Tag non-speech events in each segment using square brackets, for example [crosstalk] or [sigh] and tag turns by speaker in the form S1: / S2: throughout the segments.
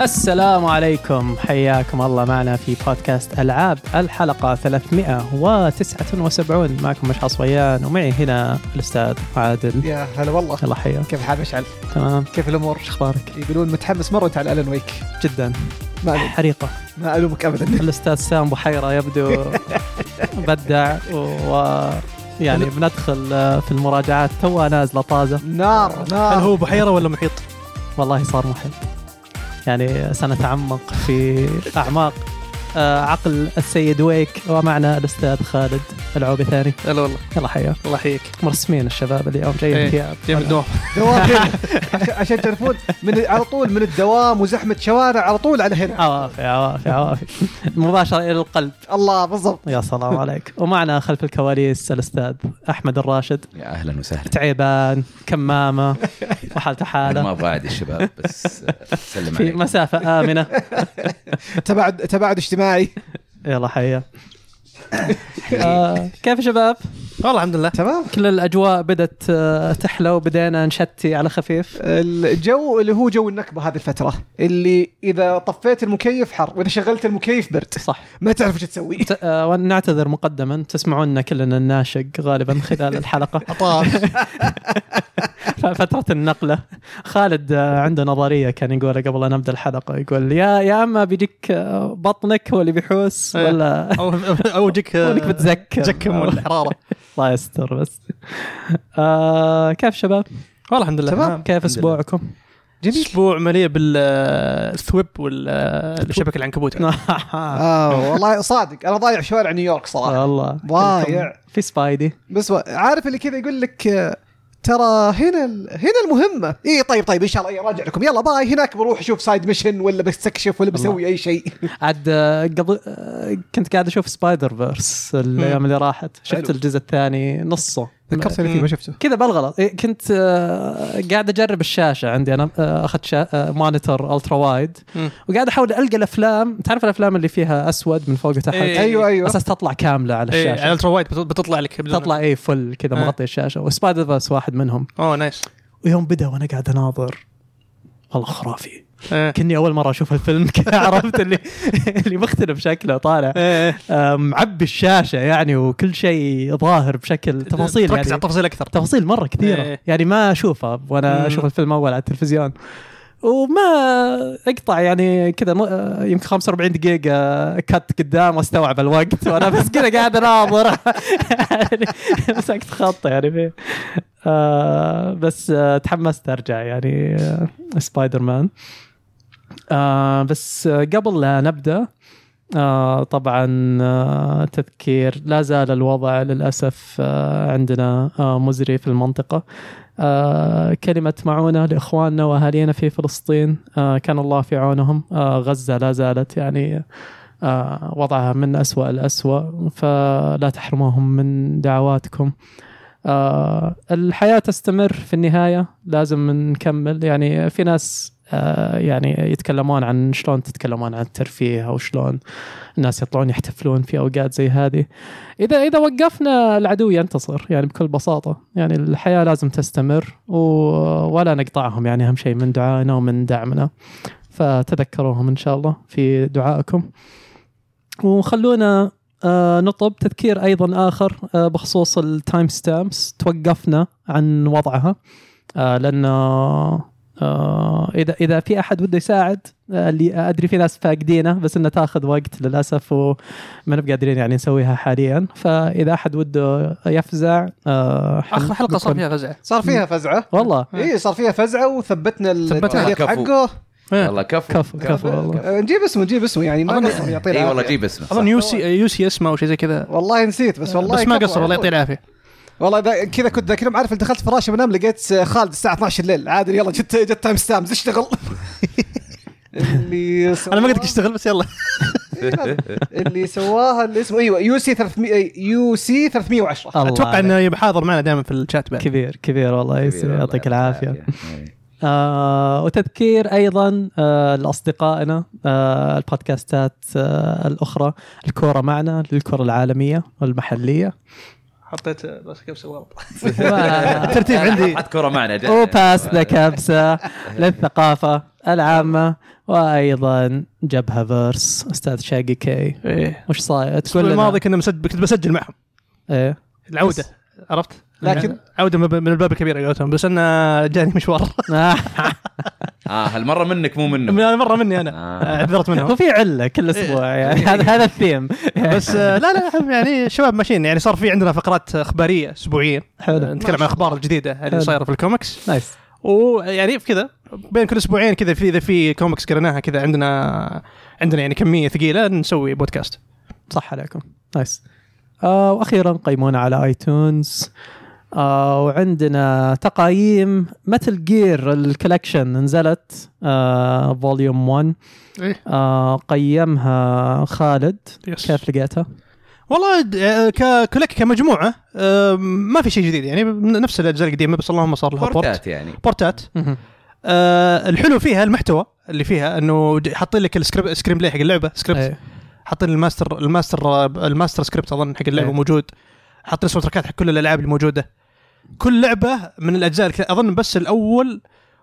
S1: السلام عليكم حياكم الله معنا في بودكاست ألعاب الحلقة 379 معكم مش عصويان ومعي هنا الأستاذ عادل
S2: يا هلا والله
S1: الله حياك
S2: كيف حال مشعل؟
S1: تمام
S2: كيف الامور؟
S1: ايش اخبارك؟
S2: يقولون متحمس مره على الن ويك
S1: جدا
S2: ما ألوم-
S1: حريقة
S2: ما الومك ابدا
S1: الأستاذ سام بحيرة يبدو بدع و يعني بندخل آه، في المراجعات توها نازلة طازة
S2: نار نار
S3: هل هو بحيره ولا محيط؟
S1: والله صار محيط يعني سنتعمق في أعماق آه، عقل السيد ويك ومعنا الأستاذ خالد العوبي ثاني
S3: هلا والله
S1: يلا حياك
S3: الله يحييك
S1: مرسمين الشباب اليوم جايين
S3: إيه.
S1: ثياب
S3: جاي من الدوام [laughs]
S2: دوام هنا. عشان- عشان تعرفون من على طول من الدوام وزحمه شوارع على طول على هنا
S1: عوافي عوافي عوافي مباشرة إلى القلب
S2: الله بالضبط
S1: يا سلام عليك ومعنا خلف الكواليس الأستاذ أحمد الراشد
S4: يا اهلا وسهلا
S1: تعيبان كمامة وحالته
S4: انا [laughs] ما
S1: حالة
S4: ابغى اعدي الشباب بس
S3: [laughs]
S4: سلم
S1: في
S4: عليك
S1: مسافة آمنة
S2: تباعد تباعد اجتماعي
S1: يلا حيا آه، كيف يا شباب؟
S3: والله الحمد لله
S2: تمام
S1: كل الاجواء بدت آه، تحلى وبدينا نشتي على خفيف
S2: الجو اللي هو جو النكبه هذه الفتره اللي اذا طفيت المكيف حر واذا شغلت المكيف برد
S1: صح
S2: ما تعرف ايش تسوي
S1: ت- آه، ونعتذر مقدما تسمعونا كلنا نناشق غالبا خلال
S3: [laughs]
S1: الحلقه [laughs]
S3: عطاف
S1: فتره النقله خالد آه، عنده نظريه كان يقول قبل أن نبدا الحلقه يقول يا يا اما بيجيك آه، بطنك هو اللي بيحوس
S3: إيه.
S1: ولا
S3: او
S1: [laughs]
S3: او جيك
S1: هو انك بتزكم
S3: تزكم
S1: أو-
S3: والحراره
S1: [laughs] الله يستر بس آه كيف شباب؟
S3: والله نعم. الحمد لله
S2: تمام.
S1: كيف
S3: [laughs]
S1: اسبوعكم؟
S2: جميل
S3: اسبوع مليء آه، بالثوب والشبكه العنكبوت
S2: اه والله صادق انا ضايع شوارع نيويورك
S1: [laughs]
S2: صراحه
S1: والله
S2: ضايع.
S1: في سبايدي
S2: بس و- عارف اللي كذا يقول لك آه، ترى هنا ال... هنا المهمه اي طيب طيب ان شاء الله إيه راجع لكم يلا باي هناك بروح اشوف سايد ميشن ولا بستكشف ولا بسوي اي شيء
S1: عاد آه، قبل آه، كنت قاعد اشوف سبايدر فيرس الايام اللي راحت شفت
S2: حلو.
S1: الجزء الثاني نصه
S2: اللي
S3: فيه، ما
S2: [laughs] شفته
S1: كذا بالغلط إيه، كنت آه، قاعد اجرب الشاشه عندي انا آه، اخذت شا- آه، مونيتور الترا وايد
S3: مم.
S1: وقاعد احاول القى الافلام تعرف الافلام اللي فيها اسود من فوق وتحت
S3: إيه.
S2: ايوه ايوه
S1: اساس تطلع كامله على
S3: اي
S1: الشاشه
S3: على الترا وايد بت- بتطلع لك بدون-
S1: تطلع اي فل كذا
S3: آه.
S1: مغطي الشاشه وسبايدر فيرس واحد منهم
S3: اوه نايس
S1: ويوم بدا وانا قاعد اناظر والله خرافي
S3: إيه.
S1: كني اول مره اشوف الفيلم [laughs] كذا عرفت اللي اللي مختلف شكله طالع
S3: إيه.
S1: آه، معبي الشاشه يعني وكل شيء ظاهر بشكل تفاصيل
S3: إيه، تركز على
S1: يعني
S3: التفاصيل اكثر
S1: تفاصيل مره كثيره
S3: إيه.
S1: يعني ما اشوفها وانا
S3: مم.
S1: اشوف الفيلم اول على التلفزيون وما اقطع يعني كذا م- آه، يمكن 45 دقيقة كت قدام واستوعب الوقت وانا بس كذا قاعد [laughs] اناظر يعني مسكت خط يعني فيه آه بس آه تحمست ارجع يعني آه سبايدر مان آه بس آه قبل لا نبدا آه طبعا آه تذكير لا زال الوضع للاسف آه عندنا آه مزري في المنطقه آه كلمه معونه لاخواننا واهالينا في فلسطين آه كان الله في عونهم آه غزه لا زالت يعني آه وضعها من اسوا الاسوا فلا تحرموهم من دعواتكم آه الحياة تستمر في النهاية لازم نكمل يعني في ناس آه يعني يتكلمون عن شلون تتكلمون عن الترفيه أو شلون الناس يطلعون يحتفلون في أوقات زي هذه إذا إذا وقفنا العدو ينتصر يعني بكل بساطة يعني الحياة لازم تستمر و- ولا نقطعهم يعني أهم شيء من دعائنا ومن دعمنا فتذكروهم إن شاء الله في دعائكم وخلونا آه، نطب تذكير ايضا اخر آه، بخصوص التايم ستامبس توقفنا عن وضعها آه، لان آه، آه، اذا اذا في احد وده يساعد آه، اللي ادري في ناس فاقدينه بس انها تاخذ وقت للاسف وما نبقى قادرين يعني نسويها حاليا فاذا احد وده يفزع آه، حن-
S3: اخر حلقه صار
S1: بكون-
S3: فيها فزعه
S2: صار فيها فزعه
S1: والله
S2: اي صار فيها فزعه وثبتنا التعليق
S4: والله كفو.
S2: حقه
S4: والله كفو
S1: كفو كفو والله
S2: آه، نجيب اسمه نجيب اسمه يعني ما
S3: أظن-
S2: قصر يعطينا
S4: اي إيه، والله
S2: العافية.
S4: جيب اسمه
S3: اظن
S4: صح.
S3: يو سي يو سي اسمه او شيء زي كذا
S2: والله نسيت بس والله
S3: بس ما
S2: كفو.
S3: قصر والله يعطيه العافيه
S2: والله إذا كذا كنت ذاكر يوم عارف دخلت فراشي بنام لقيت خالد الساعه 12 الليل عادل يلا جت جت تايم ستامز [laughs] اشتغل اللي سواه-
S3: انا ما قد اشتغل بس يلا
S2: اللي سواها اللي اسمه ايوه يو سي 300 يو سي 310
S1: الله
S3: اتوقع
S1: عليك.
S3: انه يبقى حاضر معنا دائما في الشات بعد
S1: كبير كبير والله
S4: كبير
S1: يسر
S4: والله،
S1: يعطيك العافيه
S4: إيه.
S1: آه وتذكير ايضا آه لاصدقائنا آه البودكاستات آه الاخرى الكوره معنا للكره العالميه
S3: [laughs]
S1: [laughs] والمحليه
S3: حطيت بس كبسه
S2: [laughs]
S3: غلط
S1: و-
S3: [laughs] الترتيب عندي
S4: حط كره معنا جاي.
S1: آه، وباس ذا كبسه للثقافه العامه وايضا جبهه فيرس استاذ شاقي كي
S3: ايه
S1: وش صاير؟
S3: الاسبوع
S1: تقول لنا-
S3: الماضي كنا مسجل كنت بسجل معهم
S1: [laughs] ايه
S3: العوده عرفت؟
S2: لكن-
S3: عوده من من الباب الكبير على قولتهم بس انا جاني مشوار [laughs]
S1: آه،
S4: اه هالمره منك مو منه
S3: من مره
S2: [laughs]
S3: مني انا
S4: آه.
S3: [laughs] اعتذرت منهم
S1: وفي عله كل اسبوع يعني هذا هذا الثيم
S3: إيه. بس آه، لا لا حب- يعني الشباب ماشيين يعني صار في عندنا فقرات اخباريه اسبوعيا
S1: حلو.
S3: آه، نتكلم عن الاخبار الجديده
S1: حلو.
S3: اللي صايره في الكوميكس
S1: نايس
S3: ويعني في كذا بين كل اسبوعين كذا في اذا في كوميكس قريناها كذا عندنا عندنا يعني كميه ثقيله نسوي بودكاست
S1: صح عليكم نايس آه واخيرا قيمونا على ايتونز آه وعندنا تقايم متل جير الكولكشن نزلت آه فوليوم 1
S3: إيه.
S1: آه قيمها خالد
S3: يس.
S1: كيف لقيتها؟
S3: والله د- آه، ك- كلك كمجموعه آه، ما في شيء جديد يعني نفس الاجزاء القديمه بس اللهم صار لها بورت
S4: بورتات يعني
S3: بورتات آه الحلو فيها المحتوى اللي فيها انه ج- حاطين لك السكريبت سكرين بلاي حق اللعبه سكريبت
S1: إيه.
S3: حاطين الماستر الماستر الماستر سكريبت اظن حق اللعبه
S1: إيه.
S3: موجود حاطين سوبتركات حق كل الالعاب اللي موجوده كل لعبه من الاجزاء الك- اظن بس الاول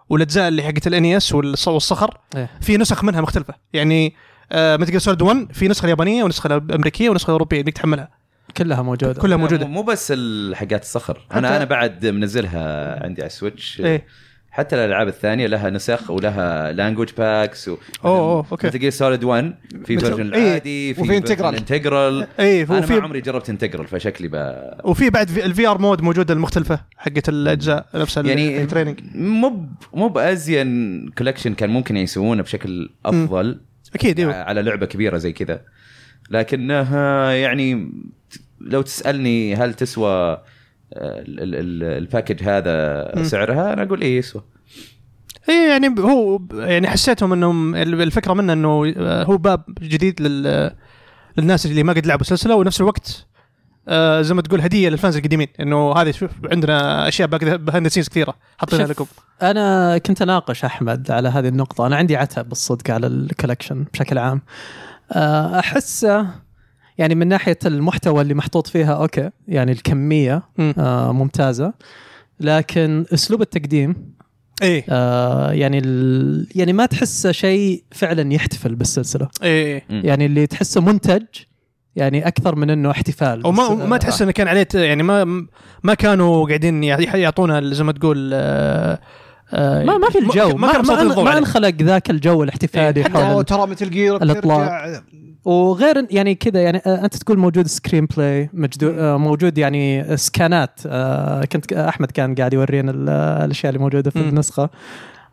S3: والاجزاء اللي حقت الاني اس والصخر
S1: إيه.
S3: في نسخ منها مختلفه يعني آه متل سوليد 1 في نسخه يابانيه ونسخه امريكيه ونسخه اوروبيه انك تحملها
S1: كلها موجوده
S3: كلها
S4: مو-
S3: موجوده
S4: مو بس الحاجات الصخر
S3: حتى-
S4: انا انا بعد منزلها عندي على السويتش
S3: ايه
S4: حتى الالعاب الثانيه لها نسخ ولها لانجوج باكس و
S3: أوه، أوكي.
S4: تلقى سوليد 1 في
S3: مثل-
S4: فيرجن
S3: إيه،
S4: العادي في
S2: وفي
S4: فيرجن
S2: إنتجرال.
S4: انتجرال
S3: ايه
S4: انا ما
S3: وفي
S4: عمري جربت انتجرال فشكلي ب...
S3: وفي بعد في- الفي ار مود موجوده المختلفه حقت الاجزاء نفسها
S4: يعني
S3: التريننج
S4: مو ب... مو بازين كولكشن كان ممكن يسوونه بشكل افضل
S3: اكيد ايوه
S4: على لعبه كبيره زي كذا لكنها يعني ت- لو تسالني هل تسوى آه، ال- ال- ال- الباكج هذا
S3: مم.
S4: سعرها انا اقول ايه يسوى
S3: اي يعني ب- هو ب- يعني حسيتهم انهم ال- الفكره منه انه آه، هو باب جديد لل آه، للناس اللي ما قد لعبوا السلسله ونفس الوقت آه، زي ما تقول هديه للفانز القديمين انه هذه شوف عندنا اشياء بهاند سينز كثيره حاطينها
S1: شوف،
S3: لكم
S1: انا كنت اناقش احمد على هذه النقطه انا عندي عتب الصدق على الكولكشن بشكل عام آه، احسه يعني من ناحيه المحتوى اللي محطوط فيها اوكي يعني الكميه
S3: مم.
S1: آه، ممتازه لكن اسلوب التقديم
S3: ايه
S1: آه، يعني ال- يعني ما تحسه شيء فعلا يحتفل بالسلسله
S3: ايه
S4: مم.
S1: يعني اللي تحسه منتج يعني اكثر من انه احتفال آه،
S3: وما
S1: بالسلسلة.
S3: ما تحس انه كان عليه ت- يعني ما ما كانوا قاعدين يع- يعطونا زي ما تقول آه، آه،
S1: ما ما في الجو ما,
S3: ما
S1: ما,
S3: كانوا مسلطين
S1: ما,
S3: الضوء
S1: ما
S3: عليه.
S1: انخلق ذاك الجو الاحتفالي حول
S2: أوه،
S1: ال-
S2: ترى مثل جير
S1: الإطلاق.
S2: بترجع-
S1: وغير يعني كذا يعني آه، انت تقول موجود سكرين بلاي مجدو- آه، موجود يعني سكانات آه، كنت ك- احمد كان قاعد يورينا ال- آه، الاشياء اللي موجوده في
S3: مم.
S1: النسخه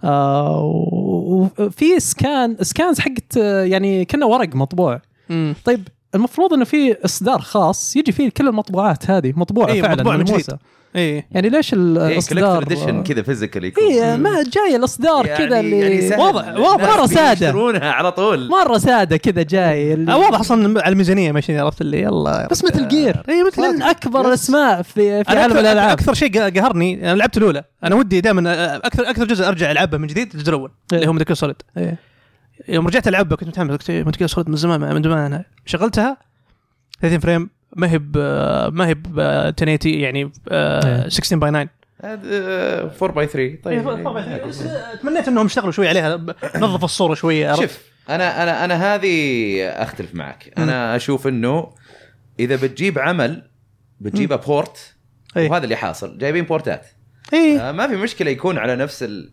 S1: آه، و- وفي سكان سكانز حقت آه، يعني كنا ورق مطبوع
S3: مم.
S1: طيب المفروض انه في اصدار خاص يجي فيه كل المطبوعات هذه مطبوعه
S3: إيه،
S1: فعلا
S3: مطبوعة من
S1: ملموسة.
S3: ايه
S1: يعني ليش ال-
S4: إيه،
S1: الاصدار
S4: collector edition كذا فيزيكال يكون يعني
S1: اي إيه، ما جاي الاصدار كذا اللي
S4: سهل.
S1: واضح واضح
S4: الناس
S1: مره ساده
S4: بيشترونها على طول
S1: مره ساده كذا جاي اللي-
S3: آه، واضح اصلا على الميزانيه ماشيين عرفت اللي يلا
S1: بس آه، إيه، مثل جير
S3: اي مثل
S1: من اكبر
S2: يس.
S1: الاسماء في في
S3: أنا
S1: عالم
S3: أكثر-
S1: الالعاب
S3: اكثر شيء قه- قهرني انا لعبت الاولى انا ودي دائما اكثر اكثر جزء ارجع العبه من جديد الجزء الاول
S1: إيه.
S3: اللي هو متكسر سوليد
S1: إيه.
S3: يوم رجعت العبها كنت متحمس قلت إيه، متكسر سوليد من زمان من زمان أنا. شغلتها 30 فريم ما هي ب- ما هي ب 1080 يعني
S1: إيه.
S3: آه، 16 باي 9
S4: آه، 4 باي 3
S3: إيه،
S4: طيب
S3: بس آه، تمنيت انهم اشتغلوا شوي عليها ب- نظفوا الصوره شوي عرفت؟
S4: شوف انا انا انا هذه اختلف معك انا اشوف انه اذا بتجيب عمل بتجيبه بورت
S3: إيه.
S4: وهذا اللي حاصل جايبين بورتات
S3: اي
S4: آه، ما في مشكله يكون على نفس ال...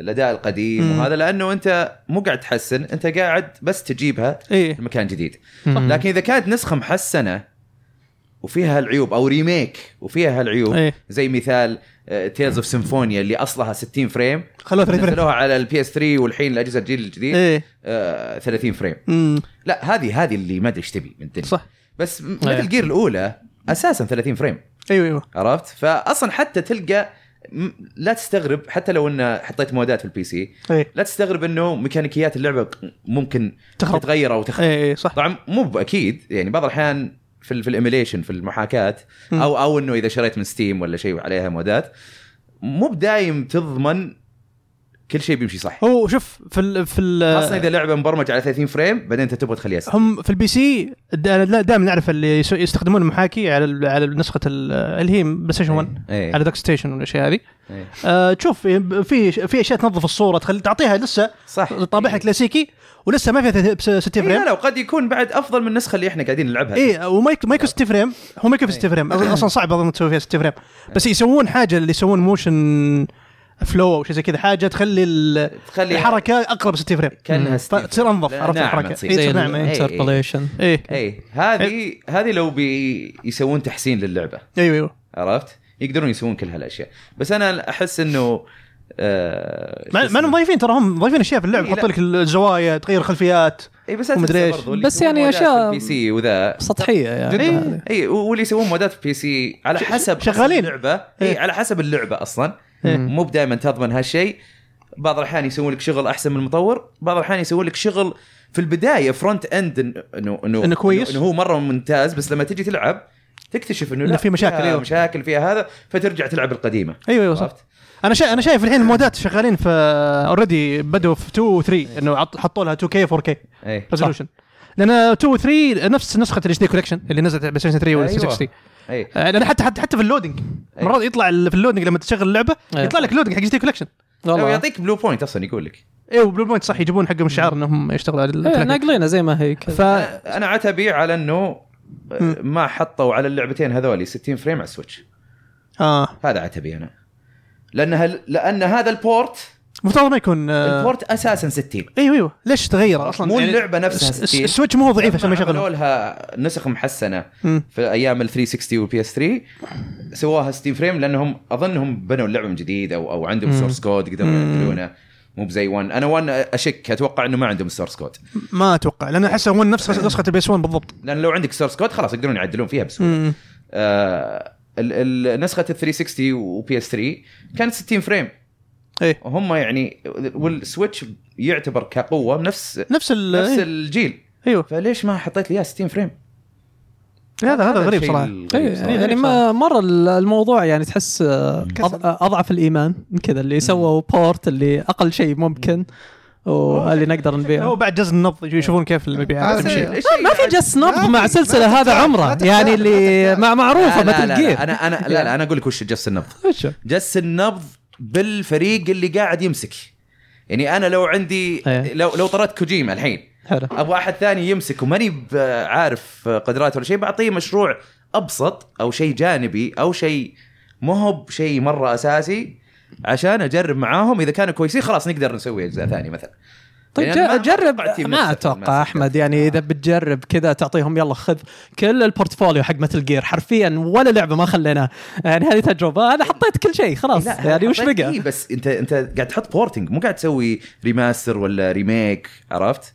S4: الاداء القديم
S3: مم.
S4: وهذا لانه انت مو قاعد تحسن انت قاعد بس تجيبها
S3: اي
S4: لمكان جديد
S1: مم.
S4: لكن اذا كانت نسخه محسنه وفيها هالعيوب او ريميك وفيها هالعيوب
S3: اي
S4: زي مثال آه، تيلز اوف سيمفونيا اللي اصلها 60 فريم
S3: خلوها
S4: [laughs]
S3: 30 فريم إيه.
S4: نزلوها على البي اس 3 والحين الاجهزه الجيل الجديد
S3: اي
S4: آه، 30 فريم
S3: أمم.
S4: لا هذه هذه اللي ما ادري ايش تبي من الدنيا
S3: صح
S4: بس م-
S1: إيه.
S4: مثل جير الاولى اساسا 30 فريم
S3: ايوه ايوه
S4: عرفت فاصلا حتى تلقى م- لا تستغرب حتى لو ان حطيت مودات في البي سي
S3: اي
S4: لا تستغرب انه ميكانيكيات اللعبه ممكن
S3: تخرب. إيه.
S4: تتغير او تخرب
S3: اي إي، صح
S4: طبعا مو باكيد يعني بعض الاحيان في ال- في الايميليشن في المحاكاه
S3: مم.
S4: او او انه اذا شريت من ستيم ولا شيء وعليها مودات مو بدايم تضمن كل شيء بيمشي صح
S3: هو شوف في ال في
S4: خاصه
S3: ال
S4: اذا لعبه مبرمجه على 30 فريم بعدين انت تبغى تخليها 60
S3: هم في البي سي دائما نعرف اللي يس- يستخدمون المحاكي على ال- على نسخه ال- اللي هي بلاي ستيشن 1
S4: إيه.
S3: على دوك ستيشن والاشياء هذه
S4: إيه.
S3: آه تشوف في في- في اشياء تنظف الصوره تخلي تعطيها لسه
S4: صح
S3: طابعها كلاسيكي ولسه ما فيها ثلاث- بس- 60
S4: إيه، لا
S3: فريم إيه،
S4: لا وقد يكون بعد افضل من النسخه اللي احنا قاعدين نلعبها
S3: اي وما يك- ما يكون 60 فريم هو ما يكون في
S4: إيه.
S3: 60 فريم أظن- اصلا صعب اظن تسوي فيها 60 فريم بس يسوون حاجه اللي يسوون موشن فلو او شيء زي كذا حاجه تخلي ال-
S4: تخلي
S3: الحركه اقرب 60 فريم
S4: كانها 60
S3: تصير انظف
S4: لا،
S3: عرفت
S4: ناعمة
S3: الحركه
S4: تصير. إيه.
S3: إيه،
S1: زي
S3: تصير ناعمه إيه.
S1: الانتربوليشن
S3: ايه
S4: اي هذه هذه لو بي يسوون تحسين للعبه
S3: ايوه ايوه
S4: عرفت؟ يقدرون يسوون كل هالاشياء بس انا احس انه آه
S3: مع مع انهم ضايفين ترى هم ضايفين اشياء في اللعب
S4: إيه، لا.
S3: يحط لك الزوايا تغير خلفيات
S4: اي إيه، بس أنا
S3: ومدري
S4: أحس
S3: إيش.
S4: برضو اللي
S1: بس
S4: يسوون
S1: يعني
S4: مودات في
S1: أشياء-
S4: البي سي وذا
S1: سطحيه
S3: آه،
S1: يعني
S4: اي
S1: هذه.
S4: اي إيه، واللي يسوون مودات في البي سي على حسب أصلاً
S3: شغالين.
S4: اللعبه
S3: إيه.
S4: اي على حسب اللعبه اصلا
S3: إيه.
S4: مو بدائما تضمن هالشيء بعض الاحيان يسوون لك شغل احسن من المطور بعض الاحيان يسوون لك شغل في البدايه فرونت اند إنه- انه انه
S3: إنه كويس.
S4: انه هو مره ممتاز بس لما تجي تلعب تكتشف انه
S3: إنه
S4: لا،
S3: في مشاكل،
S4: فيها
S3: أيوة.
S4: مشاكل فيها هذا فترجع تلعب القديمه
S3: ايوه ايوه صح
S4: عرفت؟
S3: انا شا... انا شايف الحين المودات شغالين في اوريدي بدوا في 2 و 3 انه عط- حطوا لها 2 كي 4 كي
S4: اي
S3: ريزولوشن لان 2 و 3 نفس نسخه الاتش دي كولكشن اللي نزلت على ستيشن 3 ولا
S4: أيوة.
S3: 360
S4: اي
S3: آه، لان حتى حتى حتى في اللودنج
S4: أيوة.
S3: مرات يطلع ال- في اللودنج لما تشغل اللعبه
S1: أيوة.
S3: يطلع لك اللودنج حق اتش دي كولكشن
S4: لو
S1: والله
S4: يعطيك بلو بوينت اصلا يقول لك
S3: ايوه بلو بوينت صح يجيبون حقهم الشعار انهم يشتغلوا على ال
S1: إيه،
S3: collection.
S1: ناقلينها زي ما هي كذا.
S3: ف
S4: انا عتبي على انه آه، ما حطوا على اللعبتين هذولي 60 فريم على السويتش
S3: اه
S4: هذا عتبي انا لان هل... لان هذا البورت
S3: المفترض ما يكون آه، يعني
S4: البورت اساسا 60
S3: ايوه ايوه ليش تغير اصلا
S4: مو اللعبة نفسها
S3: الس-
S4: 60.
S3: السويتش مو هو ضعيف عشان ما
S4: عملوا
S3: يشغلوا
S4: لها نسخ محسنه
S3: مم.
S4: في ايام ال 360 والبي اس 3 سووها 60 فريم لانهم اظنهم بنوا اللعبه من جديد او او عندهم سورس كود يقدروا ينزلونه مو بزي 1 انا 1 اشك اتوقع انه ما عندهم سورس كود
S3: ما اتوقع لان احسها هو نفس نسخه البي اس 1 بالضبط
S4: لان لو عندك سورس كود خلاص يقدرون يعدلون فيها بسهوله آه ال- ال- نسخه ال 360 وبي اس 3 كانت 60 فريم
S3: ايه
S4: هم يعني والسويتش يعتبر كقوه نفس
S3: نفس ال
S4: نفس
S3: إيه.
S4: الجيل
S3: ايوه
S4: فليش ما حطيت لي اياه 60 فريم؟
S3: هذا هذا غريب
S4: الشيء
S3: صراحه
S4: الغريب
S1: إيه،
S4: صراحة.
S1: يعني ما مره ال- الموضوع يعني تحس آه، أض- اضعف الايمان من كذا اللي سووا بورت اللي اقل شيء ممكن واللي نقدر
S3: هو
S1: نبيعه
S3: بعد جزء النبض يشوفون كيف المبيعات
S2: هذا
S4: بس
S3: تمشي
S2: شيء.
S4: ليش
S1: آه، ما في
S4: يعني-
S1: جس نبض مع
S2: ما في-
S1: سلسله
S2: ما
S1: هذا
S2: تحتاج-
S1: عمره
S2: ما تحتاج-
S1: يعني اللي
S2: ما
S1: مع معروفه مثل جير
S4: انا انا لا لا انا اقول لك وش جس النبض
S1: وش؟
S4: جس النبض بالفريق اللي قاعد يمسك يعني انا لو عندي
S1: إيه.
S4: لو لو طردت كوجيما الحين
S1: حلو
S4: ابغى احد ثاني يمسك وماني ب- عارف قدراته ولا شيء بعطيه مشروع ابسط او شيء جانبي او شيء ما هو بشيء مره اساسي عشان اجرب معاهم اذا كانوا كويسين خلاص نقدر نسوي اجزاء ثانيه مثلا
S1: طيب
S4: يعني أنا ما-
S1: جا- جرب
S4: ما آه. أعطيه
S1: ما
S4: نفس-
S1: اتوقع
S4: نفس-
S1: احمد يعني اذا بتجرب كذا تعطيهم يلا خذ كل البورتفوليو حق مثل جير حرفيا ولا لعبه ما خليناها يعني هذه تجربه انا حطيت كل شيء خلاص
S4: لا
S1: يعني وش
S4: حطيت-
S1: بقى؟
S4: إيه، بس انت انت قاعد تحط بورتنج مو قاعد تسوي ريماستر ولا ريميك عرفت؟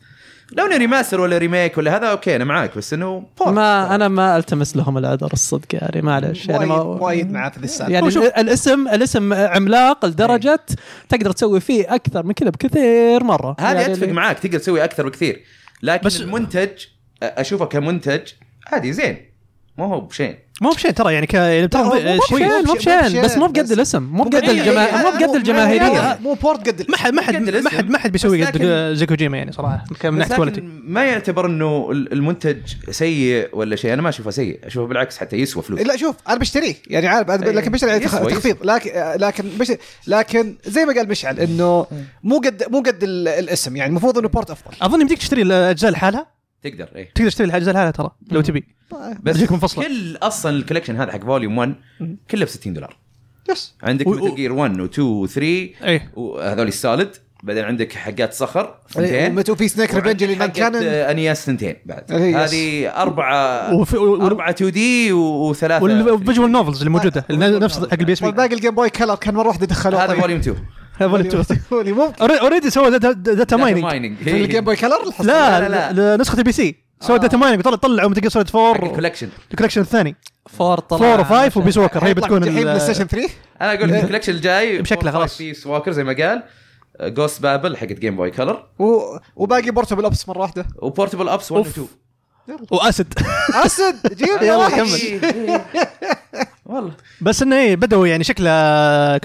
S4: لو انه ريماستر ولا ريميك ولا هذا اوكي انا معاك بس انه بورت
S1: ما انا ما التمس لهم العذر الصدق يعني معلش يعني
S2: وايد
S1: ما
S2: وايد معاه في ذي السالفه
S1: يعني
S3: وشوف-
S1: ال- الاسم الاسم عملاق لدرجه تقدر تسوي فيه اكثر من كذا بكثير مره
S4: إيه. هذه
S1: يعني
S4: اتفق معاك تقدر تسوي اكثر بكثير لكن بس
S3: بس-
S4: المنتج أ- اشوفه كمنتج عادي زين مو هو بشين
S3: مو بشيء ترى يعني ك يعني
S2: لا، هو
S3: بتاخذ
S2: مو
S3: شيء
S1: مو
S2: بشيء.
S1: مو بشين بس مو بقد الاسم مو بقد
S4: إيه، إيه،
S1: الجما
S4: إيه،
S1: مو بقد
S4: مو-
S1: الجماهيريه
S2: إيه، مو بورد قد
S3: ما حد ما حد
S4: قد
S3: ما
S4: الاسم.
S3: حد ما حد بيسوي
S4: بس
S3: قد
S4: لكن-
S3: زي كوجيما يعني صراحه ك- من
S4: بس
S3: ناحيه
S4: لكن
S3: كواليتي
S4: ما يعتبر انه ال- المنتج سيء ولا شيء انا ما اشوفه سيء اشوفه بالعكس حتى يسوى فلوس
S2: لا شوف انا بشتريه يعني عارف أنا ب-
S4: إيه.
S2: لكن بشتري عليه تخ-
S4: يسوى،
S2: تخفيض لكن آه، لكن بشتري لكن زي ما قال مشعل انه مو قد مو قد ال- الاسم يعني المفروض انه بورت افضل
S3: اظن يمديك تشتري الاجزاء لحالها
S4: تقدر ايه
S3: تقدر تشتري الاجزاء لحالها ترى لو تبي
S4: بس
S3: بتجيك منفصلة.
S4: كل اصلا الكوليكشن هذا حق فوليوم 1 كله ب 60 دولار
S2: يس
S4: عندك
S3: و-
S4: متل
S3: و-
S4: جير 1 و2 و3
S3: ايه
S4: وهذول السوليد بعدين عندك حقات
S3: إيه،
S4: صخر ثنتين
S2: يعني متى في سنيك ريفنج اللي ما كان
S4: انياس ثنتين بعد
S2: إيه، يس.
S4: هذه اربعه
S3: وفي- و-
S4: اربعه 2 دي وثلاثه 3D.
S3: والفيجوال نوفلز اللي موجوده
S2: آه،
S3: اللي نفس حق البي اس بي
S2: باقي الجيم بوي كلر كان مره واحده دخلوه
S3: طيب.
S4: هذا فوليوم 2
S2: [laughs] أيوه.
S3: [laughs]
S2: فوليوم ممكن
S3: اوريدي سوى داتا مايننج
S4: مايننج
S2: في الجيم
S4: [laughs]
S2: بوي كلر
S3: لا
S4: إيه. لا، لا.
S3: لا لا نسخه البي سي سوى داتا مايننج وطلع طلعوا متل سوليد 4
S4: الكولكشن
S3: الكولكشن الثاني
S1: فور طلع
S3: 4 و5 وبيس ووكر هي بتكون
S2: الحين بلاي
S3: ال-
S2: ستيشن 3
S4: انا اقول لك الكولكشن الجاي
S3: بشكله خلاص.
S4: في سواكر زي ما قال جوست بابل حقت جيم بوي كلر
S2: و- وباقي بورتبل اوبس مره [laughs] واحده
S4: وبورتبل ابس 1 و 2
S3: واسد
S2: اسد جيب يا
S3: يلا [laughs]
S2: وحش.
S3: كمل.
S4: والله
S3: [laughs] بس انه ايه بدأوا يعني شكله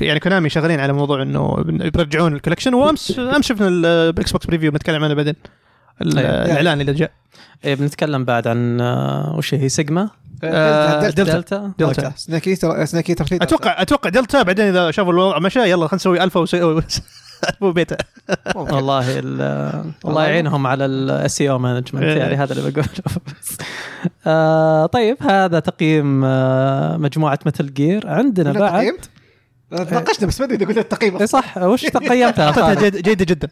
S3: يعني كونامي شغالين على موضوع انه بيرجعون الكولكشن وامس امس شفنا الاكس بوكس بريفيو بنتكلم عنه بعدين ال-
S1: أيوة.
S3: الاعلان اللي جاء
S1: إيه بنتكلم بعد عن آه، وش هي سيجما
S3: آه،
S2: دلتا- دلتا
S1: دلتا
S3: دلتا
S2: دلتا سناك ايتر سناك ايتر في دلتا.
S3: اتوقع اتوقع دلتا بعدين اذا شافوا الوضع مشى يلا خلينا نسوي الفا [laughs] وسوي الفا وبيتا
S2: ممكن.
S1: والله ال- آه، الله يعينهم على آه، السي او مانجمنت
S3: إيه.
S1: E يعني هذا اللي بقوله [laughs] بس. آه، طيب هذا تقييم آه، مجموعه متل جير عندنا
S2: قلنا
S1: بعد
S2: تقييم؟ تناقشنا بس ما ادري اذا قلت التقييم
S1: اي صح
S2: [laughs]
S1: وش
S2: آه،
S1: تقيمتها
S3: اعطيتها
S1: خالد؟
S3: جيد- جيده جدا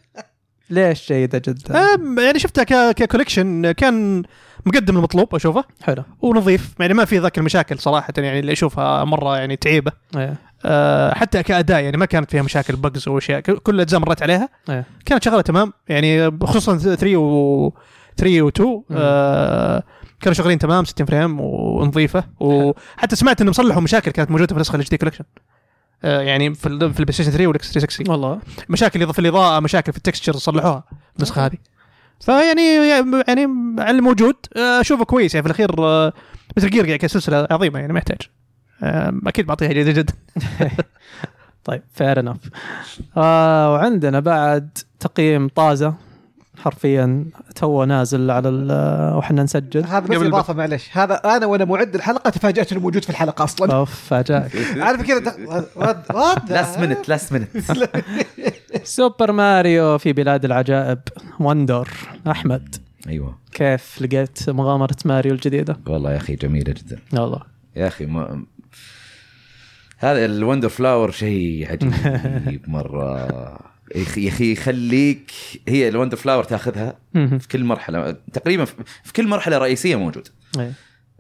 S1: ليش جيده جدا؟
S3: أم، يعني شفتها ك- ككوليكشن كان مقدم المطلوب اشوفه
S1: حلو
S3: ونظيف يعني ما في ذاك المشاكل صراحه يعني اللي اشوفها مره يعني تعيبه
S1: ايه
S3: أه حتى كاداء يعني ما كانت فيها مشاكل بجز او اشياء ك- كل الاجزاء مرت عليها
S1: ايه
S3: كانت شغاله تمام يعني خصوصا 3 و 3 و 2 آه كانوا شغالين تمام 60 فريم ونظيفه وحتى سمعت انهم صلحوا مشاكل كانت موجوده في النسخه الاتش دي كولكشن آه يعني في ال في البلاي ستيشن 3 والاكس 360
S1: والله
S3: مشاكل في الاضاءه مشاكل في التكستشر صلحوها في النسخه هذه فيعني يعني على الموجود آه، اشوفه كويس يعني في الاخير آه، مثل جير يعني كسلسله عظيمه يعني ما يحتاج آه، اكيد بعطيها جيده جدا
S1: طيب فير انف آه وعندنا بعد تقييم طازه حرفيا تو نازل على ال- وحنا نسجل
S2: هذا بس
S3: قبل
S2: اضافه معلش هذا انا وانا معد الحلقه تفاجات انه موجود في الحلقه اصلا
S1: اوف فاجاك
S2: عارف كذا دق- وات- وات ذا-
S4: لاست منت لاست منت
S1: سوبر ماريو في بلاد العجائب وندر احمد
S4: ايوه
S1: كيف لقيت مغامره ماريو الجديده؟
S4: والله يا اخي جميله جدا
S1: والله
S4: يا اخي ما هذا الوندر فلاور شيء
S3: [laughs]
S4: عجيب مره يا أخي- يا اخي يخليك هي الوندر فلاور تاخذها
S1: مهم.
S4: في كل مرحله تقريبا في في كل مرحله رئيسيه موجود
S1: إيه.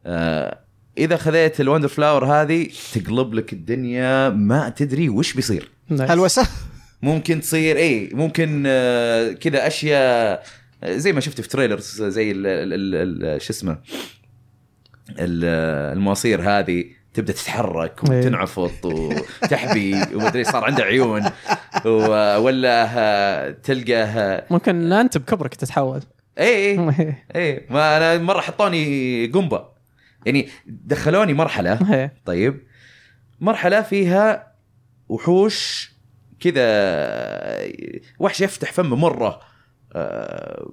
S4: آه، اذا خذيت الوندر فلاور هذه تقلب لك الدنيا ما تدري وش بيصير
S1: نايس.
S4: [laughs]
S2: هلوسه
S4: ممكن تصير ايه ممكن آه، كذا اشياء آه، زي ما شفت في تريلرز زي ال- ال- ال- ال- شو اسمه ال- آه، المواصير هذه تبدا تتحرك
S1: إيه.
S4: وتنعفط وتحبي ومدري صار عندها عيون و- ولا آه، تلقى آه،
S1: ممكن انت بكبرك [laughs] تتحول
S4: ايه إيه، ايه ما انا مره حطوني قنبه يعني دخلوني مرحله
S1: إيه.
S4: طيب مرحله فيها وحوش كذا وحش يفتح فمه مره آه،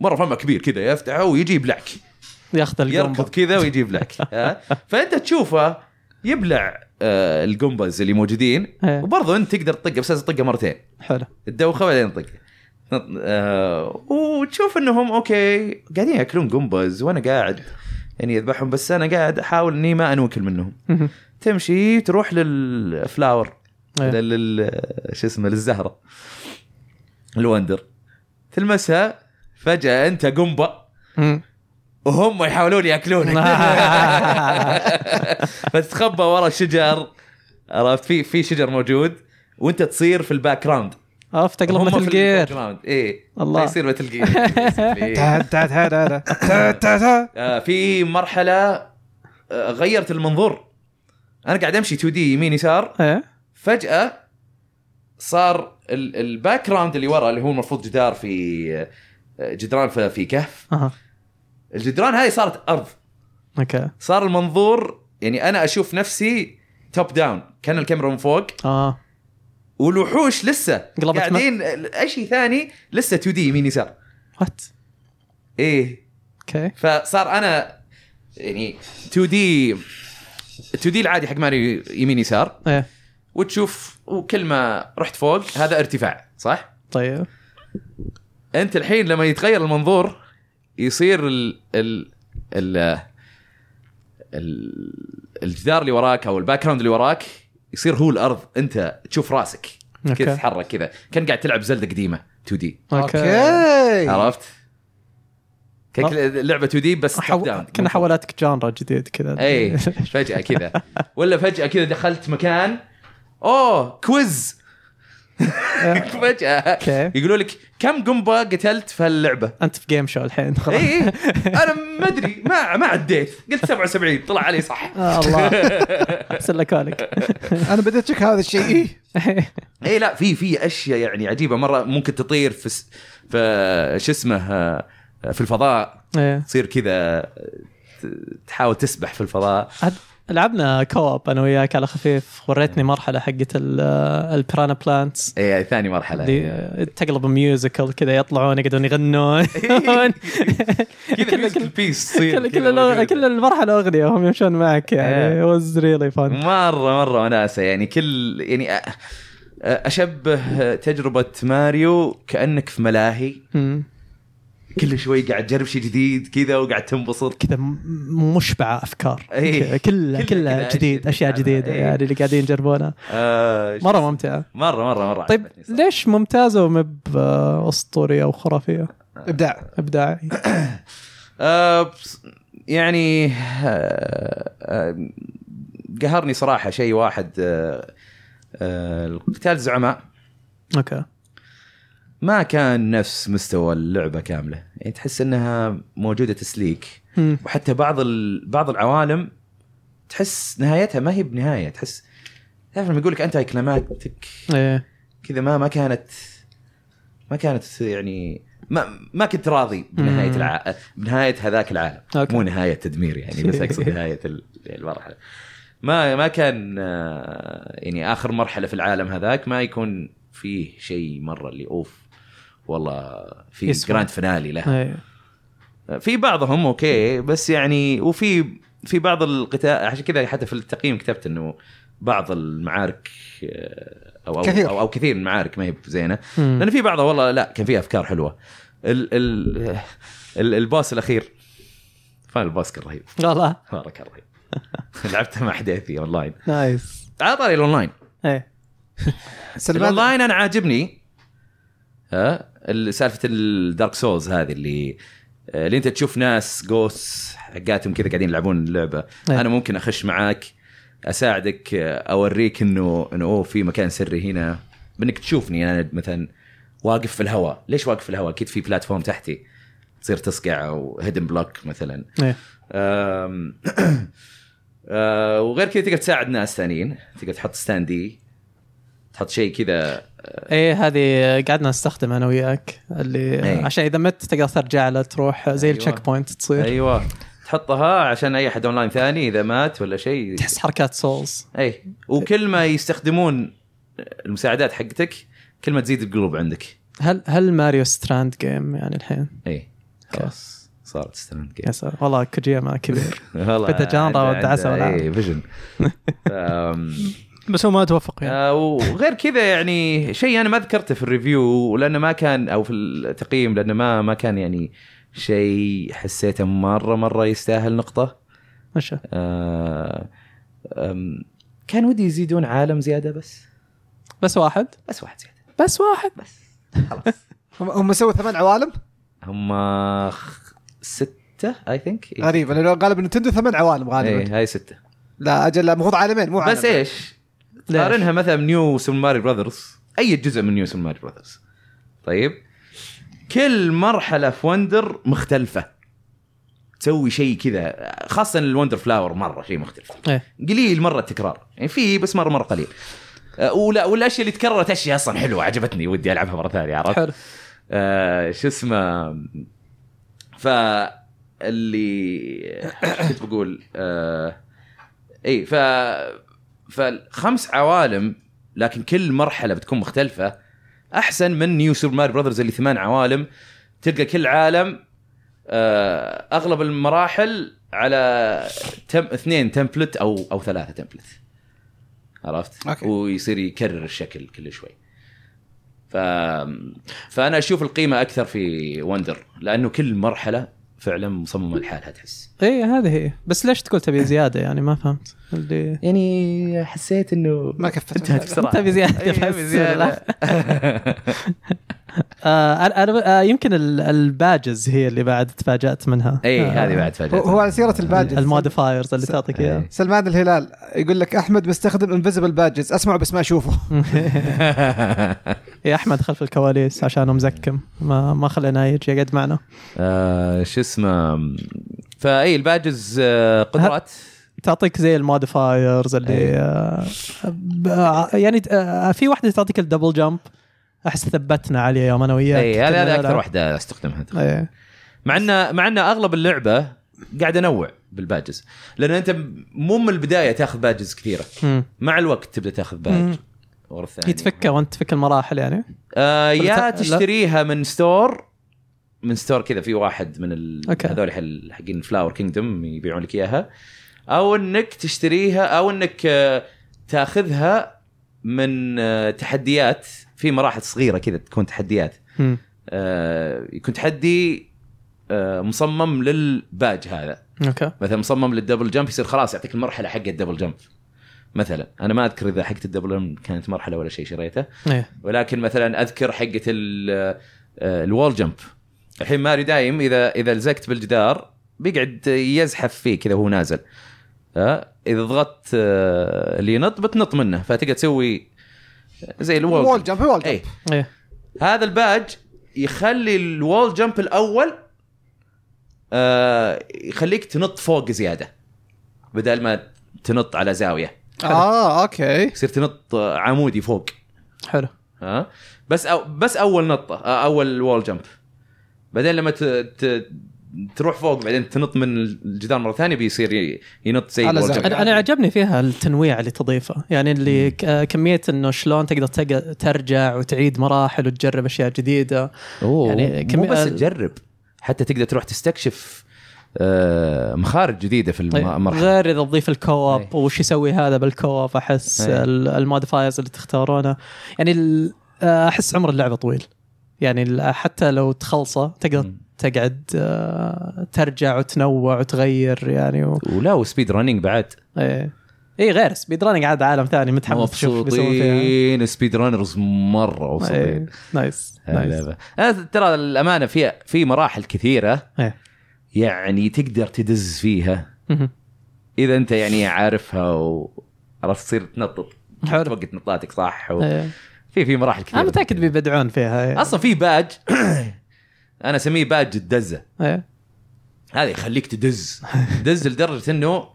S4: مره فمه كبير كذا يفتحه ويجيب لك
S1: ياخذ
S4: يركض
S1: القنبه
S4: كذا ويجيب لك ها؟ فانت تشوفه يبلع آه، القنبز اللي موجودين
S1: إيه.
S4: وبرضه انت تقدر تطقه بس لازم تطقه مرتين
S1: حلو
S4: تدوخه بعدين طق آه وتشوف انهم اوكي قاعدين ياكلون قنبز وانا قاعد يعني يذبحهم بس انا قاعد احاول اني ما انوكل منهم
S1: مهم.
S4: تمشي تروح للفلاور
S1: إيه.
S4: لل لل- شو اسمه للزهره الوندر تلمسها فجاه انت قنبه
S1: مم.
S4: وهم
S1: [laughs]
S4: يحاولون ياكلونك [laughs] فتتخبى ورا شجر عرفت في في شجر موجود وانت تصير في الباك جراوند
S1: اوف تقلب
S4: هم في
S1: مثل جير
S4: الباكراوند، ايه
S1: الله.
S4: الله يصير مثل جير basically.
S2: تا- تا- تا- تا- تا- تا- تا.
S4: آه، في مرحله آه، غيرت المنظور انا قاعد امشي 2 دي يمين يسار
S1: ايه
S4: فجاه صار ال- الباك جراوند اللي ورا اللي هو المفروض جدار في آه، جدران في في كهف
S1: اها
S4: الجدران هاي صارت ارض
S1: اوكي
S4: صار المنظور يعني انا اشوف نفسي توب داون كان الكاميرا من فوق
S1: اه
S4: والوحوش لسه
S1: قلبت
S4: قاعدين اي شيء ثاني لسه 2 دي يمين يسار
S1: وات
S4: ايه
S1: اوكي
S4: فصار انا يعني 2 دي 2 دي العادي حق ماريو يمين يسار
S1: ايه
S4: وتشوف وكل ما رحت فوق هذا ارتفاع صح؟
S1: طيب
S4: انت الحين لما يتغير المنظور يصير ال ال ال ال- الجدار اللي وراك او الباك جراوند اللي وراك يصير هو الارض انت تشوف راسك كذا
S1: اوكي
S4: تتحرك كذا كان قاعد تلعب زلده قديمه 2 دي
S1: إيه. اوكي
S2: اوكي
S4: عرفت؟ كان كل- لعبه 2 دي بس top
S1: حو...
S4: down. إيه.
S1: كنا حولاتك جانرا جديد كذا [laughs]
S4: [laughs] اي فجاه كذا ولا فجاه كذا دخلت مكان اوه [laughs] كويز فجاه
S1: اوكي.
S4: يقولوا لك كم قنبه قتلت في هاللعبه
S1: انت في جيم شو الحين خلاص
S4: اي [laughs] إي. انا ما ادري ما ما عديت قلت 77 طلع علي [laughs] صح
S1: آه [laughs] [laughs] الله احسن لك [laughs] إيه. ولك
S2: انا بديت اشك هذا
S1: [coughs]
S2: الشيء
S4: اي إيه، لا في في اشياء يعني عجيبه مره ممكن تطير في س... في شو اسمه آه، في الفضاء
S1: إيه.
S4: تصير كذا آه، ت- تحاول تسبح في الفضاء
S1: عاد لعبنا كوب انا وياك على خفيف وريتني مرحله حقت ال- البرانا بلانتس
S4: اي إيه، ثاني مرحله
S1: دي تقلب ميوزيكال كذا يطلعون يقعدون
S4: [laughs]
S1: يغنون
S4: كذا musical piece تصير
S1: كل
S4: كذا
S1: كل
S4: إيه. موجودة.
S1: كل المرحله اغنيه وهم يمشون معك يعني واز ريلي فان
S4: مره مره وناسه يعني كل يعني أ- اشبه تجربه ماريو كانك في ملاهي كل شوي قاعد تجرب شيء جديد كذا وقاعد تنبسط
S1: كذا م- مشبعه افكار
S4: إيه.
S1: كذا كلها
S4: كلها
S1: كلها
S4: كذا
S1: جديد
S4: أشياء
S1: اشياء
S4: جديدة.
S1: جديده
S4: إيه.
S1: يعني اللي قاعدين يجربونها
S4: آه
S1: مره ممتعه
S4: مره مره مره
S1: طيب
S4: عجبتني صراحة.
S1: ليش ممتازه ومب آه، اسطوريه او خرافيه
S2: ابداع
S1: ابداعي
S4: آه بص- يعني آه آه قهرني صراحه شيء واحد آه آه القتال زعماء
S1: اوكي
S4: ما كان نفس مستوى اللعبه كامله يعني تحس انها موجوده تسليك
S1: مم.
S4: وحتى بعض ال... بعض العوالم تحس نهايتها ما هي بنهايه تحس تعرف لما يقول لك انت كلماتك
S1: ايه
S4: كذا ما ما كانت ما كانت يعني ما ما كنت راضي
S1: مم.
S4: بنهايه الع... بنهايه هذاك العالم
S1: أوكي.
S4: مو نهايه تدمير يعني بس
S1: [laughs]
S4: اقصد نهايه ال- المرحله ما ما كان آه، يعني اخر مرحله في العالم هذاك ما يكون فيه شيء مره اللي اوف والله في
S1: يسوى.
S4: جراند فينالي له [laughs]
S1: ايه
S4: في بعضهم اوكي بس يعني وفي في بعض القتال عشان كذا حتى في التقييم كتبت انه بعض المعارك آه، او او
S2: كثير.
S4: او, أو كثير من المعارك ما هي زينه
S1: مم.
S4: لان في بعضها والله لا كان فيها افكار حلوه ال ال ال الباس الاخير فان الباس كان رهيب
S1: والله
S4: مره كان رهيب
S1: [laughs]
S4: لعبته مع حديثي اونلاين
S1: نايس
S4: على طاري الاونلاين
S1: ايه
S2: سلمان
S4: الاونلاين انا عاجبني ها ال- سالفه الدارك سولز هذه اللي آه، اللي انت تشوف ناس جوس حقاتهم كذا قاعدين يلعبون اللعبه
S1: أي.
S4: انا ممكن اخش معاك آه، اساعدك اوريك انه انه اوه في مكان سري هنا بانك تشوفني انا مثلا واقف في الهواء ليش واقف في الهواء اكيد في بلاتفورم تحتي تصير تصقع او هيدن بلوك مثلا
S1: ايه
S4: [clears throat] أم، أه، وغير كذا تقدر تساعد ناس ثانيين تقدر تحط ستاندي تحط شيء كذا
S1: ايه هذه قعدنا نستخدم انا وياك اللي
S4: إيه.
S1: عشان اذا مت تقدر ترجع له تروح زي
S4: أيوة.
S1: التشيك بوينت تصير
S4: ايوه تحطها عشان اي احد اونلاين ثاني اذا مات ولا شيء
S1: تحس حركات سولز
S4: اي وكل ما يستخدمون المساعدات حقتك كل ما تزيد القلوب عندك
S1: هل هل ماريو ستراند جيم يعني الحين؟
S4: اي خلاص صارت ستراند
S1: يا سلام والله كوجيما
S4: [laughs]
S1: كبير
S4: والله
S1: بدها جانرا ودعسة والعاب. [laughs]
S4: اي فيجن أم،
S3: بس هو ما توفق يعني
S4: آه، وغير كذا يعني شيء انا ما ذكرته في الريفيو لانه ما كان او في التقييم لانه ما ما كان يعني شيء حسيته مره مره يستاهل نقطه
S1: ماشي
S4: آه، أم، كان ودي يزيدون عالم زياده بس
S1: بس واحد
S4: بس واحد زياده
S1: بس واحد
S2: هم- هم سووا ثمان عوالم
S4: هم خ- سته اي ثينك
S2: غريبه لانه غالبا نتندو ثمان عوالم غالبا
S4: إيه. هاي سته
S2: لا اجل لا، المفروض عالمين مو عالم
S4: إيه. بس إيه. ايش؟
S1: ليش؟
S4: قارنها مثلا نيو سوبر ماري براذرز اي جزء من نيو سوبر ماري براذرز طيب كل مرحله في وندر مختلفه تسوي شيء كذا خاصه الوندر فلاور مره شيء مختلف
S1: ايه
S4: قليل مره التكرار يعني في بس مره مره قليل آه، ولا والاشياء اللي تكررت اشياء اصلا حلوه عجبتني ودي العبها مره ثانيه عرفت؟
S1: حلو
S4: آه، شو اسمه ف اللي إيش كنت بقول آه اي ف فالخمس عوالم لكن كل مرحله بتكون مختلفه احسن من نيو سوبر ماري براذرز اللي ثمان عوالم تلقى كل عالم آه اغلب المراحل على تم اثنين تمبلت او او ثلاثه تمبلت عرفت؟
S2: أوكي.
S4: ويصير يكرر الشكل كل شوي. ف... فانا اشوف القيمه اكثر في وندر لانه كل مرحله فعلا مصممه لحالها تحس
S1: ايه هذه هي بس ليش تقول تبي زياده يعني ما فهمت اللي
S4: يعني حسيت انه
S2: ما كفت
S4: انتهت بسرعه
S1: [laughs] تبي زيادة
S4: إيه،
S1: بس،
S4: تبي زياده
S1: آه انا أنا- آه يمكن ال- الباجز هي اللي بعد تفاجات منها
S4: اي
S1: آه،
S4: إيه، هذه بعد
S2: هو-
S4: إيه. فجاه
S2: هو على سيره الباجز
S1: الموديفايرز اللي
S2: س-
S1: تعطيك اياها
S2: سلمان الهلال يقول لك احمد مستخدم انفيزبل باجز اسمعه بس ما اشوفه
S1: يا احمد إيه، خلف الكواليس عشانه مزكم ما ما خليناه يجي يقعد معنا
S4: [laughs] آه، شو اسمه فاي الباجز آه، قدرات
S1: تعطيك زي الموديفايرز اللي آه ب- يعني آه في واحده تعطيك الدبل جامب احس ثبتنا عليه يوم انا وياك
S4: اي هذه
S1: كنا
S4: هذه
S1: نلعب.
S4: اكثر واحده استخدمها
S1: إيه.
S4: مع ان مع ان اغلب اللعبه قاعد انوع بالباجز لان انت مو من البدايه تاخذ باجز كثيره
S3: مم.
S4: مع الوقت تبدا تاخذ باج
S3: مم.
S4: ورا الثانيه
S1: يتفكى وانت تفك المراحل يعني
S4: آه يا
S1: لا.
S4: تشتريها من ستور من ستور كذا في واحد من ال...
S1: أوكي.
S4: هذول حل- حقين فلاور كينجدم يبيعون لك اياها او انك تشتريها او انك آه، تاخذها من آه، تحديات في مراحل صغيره كذا تكون تحديات
S1: مم.
S4: آه، يكون تحدي آه، مصمم للباج هذا
S1: اوكي
S4: مثلا مصمم للدبل جمب يصير خلاص يعطيك المرحله حق الدبل جمب مثلا انا ما اذكر اذا حقت الدبل جمب كانت مرحله ولا شيء شريته
S1: ايه
S4: ولكن مثلا اذكر حقه ال- آه، الوول جمب الحين ماري دايم اذا اذا لزقت بالجدار بيقعد يزحف فيه كذا وهو نازل ها اذا ضغطت آه، اللي ينط بتنط منه فتقدر تسوي زي إيه. الوول
S2: وول جمب وول
S4: [laughs]
S2: جمب
S4: اي
S1: ايه
S4: هذا الباج يخلي الوول جمب الاول آه يخليك تنط فوق زياده بدل ما تنط على زاويه
S1: آه.
S2: اه اوكي
S4: يصير تنط آه، عمودي فوق
S1: حلو
S4: ها بس أو بس اول نطه آه، اول وول جمب بعدين لما ت... ت... تروح فوق بعدين تنط من الجدار مره ثانيه بيصير ي- ينط زي
S2: على
S4: الوول
S2: زاوية.
S4: جمب.
S1: انا انا عجبني فيها التنويع اللي تضيفه يعني اللي ك- آه، كميه انه شلون تقدر تق- ترجع وتعيد مراحل وتجرب اشياء جديده
S4: أوه.
S1: يعني
S4: مو
S1: كمي-
S4: بس تجرب حتى تقدر تروح تستكشف آه، مخارج جديده في
S1: طيب
S4: المرحله
S1: غير اذا تضيف الكوب
S4: أي.
S1: وش يسوي هذا بالكوب احس
S4: أي.
S1: ال- الموديفايرز اللي تختارونه يعني ال- آه، احس عمر اللعبه طويل يعني ال- حتى لو تخلصه تقدر
S4: مم.
S1: تقعد آه، ترجع وتنوع وتغير يعني و...
S4: ولا وسبيد رننج بعد
S1: ايه اي غير سبيد رانينج عاد عالم ثاني متحمس تشوف بيسوون فيها
S4: مبسوطين سبيد رانرز مره
S1: إيه،
S4: مبسوطين
S1: نايس نايس
S4: هلا. انا آه، ترى الامانه في في مراحل كثيره
S1: إيه.
S4: يعني تقدر تدز فيها
S1: مهم.
S4: اذا انت يعني عارفها وعرفت تصير تنطط
S1: حلو.
S4: توقت نطاتك صح و...
S1: إيه.
S4: في في مراحل كثيره
S1: انا متاكد بيبدعون فيها إيه.
S4: اصلا في باج [coughs] انا اسميه باج الدزه
S1: إيه.
S4: هذا يخليك تدز دز لدرجه انه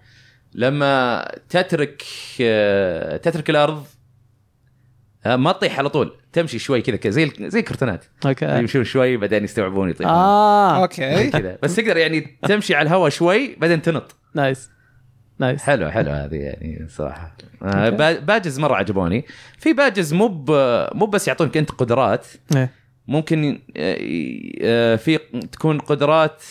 S4: لما تترك آه، تترك الارض آه، ما تطيح على طول تمشي شوي كذا كذا زي زي الكرتونات
S1: اوكي
S4: يمشون شوي بعدين يستوعبون يطيحون
S1: اه
S4: زي
S2: اوكي
S4: كذا بس تقدر يعني تمشي على الهواء شوي بعدين تنط
S1: نايس نايس
S4: حلو حلو هذه يعني صراحه آه،
S1: أوكي.
S4: با- باجز مره عجبوني في باجز مو ب- مو بس يعطونك انت قدرات
S1: إيه.
S4: ممكن آه، آه، في تكون قدرات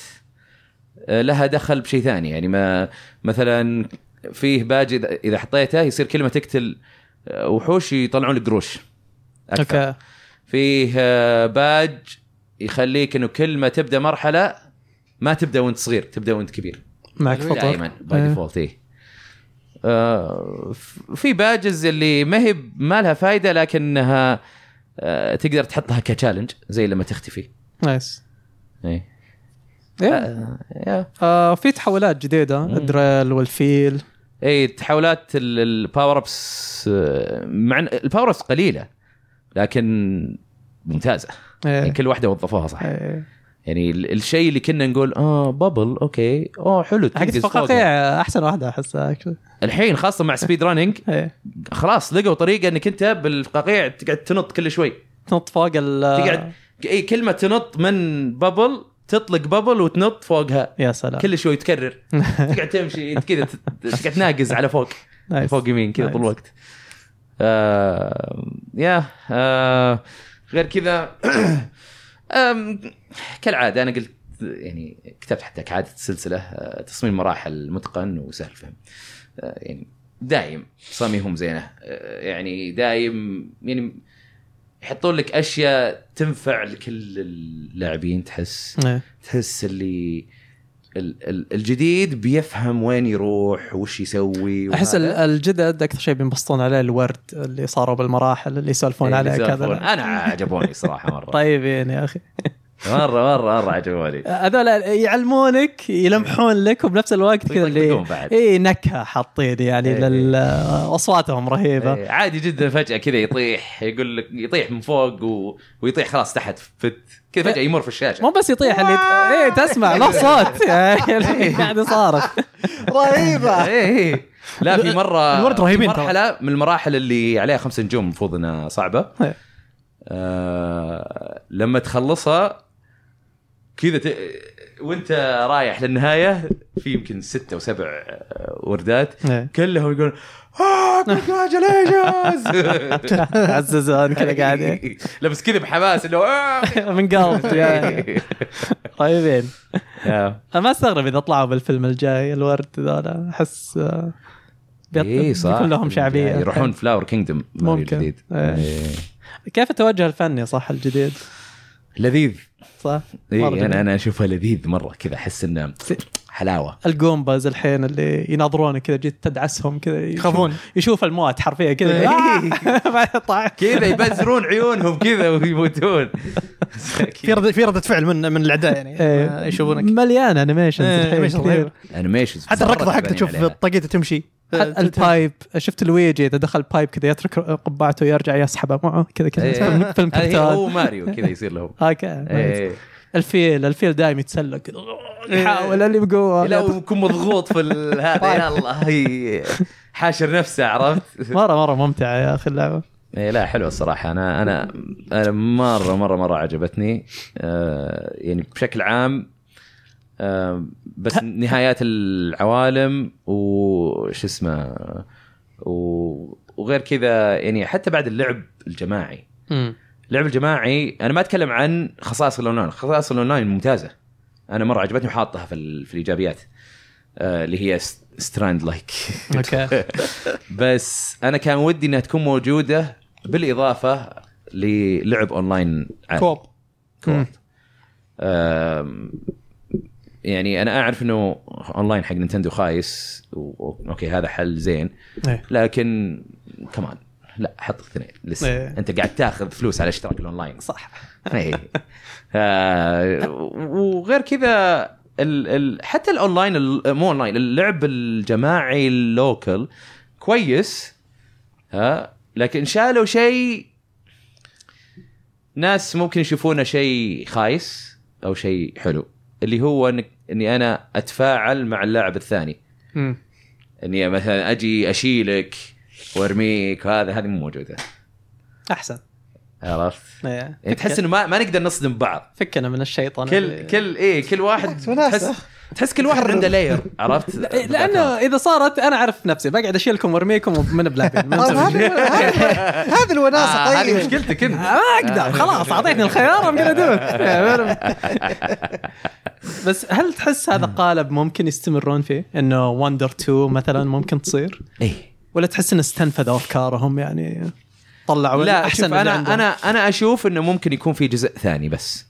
S4: آه، لها دخل بشيء ثاني يعني ما مثلا فيه باج إذا- اذا حطيته يصير كل ما تقتل آه، وحوش يطلعون لك قروش اكثر
S1: اوكي
S4: فيه آه، باج يخليك انه كل ما تبدا مرحله ما تبدا وانت صغير تبدا وانت كبير
S1: معك إيه. فطور
S4: دائما باي ديفولت اي إيه. آه، في باجز اللي ما هي ما لها فائده لكنها آه، تقدر تحطها كتشالنج زي لما تختفي
S1: نايس
S4: اي
S1: إيه.
S4: يا.
S1: آه في تحولات جديده الدريل والفيل
S4: اي إيه، تحولات الباور ابس مع إن الباور ابس قليله لكن ممتازه يعني
S1: إيه.
S4: كل واحده وظفوها صح
S1: إيه.
S4: يعني ال- الشيء اللي كنا نقول اه بابل اوكي اوه حلو
S1: حقت
S4: تقدس فوقها.
S1: الفقاقيع احسن واحده احسها actually.
S4: الحين خاصه مع سبيد رانينج
S1: [laughs] إيه.
S4: خلاص لقوا طريقه انك انت بالفقاقيع تقعد تنط كل شوي
S1: تنط فوق ال
S4: تقعد اي كلمه تنط من بابل تطلق بابل وتنط فوقها
S1: يا سلام
S4: كل
S1: [laughs]
S4: شوي تكرر تقعد تمشي كذا ت- تقعد تناقز على فوق
S1: نايس.
S4: فوق يمين كذا طول
S1: نايس.
S4: الوقت آه يا آه غير كذا [clears throat] آم، كالعاده انا قلت يعني كتبت حتى كعاده السلسله آه، تصميم مراحل متقن وسهل فهم آه، يعني دايم تصاميمهم زينه آه، يعني دايم يعني يحطون لك اشياء تنفع لكل اللاعبين تحس
S1: إيه.
S4: تحس اللي ال- ال- الجديد بيفهم وين يروح وش يسوي وهذا.
S1: احس ال- الجدد اكثر شيء بينبسطون عليه الورد اللي صاروا بالمراحل اللي يسولفون
S4: إيه،
S1: عليه
S4: يسولفون.
S1: كذا
S4: انا عجبوني
S1: [laughs]
S4: صراحه
S1: طيب.
S4: مره
S1: طيبين يا اخي
S4: مره مره مره عجبوني
S1: هذول يعلمونك يلمحون لك وبنفس الوقت كذا اللي
S4: ويطقطقون بعد.
S1: اي نكهه حاطين يعني
S4: إيه.
S1: لل اصواتهم رهيبه
S4: إيه، عادي جدا فجاه كذا يطيح يقول لك يطيح من فوق و... ويطيح خلاص تحت فت كذا فجاه يمر في الشاشه
S1: مو بس يطيح اللي اي تسمع له صوت
S4: [laughs]
S1: يعني اللي قاعد صارت
S2: رهيبه
S4: ايه ايه لا في مره
S1: [laughs]
S3: الورد رهيبين
S4: في مرحله من المراحل اللي عليها خمس نجوم المفروض انها صعبه
S1: إيه.
S4: آه لما تخلصها كذا ت... وانت رايح للنهايه في يمكن ستة وسبع آه، وردات
S1: [laughs] إيه.
S4: كلهم يقولون اه كونجراتيليشنز
S1: عززان [laughs] كذا
S4: [laughs]
S1: قاعد
S4: لبس كذا بحماس انه آه.
S1: من قلب
S4: [laughs]
S1: يعني. يا- طيبين
S4: يا.
S1: أنا ما استغرب اذا طلعوا بالفيلم الجاي الورد ذولا احس آه، بيط-
S4: إيه، صح. يعني
S1: بيكون لهم شعبيه
S4: يروحون فلاور كينجدم
S1: ممكن.
S4: الجديد
S1: إيه.
S4: إيه.
S1: كيف التوجه الفني صح الجديد
S4: لذيذ إيه،
S1: صح مرة
S4: اي
S1: جميل.
S4: انا انا اشوفها لذيذ مره كذا احس انه حلاوه
S1: القومباز الحين اللي يناظرونك كذا جيت تدعسهم كذا يشوف-
S3: يخافون.
S1: يشوف الموت حرفيا كذا
S3: إيه.
S1: آه! بعدين طالع.
S4: كذا يبزرون عيونهم كذا [laughs] ويموتون
S3: في رد في رده فعل من من الاعداء يعني
S1: إيه.
S3: [laughs] آه، يشوفونك
S1: مليان انيميشنز
S3: إيه، animations
S1: الحين
S3: رهيبة.
S4: انيميشنز
S3: حتى الركضه حقته تشوف طقيته تمشي آه،
S1: حتى البايب شفت لويجي اذا دخل بايب كذا يترك قبعته يرجع يسحبه معه كذا كذا فيلم-
S3: [laughs]
S1: فيلم
S4: إيه. هو
S1: كرتون
S4: ماريو كذا يصير لهم
S1: اوكي نايس.
S4: إيه.
S1: الفيل الفيل دايم يتسلق كذا، يحاول اللي
S4: لا
S1: بقوه
S4: ويكون مضغوط في ال- هذا يا الله هي حاشر نفسه عرفت؟
S1: مره مره ممتعه يا اخي اللعبه
S4: إيه لا حلوه الصراحه انا انا انا مره مره مره عجبتني آه، يعني بشكل عام آه، بس نهايات العوالم وش اسمه و- وغير كذا يعني حتى بعد اللعب الجماعي اللعب الجماعي انا ما اتكلم عن خصائص الاونلاين خصائص الاونلاين ممتازه انا مره عجبتني وحاطها في, ال- في الايجابيات آه، اللي هي ستراند لايك
S1: [laughs] اوكي
S4: بس انا كان ودي انها تكون موجوده بالاضافه للعب اونلاين عادي.
S3: كوب
S1: [laughs]
S4: كوب آم، يعني انا اعرف انه اونلاين حق نينتندو خايس و- و- اوكي هذا حل زين
S1: إيه.
S4: لكن كمان لا حط اثنين لسه
S1: إيه.
S4: انت قاعد تاخذ فلوس على اشتراك الاونلاين
S1: صح
S4: [laughs] إيه. آه، وغير كذا ال ال حتى الاونلاين ال- مو اونلاين اللعب الجماعي اللوكل كويس ها لكن شالوا شيء ناس ممكن يشوفونه شيء خايس او شيء حلو اللي هو إنك- اني انا اتفاعل مع اللاعب الثاني
S1: مم.
S4: اني مثلا اجي اشيلك وارميك هذا هذه مو موجوده
S1: احسن
S4: عرفت؟
S1: إيه.
S4: يعني تحس انه ما, ما نقدر نصدم بعض
S1: فكنا من الشيطان
S4: كل
S1: اللي-
S4: كل ايه كل واحد
S2: بالعكس، وناسة.
S4: تحس تحس كل واحد عنده لاير عرفت؟
S1: إيه، لانه اذا صارت انا اعرف نفسي بقعد اشيلكم وارميكم ومن [laughs] بلعبين
S2: طيب هذه هذه- هذه الوناسه
S4: آه، هذه
S2: طيب
S4: مشكلتك انت
S1: [laughs] ما اقدر خلاص اعطيتني الخيار ام
S4: [laughs]
S1: كذا بس هل تحس هذا قالب ممكن يستمرون فيه؟ انه وندر 2 مثلا ممكن تصير؟
S4: ايه
S1: ولا تحس انه استنفذوا افكارهم يعني طلعوا
S4: لا
S1: احسن
S4: احسن
S1: اللي
S4: انا
S1: عندهم.
S4: انا انا اشوف انه ممكن يكون في جزء ثاني بس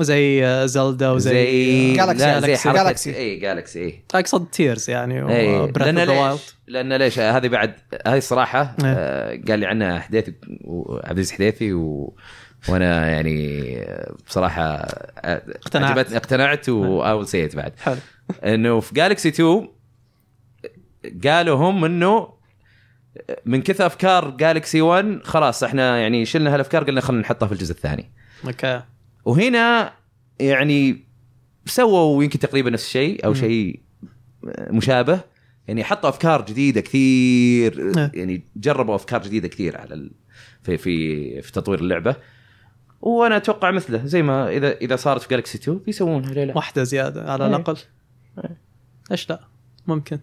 S1: زي آه، زلدا وزي
S4: زي
S2: Galaxy.
S4: لا إيه، زي
S2: Galaxy.
S4: حركه
S2: Galaxy.
S4: اي جالكسي اي
S1: اقصد تيرز يعني
S4: اي لان
S1: وبريث
S4: إيه، ليش؟ لان ليش آه، هذه بعد هذه الصراحه
S1: إيه.
S4: آه، قال لي عنها حديثي وعبد العزيز حديثي و وانا يعني آه، بصراحه آه،
S1: اقتنعت. إيه.
S4: عجبتني- اقتنعت واول سيت بعد
S1: حلو
S4: انه في جالكسي 2 قالوا هم انه من كثر افكار جالكسي 1 خلاص احنا يعني شلنا هالافكار قلنا خلينا نحطها في الجزء الثاني
S1: اوكي
S4: إيه. وهنا يعني سووا يمكن تقريبا نفس الشيء او
S1: مم.
S4: شيء مشابه يعني حطوا افكار جديده كثير
S1: نعم.
S4: يعني جربوا افكار جديده كثير على ال... في في في تطوير اللعبه وانا اتوقع مثله زي ما اذا اذا صارت في جالكسي 2 بيسوونها ليه لا
S1: واحده زياده على
S4: إيه.
S1: الاقل ايش لا ممكن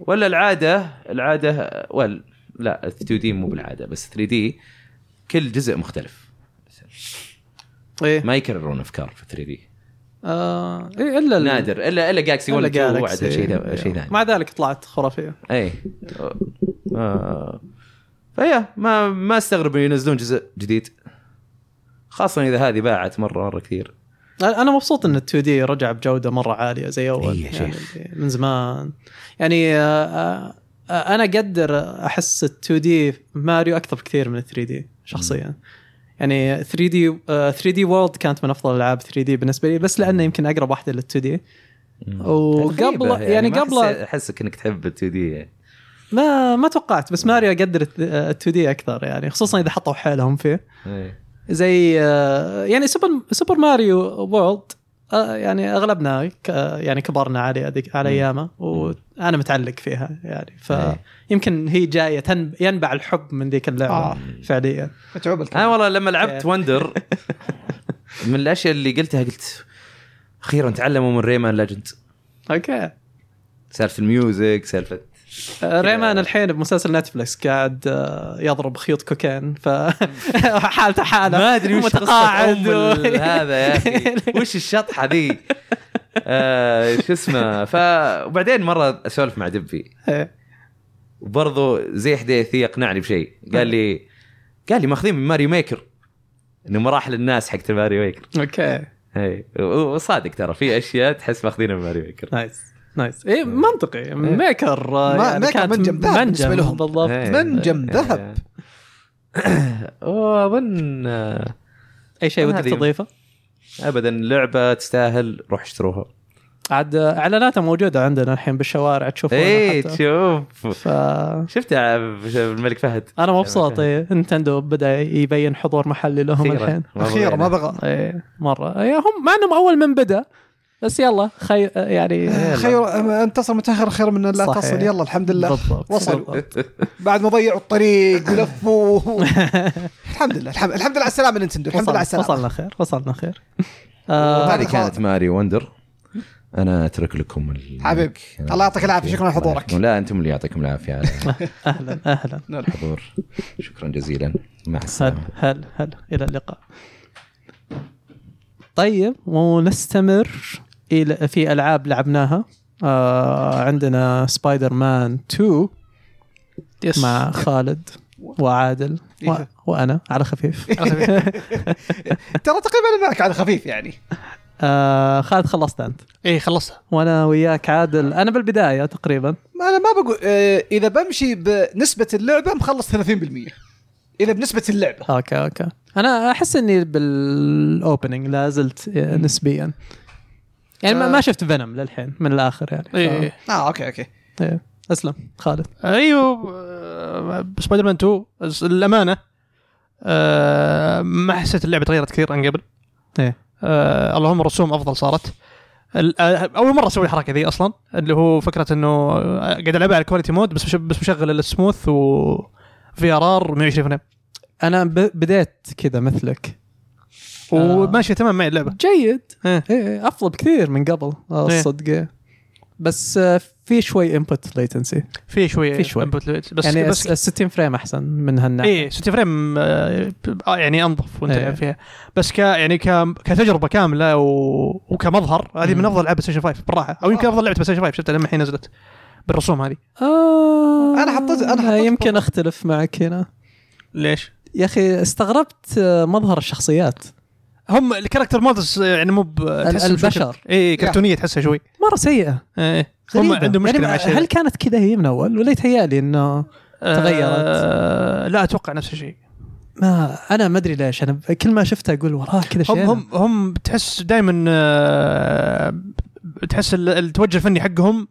S4: ولا العاده العاده ول لا 2 دي مو بالعاده بس 3 دي كل جزء مختلف
S1: ايه
S4: ما يكررون افكار في 3 دي
S1: آه إيه، الا ال-
S4: نادر الا الا جاكسي
S1: إلا
S4: 1 2
S1: Galaxy.
S4: وعدها شيء شيء ثاني
S1: مع ذلك طلعت خرافيه
S4: اي إيه. آه. فيا ما ما استغرب إن ينزلون جزء جديد خاصة إذا هذه باعت مرة مرة كثير
S1: انا أنا مبسوط ان ال 2 دي رجع بجوده مره عاليه زي اول
S4: إي يا
S1: يعني من زمان يعني آه، آه، آه، انا اقدر احس ال 2 دي ماريو اكثر بكثير من ال 3 دي شخصيا يعني 3 دي 3 دي وورلد كانت من افضل العاب 3 دي بالنسبه لي بس لانه يمكن اقرب واحده لل 2 دي وقبل
S4: غريبة،
S1: يعني,
S4: ما أحس-
S1: قبل
S4: أحسك إنك تحب 2 دي
S1: ما ما توقعت بس ماريو اقدر ال 2 دي اكثر يعني خصوصا اذا حطوا حيلهم فيه
S4: إيه.
S1: زي آه، يعني سوبر سوبر ماريو وورلد آه، يعني اغلبنا ك- آه، يعني كبرنا عليه هذيك على
S4: مم. إيه.
S1: ايامه وانا متعلق فيها يعني فيمكن هي جايه تن- ينبع الحب من ذيك اللعبه
S2: آه.
S1: فعليا
S2: متعوب
S4: انا
S2: الكلام
S4: [laughs] والله لما لعبت
S1: كيف؟
S4: وندر من الاشياء اللي قلتها قلت اخيرا تعلموا من ريمان ليجند
S1: اوكي
S4: سالفه الميوزك سالفه
S1: آه، ريمان الحين بمسلسل نتفلكس قاعد آه، يضرب خيوط كوكين ف [laughs] حالته حاله
S4: ما ادري وش قصه
S1: متقاعد
S4: أم
S1: و-
S4: ال- هذا يا اخي [laughs] وش الشطحه ذي آه شو اسمه ف وبعدين مره اسولف مع دبي
S1: [laughs] إيه.
S4: وبرضه زي حديثي اقنعني بشيء قال لي قال لي ماخذين من ماريو ميكر انه مراحل الناس حقت ماريو ميكر
S1: اوكي
S4: اي وصادق ترى في اشياء تحس ماخذينها من ماريو ميكر
S1: نايس نايس
S4: إيه.
S1: اي إيه، منطقي ميكر آه،
S2: ما-
S1: يعني
S2: ميكر
S1: كانت
S2: منجم ذهب بالنسبة لهم.
S1: بالضبط
S4: إيه.
S2: منجم
S4: إيه. [coughs]
S2: ذهب.
S4: واظن آه،
S1: اي شيء ودك
S4: هذه-
S1: تضيفه؟
S4: ابدا لعبه تستاهل روح اشتروها
S1: عاد آه، اعلاناتها موجوده عندنا الحين بالشوارع تشوفونها
S4: اي
S1: حتى.
S4: إيه، تشوف
S1: ف
S4: شفتها الملك فهد
S1: انا مبسوط اي نتندو بدا يبين حضور محلي لهم
S4: أخيراً.
S1: الحين
S4: آه، ما
S2: اخيرا
S4: بغينا.
S2: ما بغى
S1: اي مره اي هم مع انهم اول من بدا بس يلا خي... يعني
S2: إيه. خير آه، انتصر متاخر خير من لا
S1: صحيح.
S2: تصل يلا الحمد لله
S1: بالضبط
S2: وصلوا.
S1: بالضبط.
S2: بعد ما ضيعوا الطريق ولفوا الحمد لله الحمد, الحمد لله على السلامه نينتندو الحمد لله على
S1: وصلنا
S2: السلامه
S1: وصلنا خير وصلنا خير آه
S4: هذه كانت ماري وندر انا اترك لكم ال-
S2: حبيبي،
S4: أنا-
S2: الله يعطيك العافية، شكراً على
S4: الله
S2: حضورك.
S4: يحفظكم. لا انتم اللي يعطيكم العافيه على
S1: اهلا اهلا
S4: الحضور شكرا جزيلا مع
S1: هل
S4: السلامه
S1: هل هل الى اللقاء طيب ونستمر الى في العاب لعبناها آه عندنا سبايدر مان 2
S3: يس
S1: مع خالد وعادل و...
S2: إيه.
S1: وانا على خفيف
S2: ترى تقريبا أنا معك على خفيف يعني
S1: آه خالد خلصت انت
S3: اي خلصتها
S1: وانا وياك عادل انا بالبدايه تقريبا
S2: ما انا ما بقول آه، اذا بمشي بنسبه اللعبه مخلص 30% اذا بنسبه اللعبه
S1: اوكي اوكي انا احس اني بالاوبننج لا زلت نسبيا يعني ما- ما شفت فينوم للحين من الاخر يعني ف-
S3: اي
S2: اه اوكي اوكي
S1: إيه. اسلم خالد
S3: ايوه آه، سبايدر مان 2 بس الامانه آه، ما حسيت اللعبه تغيرت كثير عن قبل
S1: ايه
S3: آه، اللهم الرسوم افضل صارت ال- آه، اول مره اسوي الحركه ذي اصلا اللي هو فكره انه آه، قاعد العبها على كواليتي مود بس مش- بس مشغل السموث و في ار ار 120
S1: آه.
S3: فريم
S1: انا ب... بديت كذا مثلك
S3: وماشيه تمام معي اللعبه
S1: جيد
S3: إيه.
S1: إيه. افضل بكثير من قبل آه،
S3: إيه.
S1: الصدق إيه. بس آه، في شوي انبوت ليتنسي
S3: في شويه
S1: في شوي.
S3: input limit، بس
S1: يعني
S3: بس
S1: بس إيه. 60 فريم احسن من هالناحيه
S3: اي 60 فريم آه، آه، يعني انظف وانت
S1: نعم. إيه.
S3: تلعب فيها بس ك يعني ك كتجربه كامله و... وكمظهر هذه من
S1: مم.
S3: افضل العاب ستيشن 5 بالراحه او يمكن افضل لعبه ستيشن 5 شفتها لما حين نزلت بالرسوم هذه
S1: آه
S2: أنا حطيت- أنا حطيت
S1: يمكن اختلف معك هنا
S3: ليش؟
S1: يا اخي استغربت آه، مظهر الشخصيات
S3: هم الكاركتر مودز يعني مو ب-
S1: ال-
S3: تحس بشوي-
S1: البشر.
S3: اي كرتونيه تحسها شوي
S1: مره سيئه
S3: إيه. هم
S1: غريبة.
S3: عندهم مشكله
S1: يعني
S3: مع الشيء
S1: هل كانت كذا هي من اول ولا يتهيألي انه تغيرت؟
S3: آه لا اتوقع نفس الشيء
S1: ما انا ما ادري ليش انا كل ما شفتها اقول والله كذا شيء
S3: هم هم هم تحس دائما آه تحس ال- التوجه الفني حقهم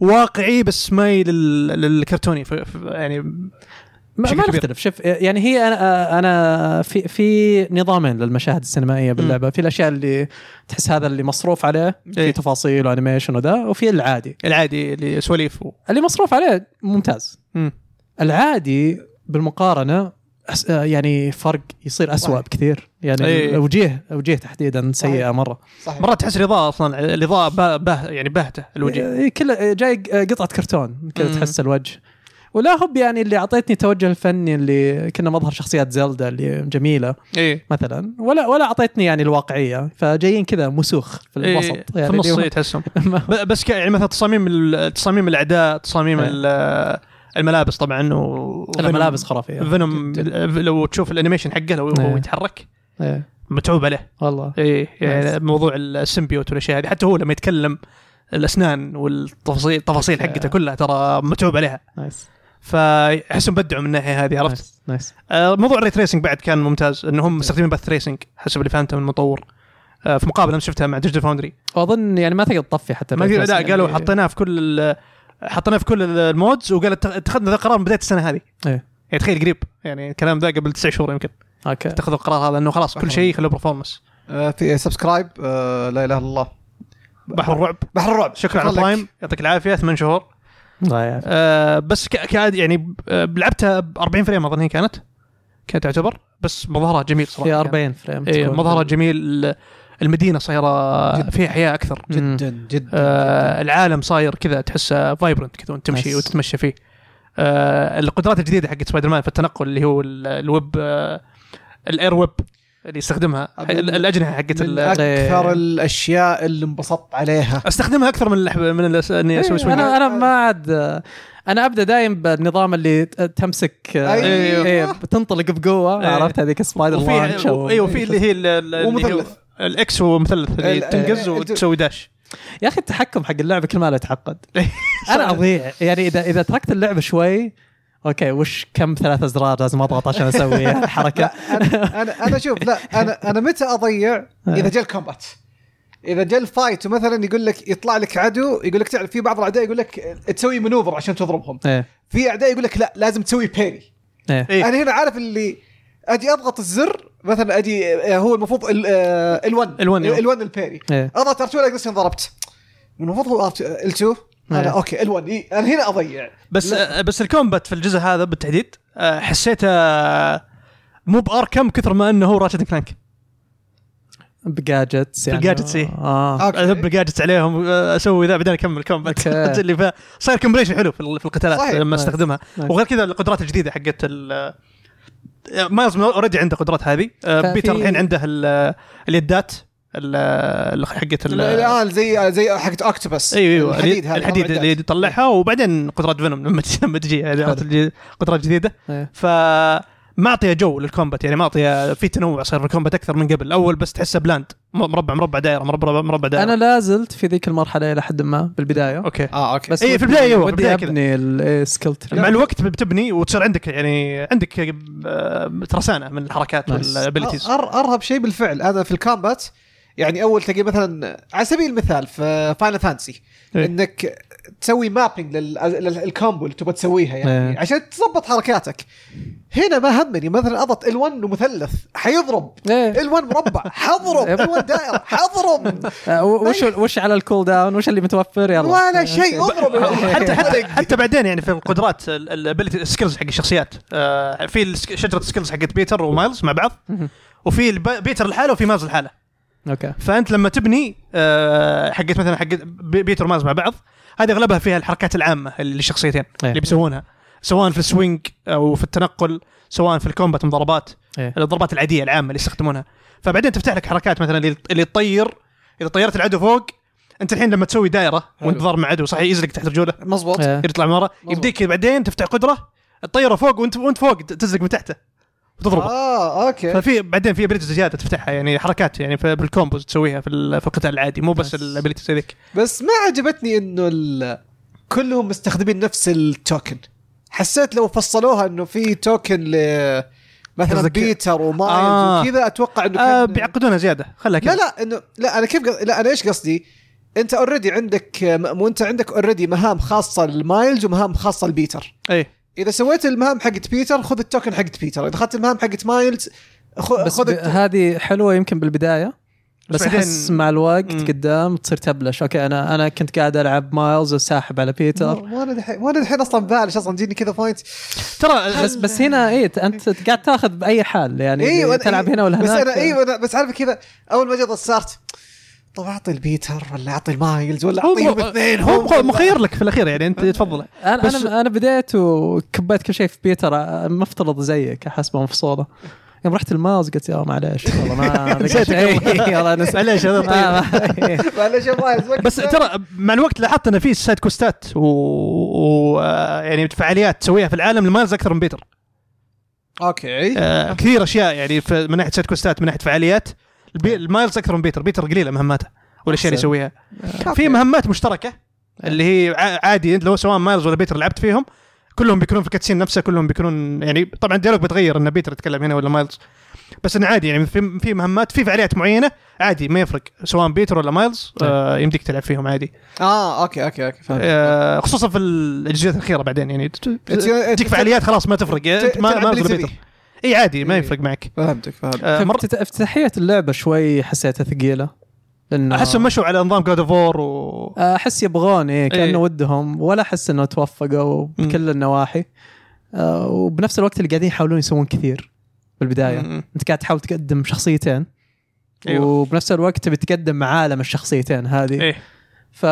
S3: واقعي بس مايل لل- للكرتوني ف- ف- يعني
S1: ما,
S3: بشكل
S1: ما
S3: كبير.
S1: نختلف شوف يعني هي انا انا في في نظامين للمشاهد السينمائيه باللعبه في الاشياء اللي تحس هذا اللي مصروف عليه في
S3: إيه.
S1: تفاصيل وانيميشن وذا وفي العادي
S3: العادي اللي سواليف و...
S1: اللي مصروف عليه ممتاز
S3: مم.
S1: العادي بالمقارنه أس- آه، يعني فرق يصير أسوأ
S2: صحيح.
S1: بكثير يعني
S3: إيه.
S1: الوجيه الوجيه تحديدا سيئه مره
S2: صحيح
S3: مرات تحس الاضاءه اصلا الاضاءه با با يعني باهته الوجه
S1: إيه، كله جاي قطعه كرتون كذا
S3: مم.
S1: تحس الوجه ولا هب يعني اللي اعطيتني توجه الفني اللي كنا مظهر شخصيات زلدا اللي جميله
S3: اي
S1: مثلا ولا ولا اعطيتني يعني الواقعيه فجايين كذا مسوخ في الوسط
S3: إيه.
S1: يعني
S3: في النص
S1: اللي-
S3: إيه، تحسهم [laughs]
S1: [laughs] ما-
S3: ب- بس ك... يعني مثلا تصاميم ال- تصاميم الاعداء تصاميم
S1: إيه.
S3: ال- الملابس طبعا و
S1: الملابس خرافيه
S3: فينوم لو تشوف الانيميشن حقه لو
S1: إيه.
S3: هو يتحرك
S1: إيه.
S3: متعوب عليه
S1: والله
S3: اي يعني
S1: Nice.
S3: موضوع السيمبيوت والاشياء هذه حتى هو لما يتكلم الاسنان والتفاصيل التفاصيل حقته كلها ترى متعوب عليها
S1: نايس
S3: فاحسهم بدعوا من الناحيه هذه إيه، عرفت؟
S1: نايس, نايس.
S3: آه، موضوع الري تريسنج بعد كان ممتاز انهم مستخدمين باث تريسنج حسب اللي فهمته من المطور آه، في مقابله امس شفتها مع ديجيتال فاوندري
S1: واظن يعني ما تقدر تطفي حتى
S3: ما
S1: بعد
S3: أدري-
S1: يعني-
S3: لا قالوا حطيناه في كل ال- حطيناه في كل ال- المودز وقال اتخ- اتخذنا ذا القرار من بدايه السنه هذه
S1: إيه.
S3: يعني تخيل قريب يعني الكلام ذا قبل تسع شهور يمكن
S1: اوكي
S3: اتخذوا القرار هذا انه خلاص كل شيء خلوه برفورمانس
S2: آه، في سبسكرايب آه، لا اله الا الله
S3: بحر الرعب
S2: بحر الرعب
S3: شكرا على
S2: لك.
S3: برايم يعطيك العافيه ثمان شهور
S1: الله يعافيك.
S3: آه بس ك- كاد يعني آه، لعبتها ب 40 فريم اظن هي كانت كانت تعتبر بس مظهرها جميل صراحه
S1: في
S3: كان.
S1: 40 فريم
S3: إيه
S1: تكون.
S3: مظهره جميل ال- المدينه صايره فيها حياه اكثر
S1: مم.
S2: جدا جدا
S3: آه العالم صاير كذا تحسه فايبرنت كذا وانت تمشي
S1: Nice.
S3: وتتمشى فيه آه القدرات الجديده حقت سبايدر مان في التنقل اللي هو ال- الويب آه الاير ويب اللي يستخدمها
S2: من-
S3: ال- الاجنحه حقت
S2: من
S3: ال- آه.
S2: اكثر الاشياء اللي انبسطت عليها
S3: استخدمها اكثر من الأحب- من الأس- اني اسوي سوينج
S1: انا انا إيه، ما عاد انا ابدا دايم بالنظام اللي ت- تمسك
S2: أيوه.
S1: إيه، بتنطلق بقوه
S3: أيوه.
S1: عرفت هذيك سبايدر لانش
S3: وفي
S1: أو-
S3: ايوه وفي اللي هي ال- ال- اللي هو
S2: ومثلث.
S3: الاكس ومثلث اللي
S2: ال-
S3: تنقز
S2: ال-
S3: وتسوي داش
S1: يا اخي التحكم حق اللعبه كل ما لا
S3: [laughs]
S1: يتعقد انا اضيع يعني اذا اذا تركت اللعبه شوي اوكي وش كم ثلاث ازرار لازم اضغط عشان
S3: [laughs]
S1: اسوي الحركه
S2: انا انا انا شوف لا انا انا متى اضيع
S3: آه.
S2: اذا جاء الكومبات اذا جاء الفايت ومثلا يقول لك يطلع لك عدو يقول لك تعرف في بعض الاعداء يقول لك تسوي منوفر عشان تضربهم
S1: ايه
S2: في اعداء يقول لك لا لازم تسوي بيري
S1: ايه
S3: إيه.
S2: انا هنا عارف اللي اجي اضغط الزر مثلا اجي آه، هو المفروض ال- آه، ال1
S3: ال1 أيوه.
S2: ال1 البيري
S1: إيه.
S2: اضغط ار2 الاقي نفسي انضربت المفروض هو آه، ال2
S1: إيه.
S2: انا اوكي ال1 إي، انا إيه. هنا اضيع
S3: بس
S2: لا.
S3: آه، بس الكومبات في الجزء هذا بالتحديد آه، حسيته آه، مو باركم كثر ما انه هو راتشت كلانك
S1: بجاجتس يعني
S3: بالجاجتس، إيه.
S1: اه
S2: أوكي.
S3: اذب جادجت عليهم آه، اسوي ذا بعدين اكمل كومبات
S1: أوكي.
S3: [laughs] اللي فا- صاير كومبليشن حلو في ال- في القتالات
S2: صحيح.
S3: لما
S1: نايس.
S3: استخدمها
S1: نايس.
S3: وغير كذا القدرات الجديده حقت ال- آه، مايلز اوريدي عنده قدرات هذه آه،
S1: ففي-
S3: بيتر الحين عنده ال- اليدات ال- ال- حقت ال-
S2: الان آه، زي زي حقت اوكتوبس
S3: ايوه ايوه
S2: الحديد
S3: الحديد,
S2: هذا
S3: الحديد
S2: طلع
S3: اللي يطلعها وبعدين قدرات فينوم لما تجي- [laughs] لما تجي
S2: [laughs]
S3: يعني عرفت الجي- قدرات جديده
S1: إيه.
S3: فمعطيه جو للكومبات يعني معطيه في تنوع صار في الكومبات اكثر من قبل اول بس تحسه بلاند م- مربع مربع دائره مربع مربع دائره
S1: انا لا زلت في ذيك المرحله الى حد ما بالبدايه
S3: اوكي
S2: اه اوكي
S1: بس
S3: إيه،
S1: ودي-
S3: في البداية، أيوة، في
S1: ودي إيه،
S3: البداية كذا.
S1: ابني السكيل تري
S3: مع الوقت بتبني وتصير عندك يعني عندك آه، ترسانه من الحركات
S1: نايس.
S3: والابيلتيز
S2: أر ارهب شيء بالفعل هذا في الكامبات يعني اول تلقى مثلا على سبيل المثال في فاينل فانسي
S3: إيه.
S2: انك تسوي مابينج للكامبو اللي تبغى تسويها يعني
S1: إيه.
S2: عشان تظبط حركاتك هنا ما همني مثلا اضغط ال1 ومثلث حيضرب
S1: ايه
S2: ال1 مربع
S1: [laughs]
S2: حضرب ال1 دائره حضرب
S1: آه، و- وش وش على الكول داون وش اللي متوفر يلا
S2: ولا شيء اضرب
S1: [laughs]
S3: حتى حتى حتى بعدين يعني في القدرات الابيلتي السكيلز حق الشخصيات آه، في السك- شجره السكيلز حقت بيتر ومايلز مع بعض
S1: مهم.
S3: وفي الب- بيتر لحاله وفي مايلز لحاله
S1: اوكي
S3: فانت لما تبني آه، حقت مثلا حقت بي- بيتر ماز مع بعض هذه اغلبها فيها الحركات العامه اللي الشخصيتين
S1: إيه.
S3: اللي بيسوونها سواء في السوينج او في التنقل سواء في الكومبات مضاربات
S1: إيه.
S3: الضربات العاديه العامه اللي يستخدمونها فبعدين تفتح لك حركات مثلا اللي- اللي تطير اذا طيرت العدو فوق انت الحين لما تسوي دائره وانت ضارب مع عدو صحيح يزلق تحت رجوله
S2: مضبوط
S1: إيه.
S3: يطلع من ورا
S2: مظبوط.
S3: يبديك بعدين تفتح قدره الطيره فوق وانت وانت فوق تزلق من تحته وتضربه
S2: اه اوكي
S3: ففي بعدين في ابيلتيز زياده تفتحها يعني حركات يعني في- بالكومبوز تسويها في ال- في القتال العادي مو بس
S1: بس.
S3: الابيلتيز هذيك
S2: بس ما عجبتني انه ال- كلهم مستخدمين نفس التوكن حسيت لو فصلوها انه في توكن ل مثلا
S3: قصدك-
S2: بيتر ومايلز
S3: آه.
S2: آه. وكذا اتوقع انه
S3: آه
S2: كان
S3: بيعقدونها زياده خلها كذا
S2: لا لا انه لا انا كيف قص- لا انا ايش قصدي؟ انت اوريدي عندك م- وانت عندك اوريدي مهام خاصه لمايلز ومهام خاصه لبيتر
S3: اي
S2: اذا سويت المهام حقت بيتر خذ التوكن حقت بيتر اذا اخذت المهام حقت مايلز خ-
S1: بس
S2: خذ
S1: ب-
S2: الت-
S1: هذه حلوه يمكن بالبدايه بس
S3: بعدين-
S1: احس مع الوقت
S3: مم.
S1: قدام تصير تبلش اوكي انا انا كنت قاعد العب مايلز وساحب على بيتر
S2: مو انا دحين مو انا دحين اصلا بالش اصلا جيني كذا بوينت
S3: ترى
S1: بس بس هنا ايه انت قاعد تاخذ باي حال يعني
S2: ايوه أنا-
S1: تلعب هنا ولا هناك
S2: بس انا ايوه أنا بس عارف كذا اول ما جيت صارت طب اعطي البيتر ولا اعطي المايلز ولا
S3: هو
S2: اعطيهم اثنين
S3: هو
S2: [laughs]
S3: مخ- مخير لك في الاخير يعني انت تفضل
S1: انا
S3: بس-
S1: انا انا بديت وكبيت كل شيء في بيتر آه، مفترض زيك حسبه مفصوله يوم رحت الماوز قلت يا معليش والله ما
S3: نسيتك
S1: لقيت إيه، والله نسيت. [laughs]
S3: معليش هذا
S1: ما-
S3: [laughs]
S2: آه.
S3: طيب
S1: ما-
S2: معلش يا مايلز
S3: بس
S2: [laughs]
S3: ترى مع الوقت لاحظت ان في سايد كوستات و... و... آه، يعني فعاليات تسويها في العالم المايلز اكثر من بيتر
S2: اوكي
S3: آه كثير اشياء يعني في... من ناحيه سايد كوستات من ناحيه فعاليات البي... المايلز اكثر من بيتر بيتر قليله مهماته والاشياء اللي
S1: أحسن.
S3: يسويها في مهمات مشتركه اللي هي ع- عادي لو سواء مايلز ولا بيتر لعبت فيهم كلهم بيكونون في كاتسين نفسه كلهم بيكونون يعني طبعا الديالوج بتغير ان بيتر يتكلم هنا ولا مايلز بس انه عادي يعني في في مهمات في فعاليات معينه عادي ما يفرق سواء بيتر ولا مايلز آه يمديك تلعب فيهم عادي
S2: اه اوكي اوكي اوكي فهمت.
S1: إيه،
S3: آه خصوصا في الجزئيات الاخيره بعدين يعني ت- ت-
S2: أنت-
S3: تجيك فعاليات خلاص ما تفرق انت ما
S2: تلعب
S3: مايلز
S2: اللي
S3: ولا
S2: تبيه.
S3: بيتر اي عادي ما
S2: إيه.
S3: يفرق معك
S2: فهمتك فهمت
S3: آه مر...
S1: افتت- افتتاحيه اللعبه شوي حسيتها ثقيله لانه
S3: احسهم مشوا على نظام جود اوف وور و
S1: احس يبغون ايه كانه
S3: إيه.
S1: ودهم ولا احس انه توفقوا بكل النواحي آه، وبنفس الوقت اللي قاعدين يحاولون يسوون كثير بالبدايه
S3: مم.
S1: انت قاعد تحاول تقدم شخصيتين
S3: أيوه.
S1: وبنفس الوقت بتقدم عالم الشخصيتين هذه
S3: ايه
S1: ف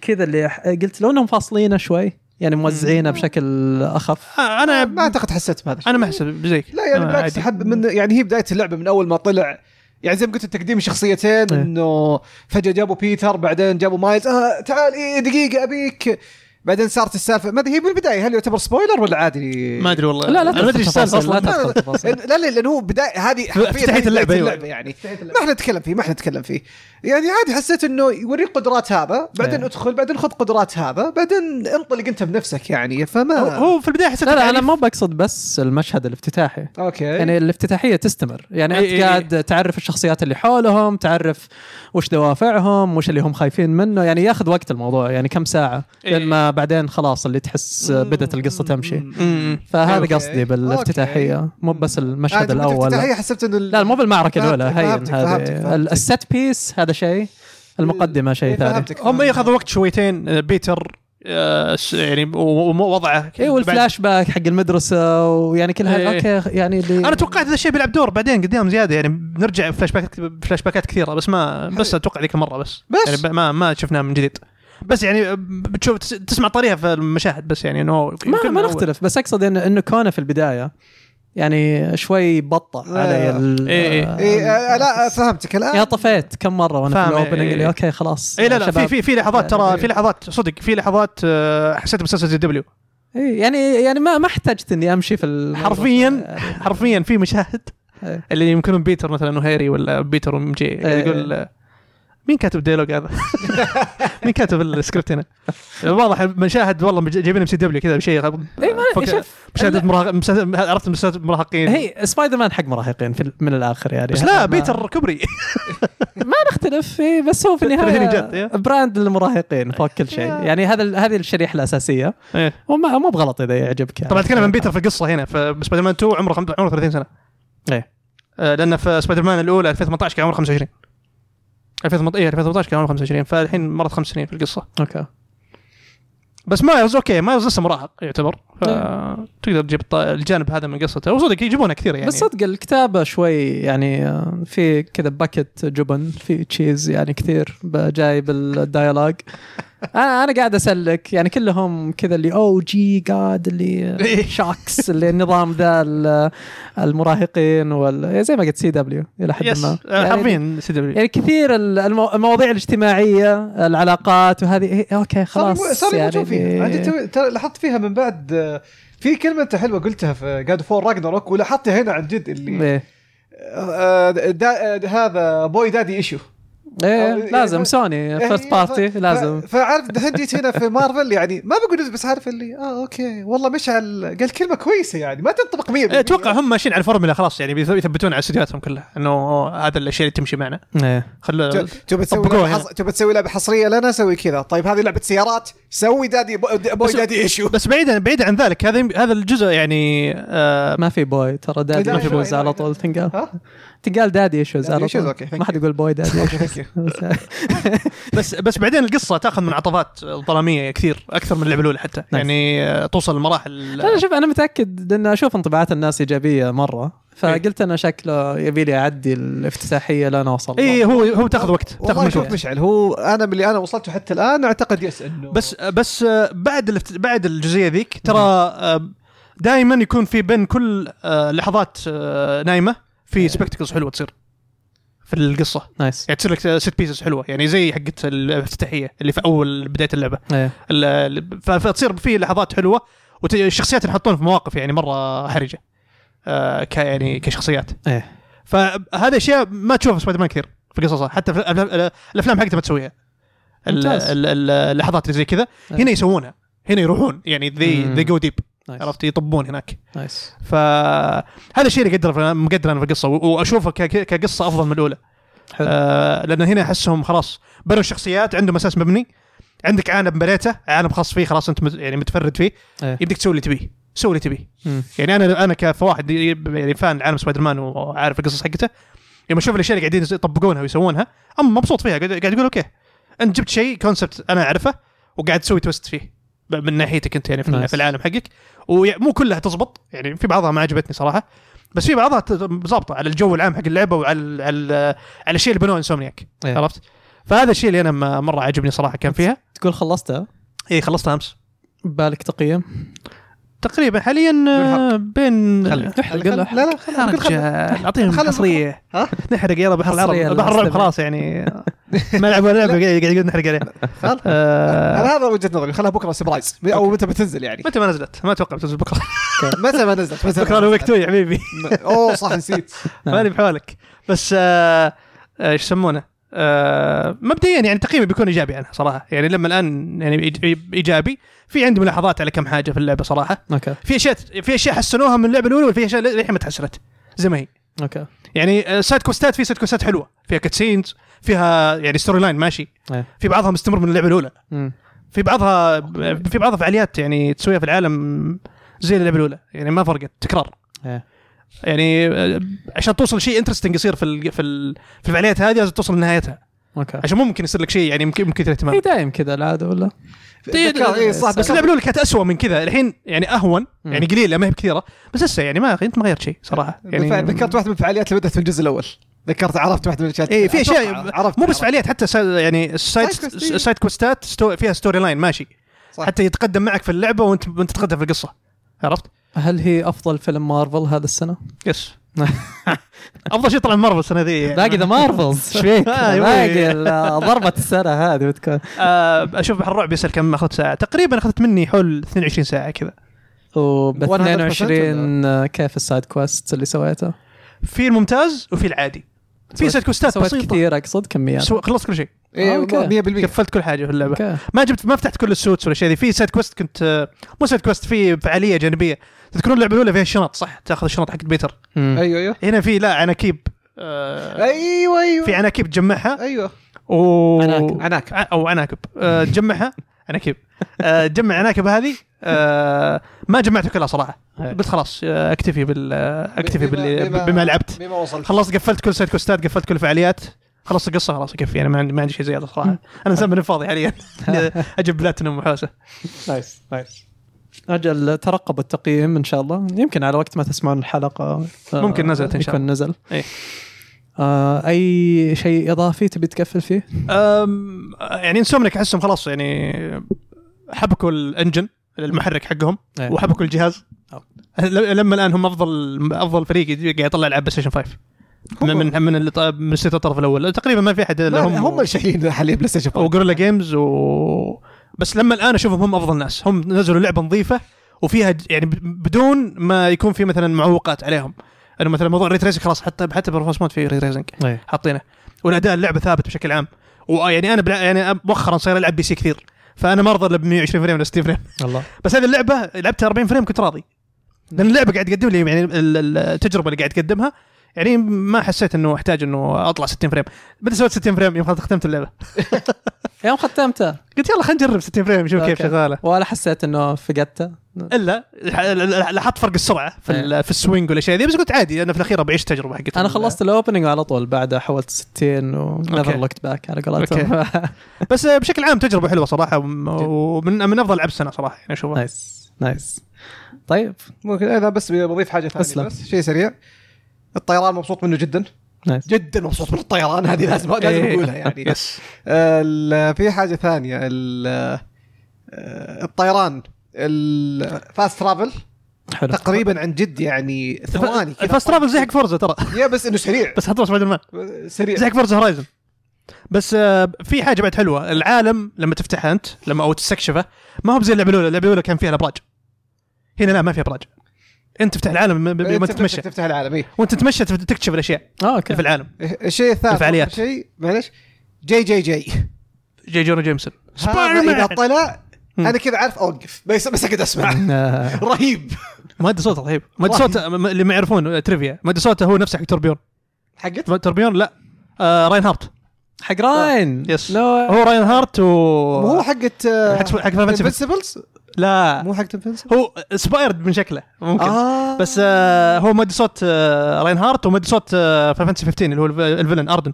S1: كذا اللي ح- قلت لو انهم فاصلينه شوي يعني موزعينه بشكل اخف
S3: آه، انا
S2: ما اعتقد حسيت بهذا الشيء
S3: انا ما احسب زيك
S2: لا يعني
S3: آه،
S2: بالعكس
S3: عادي.
S2: احب من يعني هي بدايه اللعبه من اول ما طلع يعني زي ما قلت تقديم شخصيتين
S1: إيه.
S2: انه فجاه جابوا بيتر بعدين جابوا مايلز آه تعال إيه دقيقه ابيك بعدين صارت السالفه ما ادري هي بالبدايه هل يعتبر سبويلر ولا عادي؟
S3: ما ادري والله
S1: لا لا
S3: انا ما ادري ايش
S1: تدخل
S3: السالفه
S1: تفاصيل، لا
S3: اصلا
S2: لا
S1: تدخل تفاصيل
S2: لا لا لانه هو بدايه هذه حرفياً
S3: افتتاحية
S2: هذه بداية
S3: اللعبة، أيوة.
S2: اللعبة يعني ما احنا نتكلم فيه ما احنا نتكلم فيه يعني عادي حسيت انه يوريك قدرات هذا بعدين
S1: إيه.
S2: ادخل بعدين خذ قدرات هذا بعدين انطلق انت بنفسك يعني فما
S3: هو- هو في البدايه حسيت
S1: لا لا انا
S3: تعريف.
S1: ما بقصد بس المشهد الافتتاحي
S2: اوكي
S1: يعني الافتتاحيه تستمر يعني
S2: إيه،
S3: إي إي
S1: انت
S3: إي.
S1: قاعد تعرف الشخصيات اللي حولهم تعرف وش دوافعهم وش اللي هم خايفين منه يعني ياخذ وقت الموضوع يعني كم ساعه
S2: إيه.
S3: إي.
S1: لين ما بعدين خلاص اللي تحس بدت القصه تمشي
S3: أمم.
S1: فهذا
S2: أوكي.
S1: قصدي بالافتتاحيه مو بس المشهد
S2: آه، أنت قلت
S1: الاول
S2: افتتاحية حسبت انه
S1: لا مو بالمعركه
S2: فهمتك،
S1: الاولى
S2: فهمتك،
S1: هين
S2: فهمتك،
S1: هذه
S2: فهمتك.
S1: ال- الست بيس هذا شيء المقدمه
S2: إيه،
S1: شيء ثاني
S3: هم ياخذوا وقت شويتين آه، بيتر آه، س- يعني و- و- ووضعه
S1: اي إيه، والفلاش باك حق المدرسه ويعني كل هذا
S2: إيه.
S3: إي.
S1: اوكي يعني اللي-
S3: انا توقعت هذا الشيء بيلعب دور بعدين قدام زياده يعني بنرجع فلاش باكات فلاش باكات كثيره بس ما بس اتوقع ذيك المره بس
S2: بس؟
S3: يعني ب- ما ما شفناها من جديد بس يعني بتشوف تس- تسمع طريقه في المشاهد بس يعني انه
S1: ما ما نختلف بس اقصد انه انه كونه في البدايه يعني شوي بطأ
S2: آه.
S1: علي ال
S3: إيه إيه.
S2: إيه آه، لا آه، فهمتك الان
S1: يا طفيت كم مره وانا في
S3: فاهم، إيه،
S1: الاوبننج اللي
S3: إيه.
S1: اوكي خلاص
S3: اي لا
S1: يا
S3: لا
S1: شباب. يعني
S3: في في في لحظات ترى في لحظات صدق في لحظات آه، حسيت بمسلسل زي دبليو
S1: إيه يعني يعني ما ما احتجت اني امشي في ال-
S3: حرفيا
S1: آه،
S3: حرفيا في مشاهد
S1: [laughs] إيه.
S3: اللي يمكنهم بيتر مثلا وهيري ولا بيتر وام جي يقول آه، مين كاتب الديالوج هذا؟ [laughs] مين كاتب السكريبت هنا؟ واضح مشاهد والله مج- جايبينها سي دبليو كذا بشيء غ-
S1: إيه، ما-
S3: فك-
S1: شوف،
S3: مشاهدة مراهق مساهد- عرفت مشاهدة مراهقين
S1: هي سبايدر مان حق مراهقين في ال- من الاخر يعني
S3: بس لا
S1: ما-
S3: بيتر كبري
S1: ما نختلف إيه، بس هو في
S3: ترهيني جد، إيه.
S1: النهايه براند للمراهقين فوق كل شيء
S3: إيه.
S1: يعني هذا ال- هذه الشريحه الاساسيه
S3: إيه.
S1: وما مو بغلط اذا يعجبك يعني.
S3: طبعا اتكلم عن بيتر في القصه هنا فسبايدر مان 2 عمره خم- عمره 30 سنه
S1: إيه.
S3: آه، لان في سبايدر مان الاولى 2018 كان عمره 25 2018 إيه، 2018 كان عمره 25 فالحين مرت خمس سنين في القصه
S1: اوكي
S3: بس مايلز اوكي مايلز لسه مراهق يعتبر
S1: إيه.
S3: فتقدر تجيب الط- الجانب هذا من قصته وصدق يجيبونه كثير يعني
S1: بس صدق الكتابة شوي يعني آه، في كذا باكت جبن في تشيز يعني كثير ب- جاي بالديالوج [laughs] انا انا قاعد اسلك يعني كلهم كذا اللي او جي جاد
S2: إيه.
S1: اللي شاكس اللي النظام ذا ال- المراهقين وال زي ما قلت سي دبليو الى حد
S3: يس
S1: ما
S3: آه، حرفيا سي دبليو
S1: يعني كثير ال- المو- المواضيع الاجتماعية العلاقات وهذه إيه، اوكي
S2: صار
S1: خلاص
S2: لي- صار لي موجود فيها عندي
S1: يعني
S2: تو- ترى لاحظت فيها من بعد آه، في كلمة أنت حلوة قلتها في جاد فور راجنروك ولاحظتها هنا عن جد اللي
S1: إيه.
S2: آه، دا آه، هذا بوي دادي ايشو
S1: ايه
S2: أو-
S1: لازم
S2: إيه،
S1: سوني فيرست
S2: إيه،
S1: بارتي
S2: ف-
S1: لازم
S2: ف- فعارف دحين جيت هنا في مارفل يعني ما بقول بس عارف اللي اه اوكي والله مشعل قال كلمة كويسة يعني ما تنطبق 100%
S3: إيه، اتوقع هم ماشيين على الفورمولا خلاص يعني بيث- بيثبتون على استديوهاتهم كلها انه هذا الاشياء اللي تمشي معنا
S1: إيه.
S3: خل
S2: ت- تبى تسوي
S3: طبقوها
S2: لعبة
S3: هنا.
S2: حص- تبى تسوي لعبة حصرية لنا سوي كذا طيب هذه لعبة سيارات سوي دادي بو- بوي
S3: بس-
S2: دادي [laughs] ايشو
S3: بس بعيدا بعيدا عن ذلك هذا يم- هذا الجزء يعني آه
S1: ما في بوي ترى دادي
S2: لا، لا،
S1: ايشوز
S2: لا،
S1: على
S2: لا.
S1: طول تنقال
S2: ها؟
S1: تنقال دادي ايشوز
S2: دادي
S1: على
S2: issues،
S1: طول
S2: أوكي، thank
S1: ما حد يقول بوي دادي
S2: [laughs] thank
S1: ايشوز يعني.
S3: بس بس بعدين القصه تاخذ من عطفات ظلاميه كثير اكثر من اللعبه الاولى حتى يعني آه، توصل لمراحل
S1: انا شوف انا متاكد لان اشوف انطباعات الناس ايجابيه مره فقلت انا شكله يبي لي اعدي الافتتاحيه لين اوصل
S3: اي إيه، هو هو تاخذ وقت تاخذ
S2: والله
S3: من
S2: شوف
S3: وقت
S2: مشعل هو انا من اللي انا وصلته حتى الان اعتقد يس انه
S3: بس بس آه، بعد الافت... بعد الجزئيه ذيك ترى دائما يكون في بين كل آه، لحظات آه، نايمه في سبكتكلز حلوه تصير في القصه
S1: نايس
S3: يعني تصير لك آه، ست بيسز حلوه يعني زي حقت الافتتاحيه اللي في اول بدايه اللعبه
S1: إيه.
S3: ال- ال- ف- فتصير في لحظات حلوه والشخصيات ينحطون في مواقف يعني مره حرجه آه، ك يعني كشخصيات
S1: ايه
S3: فهذه اشياء ما تشوفها في سبايدر مان كثير في قصصه حتى في الأفلام- الافلام حقته ما تسويها ال-
S1: ممتاز.
S3: ال- ال- اللحظات اللي زي كذا هنا يسوونها هنا يروحون يعني
S1: مم.
S3: they, they go deep
S1: نايس
S3: عرفت يطبون هناك
S1: نايس
S3: فهذا الشيء اللي قدر في- مقدر انا في القصه و- واشوفه ك- ك- كقصه افضل من الاولى
S1: حلو.
S3: آه لان هنا احسهم خلاص بنوا الشخصيات عندهم اساس مبني عندك عالم بنيته عالم خاص فيه خلاص انت مت- يعني متفرد فيه
S1: إيه.
S3: يبدك تسوي اللي تبيه سوي اللي تبيه
S1: مم.
S3: يعني انا انا كواحد يعني فان عالم سبايدر مان وعارف القصص حقته لما اشوف الاشياء اللي قاعدين يطبقونها ويسوونها اما مبسوط فيها قاعد قاعد اقول اوكي انت جبت شيء كونسبت انا اعرفه وقاعد تسوي تويست فيه ب- من ناحيتك انت يعني في,
S1: نايس.
S3: في العالم حقك ومو كلها تزبط يعني في بعضها ما عجبتني صراحه بس في بعضها ت- ظابطه على الجو العام حق اللعبه وعلى ال- على ال- على الشيء اللي بنوه انسومنياك
S1: إيه.
S3: عرفت؟ فهذا الشيء اللي انا م- مره عجبني صراحه كان فيها
S1: تقول خلصتها
S3: اي إيه، خلصتها امس
S1: بالك تقييم
S3: تقريبا حاليا آه، بين
S1: احرق قل
S2: لا لا خل-
S3: يا
S2: خل- خل-
S3: رجال اعطيهم
S2: خلنا-
S3: حصريه
S2: ها؟
S3: نحرق يلا بحر العرب
S1: حصرية
S3: بحر الرعب
S1: للمستمع.
S3: خلاص [laughs] يعني ملعب ولا لعبه قاعد قاعد نحرق [laughs] عليه
S2: خل-
S3: آه،
S2: انا هذا وجهه نظري خلها بكره سبرايز او متى بتنزل يعني
S3: متى ما نزلت ما اتوقع بتنزل [laughs] بكره
S2: متى ما نزلت متى ما
S3: بكره لو
S2: نزلت.
S3: وقت يا حبيبي
S2: اوه صح نسيت
S3: ماني بحالك بس آه، آه، ايش يسمونه آه، مبدئيا يعني تقييمي بيكون ايجابي عنها صراحه يعني لما الان يعني إيج- ايجابي في عندي ملاحظات على كم حاجه في اللعبه صراحه
S1: اوكي
S3: في اشياء في اشياء حسنوها من اللعبه الاولى وفي اشياء للحين ما تحسنت زي ما هي
S1: اوكي
S3: يعني آه، سايد كوستات في سايد كوستات حلوه فيها كاتسينز فيها يعني ستوري لاين ماشي
S1: إيه.
S3: في بعضها مستمر من اللعبه الاولى
S1: مم.
S3: في بعضها في بعضها فعاليات يعني تسويها في العالم زي اللعبه الاولى يعني ما فرقت تكرار
S1: إيه.
S3: يعني آه، عشان توصل شيء انترستنج يصير في ال في ال في الفعاليات هذه لازم توصل لنهايتها
S1: اوكي
S3: عشان مو ممكن يصير لك شيء يعني ممكن ممكن يثير
S1: هي
S3: اهتمامك
S1: دايم كذا العاده ولا؟
S3: طيب،
S2: ذكر- إيه، صح
S3: بس اللعبه الاولى كانت اسوء من كذا الحين يعني اهون يعني قليله ما هي بكثيره بس لسه يعني ما انت ما غيرت شيء صراحه
S2: يعني
S3: يعني
S2: ذكرت واحده من الفعاليات اللي بدات في الجزء الاول ذكرت عرفت واحده من الاشياء
S3: اي إيه، في اشياء
S2: أتوقع
S3: مو
S2: عرفت.
S3: بس فعاليات حتى سا يعني السايد
S2: سايد كوستين.
S3: سايد كوستات ستو فيها ستوري لاين ماشي
S2: صح.
S3: حتى يتقدم معك في اللعبه وانت وانت تتقدم في القصه عرفت؟
S1: هل هي افضل فيلم مارفل هذا السنه؟ [laughs]
S3: يس افضل شيء طلع مارفل السنه ذي يعني.
S1: باقي ذا مارفلز [laughs] ايش فيك؟
S3: آه، يبغى-
S1: باقي ال- ضربه السنه هذه بتكون
S3: آه، اشوف بحر الرعب يسال كم اخذت ساعه تقريبا اخذت مني حول 22 ساعه كذا
S1: وب
S2: 100%
S1: 22 آه، كيف السايد كويست اللي سويته؟
S3: في الممتاز وفي العادي في
S1: سويت-
S3: سيت كوستات
S1: سويت
S3: بسيطه
S1: كثير اقصد كميات
S3: سو... خلصت كل شيء
S2: إيه،
S1: أوكي.
S2: 100%
S3: قفلت كل حاجه في اللعبه
S1: اوكي
S3: ما جبت ما فتحت كل السوتس ولا شيء في سايد كويست كنت آه، مو سايد كويست في فعاليه جانبيه تذكرون اللعبه الاولى فيها الشنط صح تاخذ الشنط حق بيتر
S1: مم.
S2: ايوه ايوه
S3: هنا في لا عناكيب آه،
S2: ايوه ايوه
S3: في عناكيب تجمعها
S2: ايوه
S3: و
S2: عناكب. عناكب.
S3: ع- او عناكب آه، تجمعها عناكب آه، تجمع عناكب هذه آه، ما جمعته كلها صراحه
S1: إيه.
S3: قلت خلاص آه، اكتفي بال آه، اكتفي
S2: بما-
S3: باللي
S2: بما-
S3: بما لعبت
S2: بما وصلت
S3: خلصت قفلت كل سيت كوستات قفلت كل الفعاليات خلصت القصه خلاص يكفي انا ما عندي ما عندي شيء زياده
S2: [laughs]
S3: صراحه انا انسان من فاضي حاليا اجيب بلاتينوم وحوسه
S1: نايس نايس اجل ترقبوا التقييم ان شاء الله يمكن على وقت ما تسمعون الحلقه آه،
S3: ممكن نزلت إن شاء
S1: يكون
S3: الله.
S1: نزل
S3: إيه.
S1: آه اي شيء اضافي تبي تقفل فيه؟
S3: أم، يعني انسومنك احسهم خلاص يعني حبكوا الانجن المحرك حقهم
S1: إيه.
S3: وحبكوا الجهاز ل- لما الان هم افضل افضل فريق يجي- قاعد يطلع العاب بلاي ستيشن 5 من من من, اللي طا- من ستة الطرف الاول تقريبا ما في احد
S2: ما-
S3: الا هم
S2: هم اللي شايلين حاليا بلاي ستيشن فايف.
S3: وجوريلا جيمز و بس لما الان اشوفهم هم افضل ناس هم نزلوا لعبه نظيفه وفيها ج- يعني ب- بدون ما يكون في مثلا معوقات عليهم انه مثلا موضوع ريتريسنج خلاص حتى حتى برفورمانس مود في ريتريسنج
S1: ايه
S3: حاطينه والاداء اللعبه ثابت بشكل عام ويعني انا بلا يعني مؤخرا صاير العب بي سي كثير فانا ما ارضى الا ب 120 فريم ولا 60 فريم
S1: الله
S3: بس هذه اللعبه لعبتها 40 فريم كنت راضي لان اللعبه قاعد تقدم لي يعني ال- ال- التجربه اللي قاعد تقدمها يعني ما حسيت انه احتاج انه اطلع 60 فريم بدي سويت 60 فريم يوم خلاص ختمت اللعبه
S1: يوم ختمته
S3: قلت يلا خلينا نجرب 60 فريم نشوف كيف
S1: أوكي.
S3: شغاله
S1: ولا حسيت انه فقدته؟
S3: الا ح- ل- لاحظت فرق السرعه في ال- في السوينج والاشياء ذي بس قلت عادي انا في الاخير بعيش التجربه حقتي
S1: انا خلصت الاوبننج على طول بعدها حولت 60 ونيفر
S3: أوكي.
S1: لوكت باك على قولتهم [laughs]
S3: بس آه، بشكل عام تجربه حلوه صراحه وم- ومن من افضل العاب السنه صراحه يعني اشوفها
S1: طيب. نايس نايس طيب
S2: ممكن انا بس بضيف حاجه ثانيه
S1: أسلم.
S2: بس شيء سريع الطيران مبسوط منه جدا
S1: نايس
S2: جدا مبسوط من الطيران هذه لازم لازم
S3: إيه.
S2: اقولها يعني
S3: يس
S2: ال- في حاجه ثانيه ال- آه، الطيران الفاست ترافل
S1: حلو
S2: تقريبا عن جد يعني ثواني كذا.
S3: الفاست ترافل زي حق فورزا ترى
S2: يا بس انه سريع
S3: بس حطوا سبايدر مان
S2: سريع [laughs]
S3: زي حق فورزا هورايزن بس آه، في حاجه بعد حلوه العالم لما تفتحه انت لما او تستكشفه ما هو زي اللعبه الاولى اللعبه الاولى كان فيها الابراج هنا لا ما فيها ابراج انت تفتح العالم م- م- لما
S2: إيه، تفتح-
S3: تتمشى
S2: تفتح العالم إيه.
S3: وانت تتمشى تف- تكتشف الاشياء
S1: اه اوكي
S3: في العالم
S2: الشيء الثالث
S3: الفعاليات.
S2: شيء معلش جي جي جي
S3: جي جونو جيمسون
S2: هذا طيب.
S3: سبايدر
S2: اذا
S3: مان.
S2: طلع انا كذا عارف اوقف بس بس اقعد اسمع
S1: [laughs] آه،
S2: رهيب
S3: مادي صوته رهيب مادي صوته م- اللي ما يعرفون آه، ترivia مادي صوته هو نفسه حق توربيون
S2: حقت
S3: توربيون لا آه راين هارت
S1: حق راين
S3: يس
S1: لا
S3: هو راين هارت و
S2: مو حقت
S3: حق حق Final Fantasy.
S2: انفنسبلز
S3: لا
S2: مو حقت انفنسبلز
S3: هو سبايرد من شكله ممكن
S2: آه.
S3: بس آه هو مد صوت آه راين هارت ومد صوت آه فانتسي 15 اللي هو الف- الفيلن اردن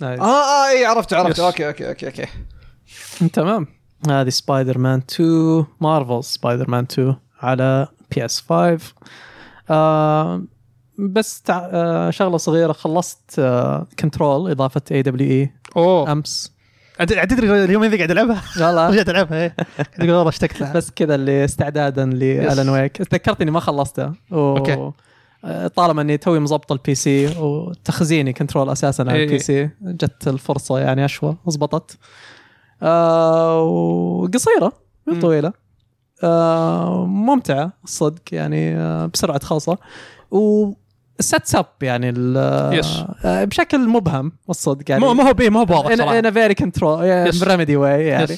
S1: نايس.
S2: اه اه اي عرفت عرفت
S3: Yes.
S2: اوكي اوكي اوكي اوكي
S3: آه.
S1: تمام هذه سبايدر مان 2 مارفل سبايدر مان 2 على بي اس 5 آه، بس تع... آه، شغله صغيره خلصت آه، كنترول اضافه اي دبليو اي
S3: اوه
S1: امس
S3: عاد تدري اليومين ذي قاعد العبها
S1: والله
S3: رجعت العبها إيه. قاعد اقول والله اشتقت لها
S1: بس كذا اللي استعدادا لالن ويك تذكرت اني ما خلصته و...
S3: أوكي.
S1: آه، طالما اني توي مظبط البي سي وتخزيني كنترول اساسا على
S3: إيه.
S1: البي سي جت الفرصه يعني اشوى زبطت آه، وقصيره مو
S3: مم.
S1: طويله آه، ممتعه الصدق يعني آه، بسرعه خاصه وست اب يعني ال-
S3: Yes.
S1: آه، بشكل مبهم الصدق يعني
S3: مو ما هو بي ما هو بواضح صراحه
S1: انا فيري كنترول
S3: Yes.
S1: ريميدي واي يعني
S3: Yes.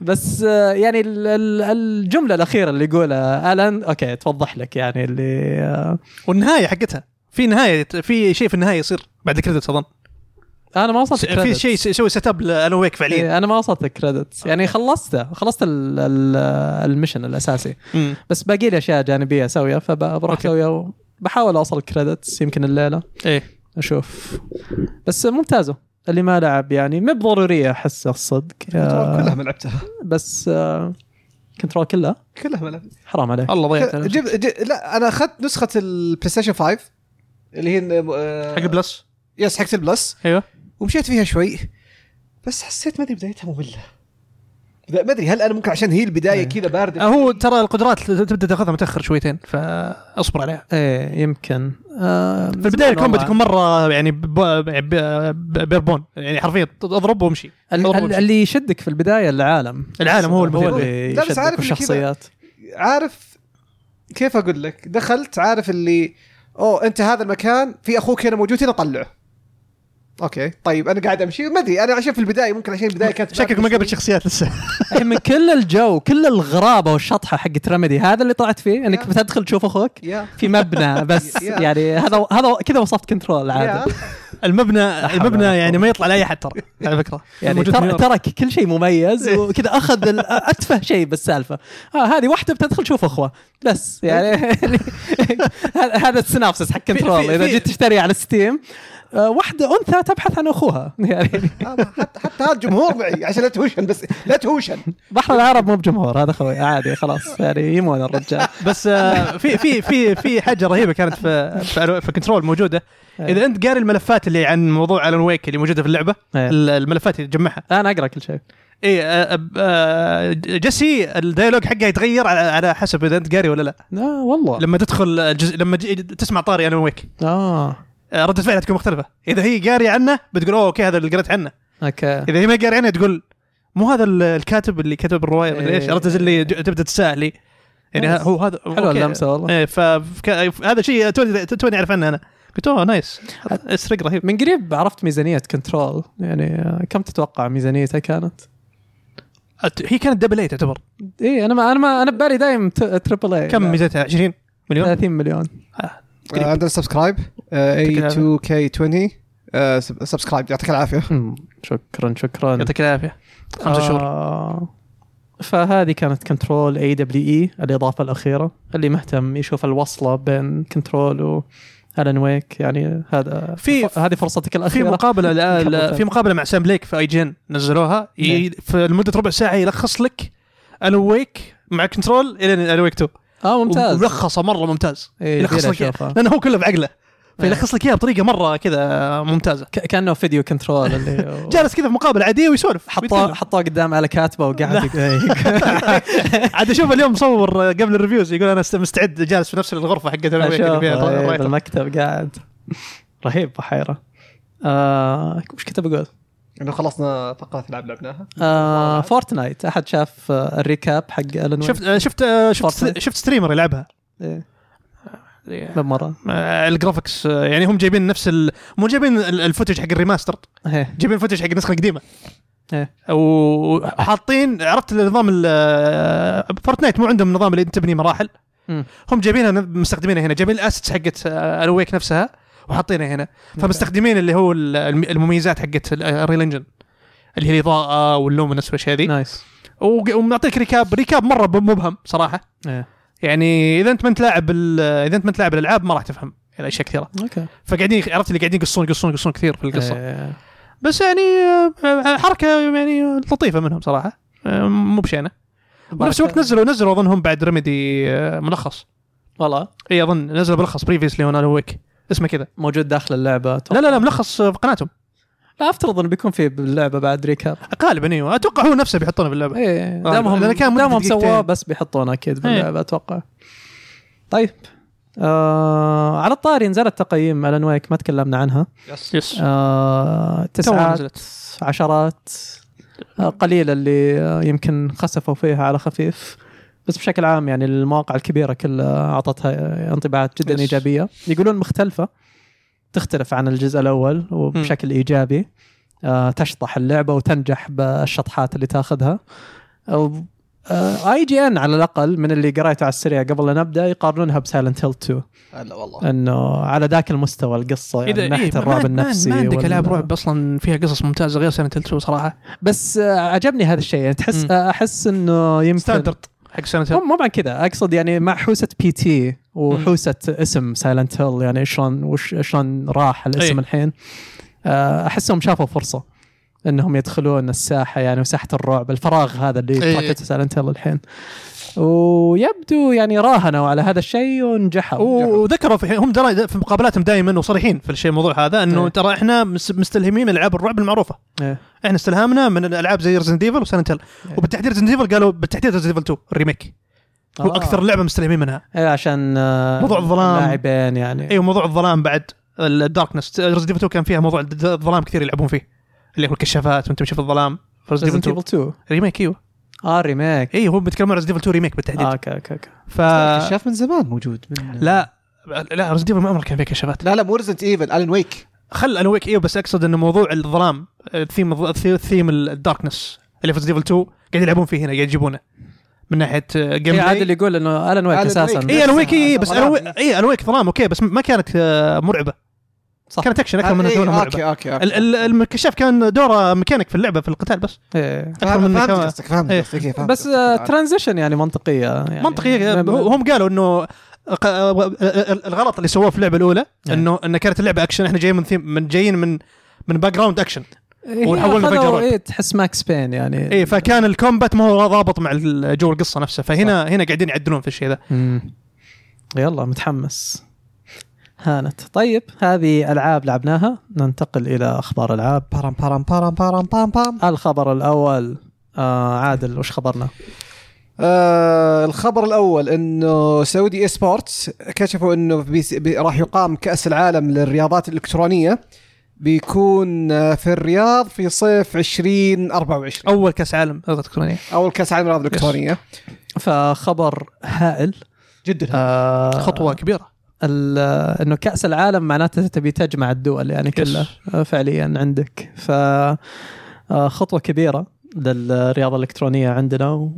S1: بس آه، يعني ال- ال- الجمله الاخيره اللي يقولها الن اوكي توضح لك يعني اللي آه،
S3: والنهايه حقتها في نهايه في شيء في النهايه يصير بعد الكريدت اظن
S1: انا ما وصلت
S3: في
S1: credits.
S3: شيء يعني يسوي سيت اب لالون ويك فعليا
S1: إيه، انا ما وصلت الكريدت يعني خلصته خلصت ال- ال- المشن الاساسي
S3: مم.
S1: بس باقي لي اشياء جانبيه اسويها فبروح
S3: أوكي.
S1: اسويها بحاول اوصل الكريدتس يمكن الليله
S3: ايه
S1: اشوف بس ممتازه اللي ما لعب يعني ما بضروريه احسه الصدق آه،
S2: كلها ما لعبتها
S1: بس آه، كنترول كلها
S2: كلها ما لعبتها
S1: حرام عليك
S3: الله ضيعت أنا.
S2: جيب جيب لا انا اخذت نسخه البلاي ستيشن 5 اللي هي آه،
S3: حق البلس
S2: يس حق البلس
S3: ايوه
S2: ومشيت فيها شوي بس حسيت ما ادري بدايتها ممله ما ادري هل انا ممكن عشان هي البدايه كذا بارده
S3: هو ترى القدرات تبدا تاخذها متاخر شويتين فاصبر عليها
S1: ايه يمكن آه
S3: في البدايه الكومبات يكون مره يعني ب- ب- ب- بيربون يعني حرفيا اضرب وامشي
S1: ال-
S3: اضرب
S1: ال-
S3: وامشي.
S1: اللي يشدك في البدايه العالم
S3: العالم هو
S1: هو
S3: المثير
S1: اللي
S2: لا، بس عارف
S1: يشدك
S2: إن كذا- [laughs]
S1: والشخصيات
S2: عارف كيف اقول لك دخلت عارف اللي اوه انت هذا المكان في اخوك هنا موجود هنا طلعه اوكي طيب انا قاعد امشي ما ادري انا عشان في البدايه ممكن عشان البدايه كانت
S3: شكلك ما قابل شخصيات لسه
S1: الحين من كل الجو كل الغرابه والشطحه حقت رمدي هذا اللي طلعت فيه انك بتدخل تشوف اخوك
S2: يا
S1: في
S2: [laughs]
S1: مبنى بس
S2: يا.
S1: يعني هذا هذا كذا وصفت كنترول
S2: يا
S1: عادي
S3: [laughs] المبنى المبنى يعني ما يطلع لاي احد ترى على فكره
S1: يعني
S3: موجود
S1: تر-
S3: مليار.
S1: ترك كل شيء مميز
S3: إيه.
S1: وكذا اخذ ال- اتفه شيء بالسالفه آه هذه واحده بتدخل شوف اخوه بس يعني [laughs] هذا- هذا السنابسس حق
S3: في-
S1: كنترول اذا
S3: في-
S1: جيت تشتري على ستيم آه واحده انثى تبحث عن اخوها [laughs] يعني
S2: أنا آه، حتى حتى هذا الجمهور معي عشان لا تهوشن بس لا تهوشن
S1: بحر العرب مو بجمهور هذا خوي عادي خلاص يعني يمون الرجال
S3: بس [laughs] آه، في في في في حاجه رهيبه كانت في في, في كنترول موجوده اذا انت قاري الملفات اللي عن موضوع الون ويك اللي موجوده في اللعبه
S1: إيه.
S3: ال- الملفات اللي تجمعها
S1: انا اقرا كل شيء
S3: اي آه، آه، جيسي الديالوج حقه يتغير على على حسب اذا انت قاري ولا لا
S1: لا والله
S3: لما تدخل الجزء لما جي- تسمع طاري الون ويك
S1: اه
S3: آه، ردة فعلها تكون مختلفة، إذا هي قارية عنه بتقول أوه أوكي هذا اللي قريت عنه،
S1: اوكي
S3: إذا هي ما قارية عنه تقول مو هذا ال- الكاتب اللي كتب الرواية مدري إيش،
S1: إيه.
S3: عرفت اللي ج- تبدأ تتساءلي يعني ها- هو هذا
S1: حلوه اللمسه والله
S3: ايه فهذا شيء توني توني اعرف عنه انا قلت اوه نايس اسرق رهيب
S1: من قريب عرفت ميزانيه كنترول يعني آه، كم تتوقع ميزانيتها كانت؟
S3: أت- هي كانت دبل اي تعتبر
S1: اي انا إيه، ما انا ما انا ببالي دايم ت- تريبل اي
S3: كم
S1: إيه، لا،
S3: ميزتها 20 مليون
S1: 30 مليون
S3: قريب.
S2: عندنا سبسكرايب آه،
S3: يعطيك العافية.
S2: A2K20 آه، سب- سبسكرايب يعطيك العافيه
S1: مم، شكرا شكرا
S3: يعطيك العافيه خمسة شهور
S1: آه فهذه كانت كنترول اي دبليو اي الاضافه الاخيره اللي مهتم يشوف الوصله بين كنترول و الن ويك يعني هذا
S3: في-
S1: ف- هذه فرصتك
S3: في
S1: الاخيره
S3: مقابله
S1: [laughs]
S3: لا- لا-
S1: كم-
S3: في مقابله مع سام بليك في اي جن نزلوها
S1: إيه.
S3: ي- في لمده ربع ساعه يلخص لك الون ويك مع كنترول الى الون ويك 2
S1: اه ممتاز
S3: ملخصه مره ممتاز
S1: إيه،
S3: يلخص
S1: يبيلها
S3: لك إياه.
S1: أشوفها.
S3: لانه هو كله بعقله فيلخص لك اياها بطريقه مره كذا ممتازه
S1: ك- كانه فيديو كنترول
S3: [laughs]
S1: اللي
S3: جالس كذا في مقابله عاديه ويسولف
S1: حطوه [laughs]
S3: ويتكلم.
S1: حطوه قدام على كاتبه وقاعد إيه،
S3: [laughs] عاد اشوف اليوم مصور قبل الريفيوز يقول انا است- مستعد جالس في نفس الغرفه حقت الألعاب اللي فيها الرا-
S1: اشوف
S3: الرايتر.
S1: إيه، بالمكتب قاعد رهيب بحيره آه وش كنت بقول؟
S2: انه خلصنا فقره العاب لعبناها
S1: آه فورتنايت احد شاف آه، الريكاب حق الن
S3: شفت آه، شفت آه، شفت
S1: فورتنايت.
S3: شفت ستريمر يلعبها
S1: إيه. كم مره؟
S3: آه، الجرافكس آه، يعني هم جايبين نفس ال... مو جايبين ال- الفوتج حق الريماستر
S1: ايه
S3: جايبين فوتج حق النسخه القديمه
S1: ايه
S3: وحاطين عرفت النظام ال- آه، فورتنايت مو عندهم نظام اللي تبني مراحل
S1: مم.
S3: هم جايبينها ن- مستخدمينها هنا جايبين الاسيتس حقت آه، الويك نفسها وحاطينها هنا فمستخدمين اللي هو ال- الم- المميزات حقت الريل انجن اللي هي الاضاءه واللومنس والاشياء ذي
S1: نايس
S3: وق- ومعطيك ريكاب ريكاب مره ب- مبهم صراحه
S1: ايه
S3: يعني اذا انت ما انت لاعب ال- اذا انت ما انت لاعب الالعاب ما راح تفهم يعني اشياء كثيره
S1: اوكي
S3: فقاعدين عرفت اللي قاعدين يقصون يقصون يقصون كثير في القصه
S1: إيه.
S3: بس يعني آه، حركه يعني لطيفه منهم صراحه آه، مو بشينه ونفس الوقت نزلوا نزلوا اظنهم بعد ريميدي آه، ملخص
S1: والله
S3: اي اظن نزلوا ملخص بريفيسلي اون ويك اسمه كذا
S1: موجود داخل اللعبه
S3: لا لا لا ملخص في قناتهم
S1: لا افترض انه بيكون في باللعبه بعد ريكاب
S3: غالبا ايوه اتوقع هو نفسه بيحطونه باللعبه
S1: ايه
S3: آه،
S1: دامهم
S3: لأن كان مدة
S1: دامهم
S3: دقيقتين.
S1: سواه بس بيحطونه اكيد
S3: إيه.
S1: باللعبه اتوقع طيب آه على الطاري نزلت تقييم الان ويك ما تكلمنا عنها
S3: يس يس
S1: آه تسعات عشرات آه، قليلة اللي آه، يمكن خسفوا فيها على خفيف بس بشكل عام يعني المواقع الكبيرة كلها أعطتها آه، انطباعات جدا
S3: Yes.
S1: إيجابية يقولون مختلفة تختلف عن الجزء الأول وبشكل إيجابي آه، تشطح اللعبة وتنجح بالشطحات اللي تاخذها اي جي ان على الاقل من اللي قريته على السريع قبل لا نبدا يقارنونها بسايلنت هيل 2
S2: هلا والله
S1: انه على ذاك المستوى القصه يعني من
S3: اذا
S1: ناحيه
S3: إيه ما-
S1: الرعب
S3: ما-
S1: النفسي
S3: ما عندك
S1: وال-
S3: العاب رعب اصلا فيها قصص ممتازه غير سنه 2 صراحه
S1: بس آه، عجبني هذا الشيء يعني تحس
S3: مم.
S1: آه، احس انه يمكن
S3: ستاندرد حق سنه
S1: مو
S3: 2
S1: مو مع كذا اقصد يعني مع حوسه بي تي وحوسه اسم سايلنت هيل يعني شلون وش شلون راح الاسم
S3: أي.
S1: الحين آه، احسهم شافوا فرصه انهم يدخلون الساحه يعني وساحه الرعب الفراغ هذا اللي
S3: أي.
S1: تركته سايلنت هيل الحين ويبدو يعني راهنوا على هذا الشيء ونجحوا
S3: وذكروا في هم درا- في مقابلاتهم دائما وصريحين في الشيء الموضوع هذا انه
S1: إيه.
S3: ترى احنا مس- مستلهمين العاب الرعب المعروفه
S1: إيه.
S3: احنا استلهامنا من الالعاب زي ريزن ديفل وسنتل
S1: إيه.
S3: وبالتحديد ريزن ديفل قالوا بالتحديد ريزن ديفل 2 الريميك هو
S1: آه.
S3: اكثر لعبه مستلهمين منها
S1: إيه، عشان آه،
S3: موضوع الظلام.
S1: اللاعبين يعني
S3: ايوه موضوع الظلام بعد الداركنس ريزن ديفل 2 كان فيها موضوع الد- الظلام كثير يلعبون فيه اللي هو الكشافات وانت تمشي في الظلام ريزن ديفل
S1: ريزنت
S3: 2
S1: ايفل 2
S3: ريميك ايوه
S1: اه ريميك
S3: ايوه هو بيتكلم عن ريزن ديفل 2 ريميك بالتحديد
S1: آه، اوكي اوكي اوكي
S3: ف
S2: الكشاف من زمان موجود من
S3: لا لا ريزن ديفل ما عمره كان فيه كشافات
S2: لا لا مو ريزنت ايفل الن ويك
S3: خل انا ويك ايوه بس اقصد انه موضوع الظلام الثيم الثيم الداركنس اللي في ديفل 2 قاعد يلعبون فيه هنا قاعد يجيبونه من آه، ناحيه جيم
S1: إيه، عادل اللي يقول انه الان ويك
S2: آلان
S1: اساسا
S2: ويك.
S3: اي انا ويك اي إيه، بس انا
S2: ظلام.
S3: ويك اي انا ويك ظلام اوكي بس ما كانت آه، مرعبه
S1: صح.
S3: صح كانت اكشن اكثر من
S2: إيه،
S3: كونها مرعبه
S2: اوكي اوكي
S3: ال-
S2: اوكي
S3: ال- المكشاف كان دوره ميكانيك في اللعبه في القتال بس
S1: إيه.
S3: اكثر من
S2: فهمت
S3: كان-
S2: قصدك فهمت
S3: إيه.
S2: قصدك إيه، فهمت
S1: بس
S2: قصدك.
S1: آه، ترانزيشن يعني منطقيه يعني
S3: منطقيه
S1: م- م-
S3: هم قالوا انه ق- آه، الغلط اللي سووه في اللعبه الاولى
S1: نعم.
S3: انه ان كانت اللعبه اكشن احنا جايين من ثيم من جايين من من باك جراوند اكشن
S1: إيه،
S3: ونحول
S1: أخذوا-
S3: لفجر رعب.
S1: إيه تحس ماكس بين يعني
S2: إيه.
S3: اي إيه، فكان الكومبات ما هو ضابط مع ال- جو القصه نفسها فهنا هنا قاعدين يعدلون في الشيء ذا
S1: مم. يلا متحمس هانت طيب هذه العاب لعبناها ننتقل الى اخبار العاب
S2: بارام بارام بارام بارام بام بام
S1: الخبر الاول آه عادل وش خبرنا؟
S2: آه الخبر الاول انه سعودي اي سبورتس كشفوا انه بيس- بي راح يقام كاس العالم للرياضات الالكترونيه بيكون آه، في الرياض في صيف 2024
S3: اول كاس عالم رياضه الكترونيه
S2: اول كاس عالم للرياضات الالكترونيه
S1: فخبر هائل
S2: جدا
S1: آه
S3: خطوه كبيره
S1: ال- انه كاس العالم معناته تبي تجمع الدول يعني كلها آه، فعليا عندك ف آه، خطوه كبيره للرياضه الالكترونيه عندنا و...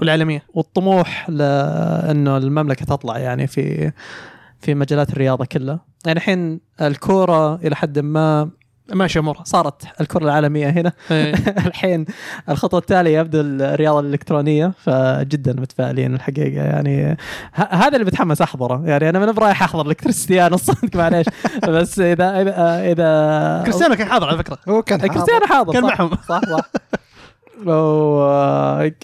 S3: والعالميه
S1: والطموح لانه المملكه تطلع يعني في في مجالات الرياضه كلها يعني الحين الكوره الى حد ما
S3: ماشي امورها
S1: صارت الكره العالميه هنا
S3: إيه.
S1: [laughs] الحين الخطوه التاليه يبدو الرياضه الالكترونيه فجدا متفائلين الحقيقه يعني ه- هذا اللي بتحمس احضره يعني انا من رايح احضر الكريستيانو [laughs] صدق معليش بس اذا اذا اذا
S3: [laughs] كريستيانو كان حاضر على فكره
S2: هو كان
S1: كريستيانو حاضر
S3: كان
S1: صح.
S3: معهم
S1: صح صح و-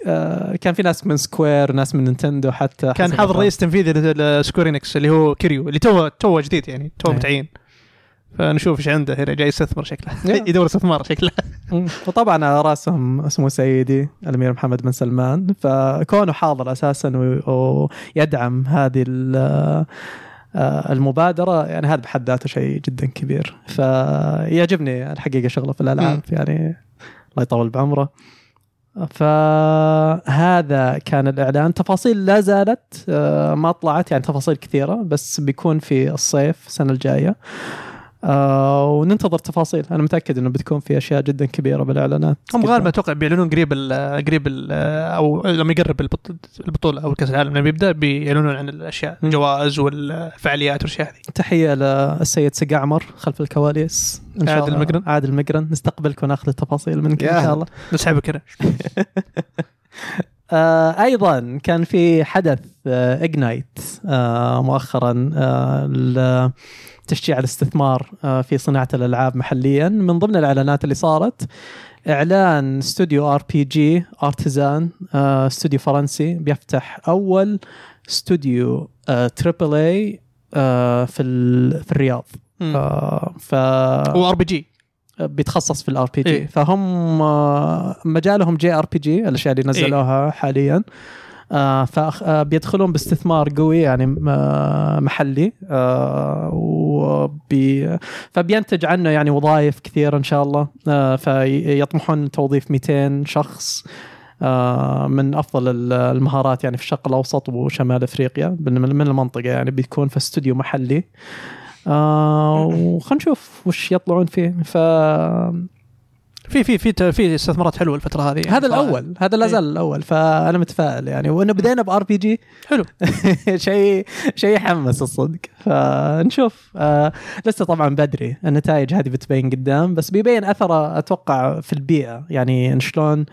S1: آه، كان في ناس من سكوير ناس من نينتندو حتى
S3: كان
S1: حسب
S3: حاضر
S1: الخبر.
S3: رئيس تنفيذي لسكورينكس اللي هو كيريو اللي تو تو جديد يعني تو
S1: إيه.
S3: متعين فنشوف ايش عنده هنا جاي يستثمر شكله
S1: إيه.
S3: [laughs] يدور استثمار
S1: [laughs]
S3: شكله
S1: مم. وطبعا على راسهم اسمه سيدي الامير محمد بن سلمان فكونه حاضر اساسا و- ويدعم هذه ال- آه، المبادره يعني هذا بحد ذاته شيء جدا كبير فيعجبني الحقيقه شغله في الالعاب يعني الله يطول بعمره فهذا كان الاعلان تفاصيل لا زالت آه، ما طلعت يعني تفاصيل كثيره بس بيكون في الصيف السنه الجايه آه، وننتظر تفاصيل انا متاكد انه بتكون في اشياء جدا كبيره بالاعلانات
S3: هم
S1: جداً.
S3: غالبا اتوقع بيعلنون قريب ال قريب ال او لما يقرب البط- البطوله او كاس العالم لما يبدا بيعلنون عن الاشياء
S1: مم.
S3: الجوائز والفعاليات والاشياع هذه
S1: تحيه للسيد سقعمر خلف الكواليس إن شاء
S3: عادل
S1: الله.
S3: مقرن.
S1: عادل مقرن نستقبلك وناخذ التفاصيل منك
S2: يا
S1: ان
S2: هلا.
S1: شاء الله
S3: نسحبك هنا
S1: آه ايضا كان في حدث آه اجنايت آه مؤخرا آه لتشجيع الاستثمار آه في صناعه الالعاب محليا من ضمن الاعلانات اللي صارت اعلان استوديو ار بي جي آه، ارتزان استوديو فرنسي بيفتح اول استوديو تريبل اي آه، في ال- في الرياض آه، ف
S3: وار بي جي
S1: بيتخصص في الار بي
S3: إيه.
S1: جي فهم آه، مجالهم جي ار بي جي الاشياء اللي نزلوها آه، حاليا فبيدخلون باستثمار قوي يعني آه، محلي آه، وبي فبينتج عنه يعني وظائف كثير ان شاء الله آه، فيطمحون توظيف 200 شخص آه، من افضل ال- المهارات يعني في الشرق الاوسط وشمال افريقيا من من المنطقه يعني بيكون في استوديو محلي آه وخلينا نشوف وش يطلعون فيه فهذا
S3: في في في ت- في استثمارات حلوه الفتره هذه يعني صراحة.
S1: الاول هذا لا زال الاول فانا متفائل يعني وانه بدينا بار بي جي
S3: حلو
S1: [laughs] شيء شيء يحمس الصدق فنشوف آه لسه طبعا بدري النتائج هذه بتبين قدام بس بيبين اثره اتوقع في البيئه يعني إن شلون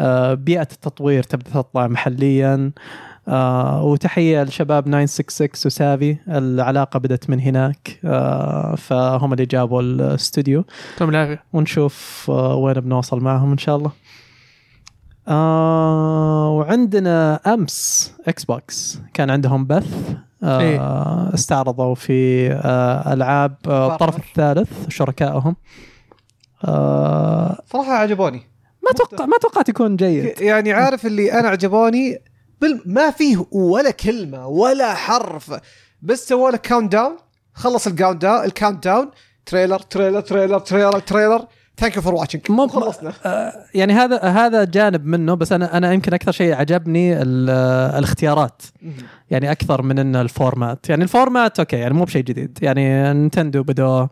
S1: آه بيئه التطوير تبدا تطلع محليا آه وتحيه لشباب 966 وسافي العلاقه بدت من هناك آه فهم اللي جابوا الاستوديو
S3: يعطيهم العافيه
S1: ونشوف آه، وين بنوصل معهم ان شاء الله آه وعندنا امس اكس بوكس كان عندهم بث آه استعرضوا في آه العاب آه الطرف الثالث شركائهم آه
S2: صراحه عجبوني
S1: ما توقع ما توقعت يكون جيد
S2: يعني عارف اللي انا عجبوني بال- ما فيه ولا كلمه ولا حرف بس سووا لك كاونت داون خلص الكاونت داون الكاونت داون تريلر تريلر تريلر تريلر تريلر ثانك يو فور واتشنج
S1: مو-
S2: [laughs] خلصنا
S1: آه، يعني هذا هذا جانب منه بس انا انا يمكن اكثر شيء عجبني ال- آه، الاختيارات يعني اكثر من انه الفورمات يعني الفورمات اوكي يعني مو بشيء جديد يعني نتندو بدوا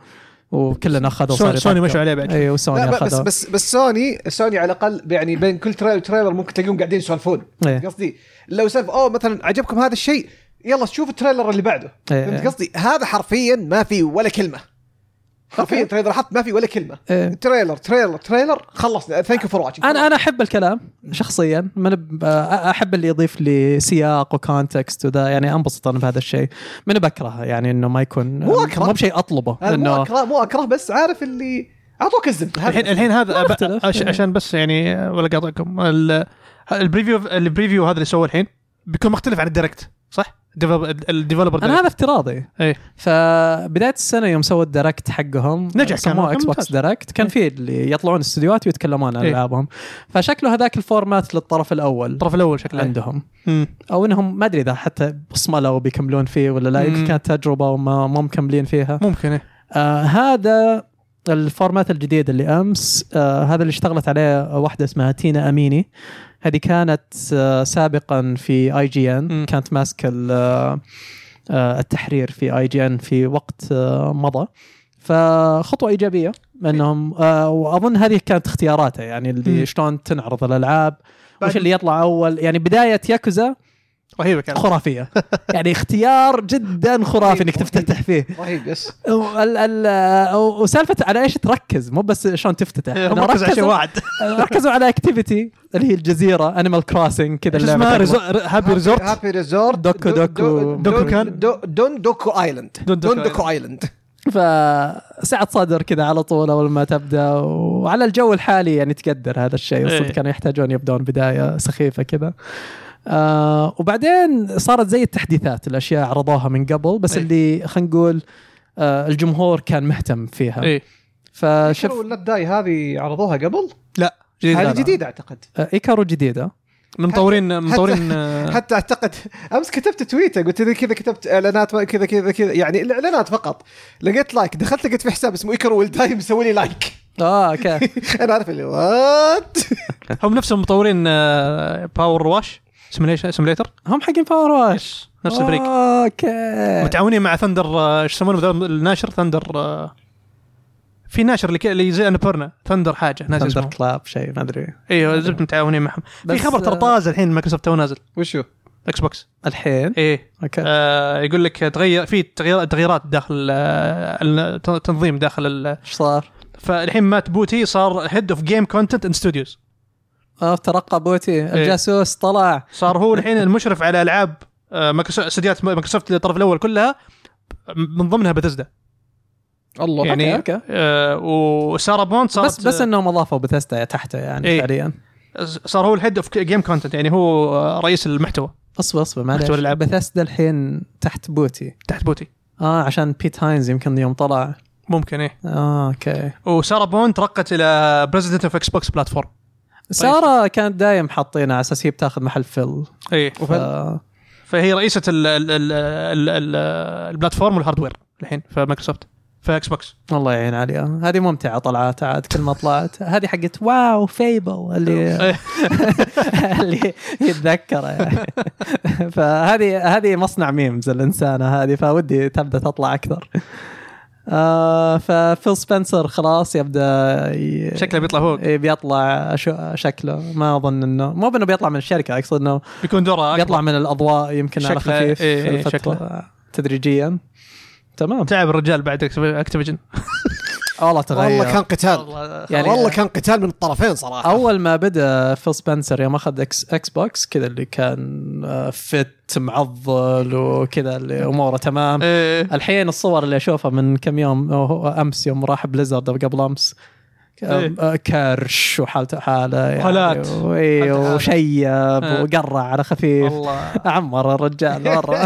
S1: وكلنا اخذوا
S3: سوني- سوني مشوا عليه بعد.
S1: اي إيه، وسوني
S2: لا بس
S1: اخذوا
S2: بس بس سوني سوني على الاقل يعني بين كل تريلر وتريلر ممكن تلاقيهم قاعدين يسولفون
S1: إيه.
S2: قصدي لو سالفه اوه مثلا عجبكم هذا الشيء يلا شوف التريلر اللي بعده
S1: إيه.
S2: فهمت قصدي هذا حرفيا ما فيه ولا كلمه حرفيا تريلر حط ما في ولا كلمه
S1: إيه.
S2: تريلر تريلر تريلر خلصنا ثانك يو فور واتشنج
S1: انا انا احب الكلام شخصيا من ب- آه، احب اللي يضيف لي سياق وكونتكست وذا يعني انبسط انا بهذا الشيء من بكرهه يعني انه ما يكون
S2: مو أكره.
S1: مو بشيء اطلبه
S2: أنا مو
S1: انه
S2: اكره مو اكره بس عارف اللي اعطوك الزبده
S3: الحين
S2: هذا.
S3: الحين هذا أب-
S1: اختلف.
S3: عش- عشان بس يعني آه، ولا قاطعكم ال- البريفيو البريفيو هذا اللي سووه الحين بيكون مختلف عن الدايركت صح؟ الديفلوبر الديفلوبر
S1: انا
S3: direct.
S1: هذا افتراضي
S3: إيه.
S1: فبدايه السنه يوم سووا الدايركت حقهم
S3: نجح كان،
S1: سموه
S3: كان
S1: اكس بوكس
S3: ممتاز.
S1: دايركت كان في اللي يطلعون استديوهات ويتكلمون عن
S3: إيه.
S1: العابهم فشكله هذاك الفورمات للطرف الاول
S3: الطرف الاول شكله
S1: عندهم
S3: مم.
S1: او انهم ما ادري اذا حتى بصملوا بيكملون فيه ولا لا يمكن
S3: مم.
S1: كانت تجربه وما ما مكملين فيها
S3: ممكن إيه.
S1: آه هذا الفورمات الجديد اللي امس آه هذا اللي اشتغلت عليه واحده اسمها تينا اميني هذه كانت آه سابقا في اي جي ان
S3: مم.
S1: كانت ماسكه ال- آه، آه، التحرير في اي جي ان في وقت آه مضى فخطوه ايجابيه انهم آه واظن هذه كانت اختياراته يعني اللي
S3: مم.
S1: شلون تنعرض الالعاب
S3: بعد-
S1: وش اللي يطلع اول يعني بدايه ياكوزا
S3: رهيبه كانت [laughs]
S1: خرافيه يعني اختيار جدا
S3: طيب،
S1: خرافي انك تفتتح فيه
S3: إيه؟
S2: رهيب يس
S1: وال- ال- وسالفه على ايش تركز مو بس شلون تفتتح
S3: إيه،
S1: أنا
S3: مركز على شيء
S1: ركزوا- أه،
S3: واحد [laughs]
S1: ركزوا على اكتيفيتي اللي هي الجزيره انيمال كروسنج كذا
S3: شو اسمها
S1: اللعبه تطلع.
S3: ريزو- ر- هابي ريزورت
S2: هابي ريزورت
S1: دوكو دوكو-
S3: دوكو كان.
S2: دون دوكو ايلاند
S3: دون دوكو
S2: دون دوكو ايلاند
S1: فسعه صدر كذا على طول اول ما تبدا وعلى الجو الحالي يعني تقدر هذا الشيء الصدق
S3: إيه.
S1: كانوا يحتاجون يبدون بدايه سخيفه كذا آه وبعدين صارت زي التحديثات الاشياء عرضوها من قبل بس
S3: إيه.
S1: اللي خلينا نقول آه الجمهور كان مهتم فيها
S3: اي
S1: فشوف
S2: شوف ولا الداي هذه عرضوها قبل
S3: آه، إيه، لا
S2: هذه
S3: جديد
S2: جديده
S3: [laughs]
S2: اعتقد
S1: آه، ايكارو جديده
S3: من مطورين مطورين آه،
S2: حتى اعتقد امس كتبت تويتر قلت لي كذا كتبت اعلانات ما- كذا كذا كذا يعني الاعلانات فقط لقيت لايك دخلت لقيت في حساب اسمه ايكر والداي مسوي لي لايك [laughs]
S1: اه اوكي
S2: انا عارف اللي وات
S3: هم نفسهم مطورين آه، باور واش سيميليشن سيميليتر
S1: هم حقين باور
S3: آه.
S1: واش
S3: نفس الفريق
S1: اوكي
S3: متعاونين مع ثندر آه، ايش يسمونه ذا الناشر ثندر آه، في ناشر اللي, ك- اللي زي انبرنا ثندر حاجه ناسي
S1: ثندر
S3: اسمه
S1: كلاب شيء ما ادري
S3: ايوه زبط متعاونين معهم في
S1: بس،
S3: خبر ترى
S1: آه،
S3: طازه الحين مايكروسوفت تو نازل
S2: وشو؟
S3: اكس بوكس
S1: الحين
S3: ايه
S1: اوكي
S3: آه يقول لك تغير في تغيير تغييرات داخل آه، ال- التنظيم داخل ال-
S1: ايش صار؟
S3: فالحين مات بوتي صار هيد اوف جيم كونتنت اند ستوديوز
S1: اه ترقى بوتي
S3: إيه.
S1: الجاسوس طلع
S3: صار
S1: [laughs]
S3: هو الحين المشرف على العاب آه، مايكروسوفت استديوهات مايكروسوفت الطرف الاول كلها من ضمنها بتزدا
S2: الله
S3: يعني
S1: أوكي، أوكي.
S3: آه وسارة بوند صارت آه.
S1: بس بس انهم اضافوا بثستا تحته يعني
S3: إيه.
S1: فعليا
S3: صار هو الهيد اوف جيم كونتنت يعني هو آه، رئيس المحتوى
S1: اصبر اصبر
S3: محتوى
S1: معلش
S3: الألعاب.
S1: بثستا الحين تحت بوتي
S3: تحت بوتي
S1: اه عشان بيت هاينز يمكن يوم طلع
S3: ممكن ايه
S1: اه اوكي
S3: وساره بوند ترقت الى بريزدنت اوف اكس بوكس بلاتفورم
S1: ساره كانت دايم حاطينها على اساس هي بتاخذ محل فيل
S3: ايه
S1: ف...
S3: فهي رئيسه ال ال ال ال ال البلاتفورم والهاردوير الحين في مايكروسوفت في اكس بوكس
S1: الله يعين عليها هذه ممتعه طلعات عاد كل ما طلعت هذه حقت واو فيبل اللي
S3: إيه،
S1: [laughs] اللي يتذكره
S3: [laughs]
S1: يعني فهذه هذه مصنع ميمز الانسانه هذه فودي تبدا تطلع اكثر آه ففيل سبنسر خلاص يبدا ي...
S3: شكله بيطلع هو
S1: إيه بيطلع شو- شكله ما اظن انه مو بانه بيطلع من الشركه اقصد انه
S3: بيكون دوره أكبر.
S1: بيطلع من الاضواء يمكن على
S3: شكله-
S1: خفيف
S3: إيه، إيه،
S1: فترة تدريجيا تمام
S3: تعب الرجال بعد اكتيفيجن
S1: والله
S2: والله
S1: تغير
S2: كان قتال
S1: يعني-
S2: والله كان قتال من الطرفين صراحه
S1: اول ما بدا فيل سبنسر يوم اخذ اكس, اكس بوكس كذا اللي كان آه، فت معضل وكذا اللي اموره تمام
S3: ايه
S1: الحين الصور اللي اشوفها من كم يوم أو هو امس يوم راح بليزرد أو قبل امس ك-
S3: إيه.
S1: آه، كرش وحالته حاله يعني
S3: حالات.
S1: وإيه،
S3: حالته حالة.
S1: وشيب
S3: آه.
S1: وقرع على خفيف
S3: الله
S1: عمر الرجال مره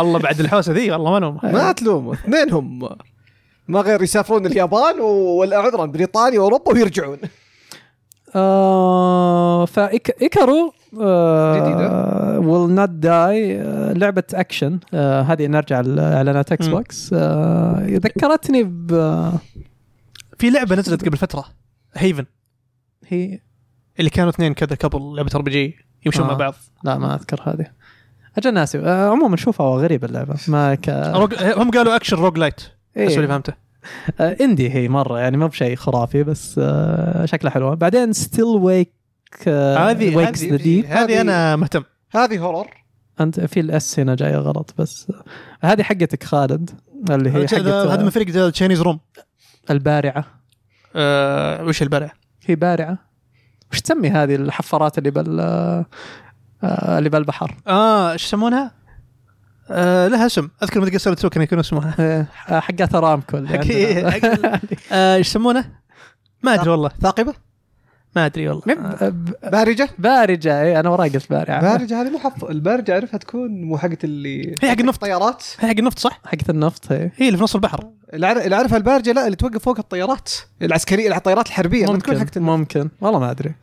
S3: الله بعد الحوسه ذي والله ما لهم
S1: إيه.
S2: ما تلوموا اثنينهم ما غير يسافرون اليابان و- ولا عذرا بريطانيا واوروبا ويرجعون
S1: آه فايكارو
S2: جديدة.
S1: ويل نوت داي لعبه اكشن آه هذه نرجع لاعلانات اكس
S3: مم.
S1: بوكس آه ذكرتني ب
S3: في لعبه نزلت قبل فتره هيفن
S1: هي
S3: اللي كانوا اثنين كذا كبل لعبه ار بي جي يمشون
S1: آه.
S3: مع بعض
S1: لا ما اذكر هذه اجل ناسي آه عموما شوفها غريبه اللعبه ما ك آه
S3: روج- هم قالوا اكشن روج لايت بس اللي
S1: إيه
S3: فهمته
S1: آه اندي هي مره يعني ما بشيء خرافي بس آه شكلها حلوه بعدين آه، ستيل ويك
S3: هذه-
S1: ويكس
S2: هذه-
S1: ذا ديب
S3: هذه انا مهتم
S2: هذه هورر
S1: انت في الاس هنا جايه غلط بس آه، هذه حقتك خالد اللي هي حقت آه،
S3: هذا من فريق ذا تشاينيز روم
S1: البارعه
S3: آه، وش البارع؟
S1: هي بارعه وش تسمي هذه الحفارات اللي بال آه، اللي بالبحر
S3: اه ايش يسمونها؟ آه لها اسم اذكر متى قصرت سو كان يكون اسمها
S1: إيه، حقات ارامكو اللي
S3: حكي-
S1: عندنا.
S2: [laughs]
S3: حكي- آه، ايش يسمونه؟ ما ادري والله
S2: ثاقبه
S3: ما ادري والله
S1: مب- [laughs] ب-
S2: بارجه
S1: بارجه إيه، انا وراي قلت بارعه
S2: بارجه هذه مو حط البارجه اعرفها تكون مو حقت اللي
S3: هي حق النفط
S2: الطيارات
S3: هي حق النفط صح؟
S1: حقت النفط إيه. هي
S3: هي اللي في نص البحر
S2: اللي عار- اللي عارفها البارجه لا اللي توقف فوق الطيارات العسكريه الطيارات الحربيه ما تكون
S1: ممكن
S2: حقت النفط.
S1: ممكن والله ما ادري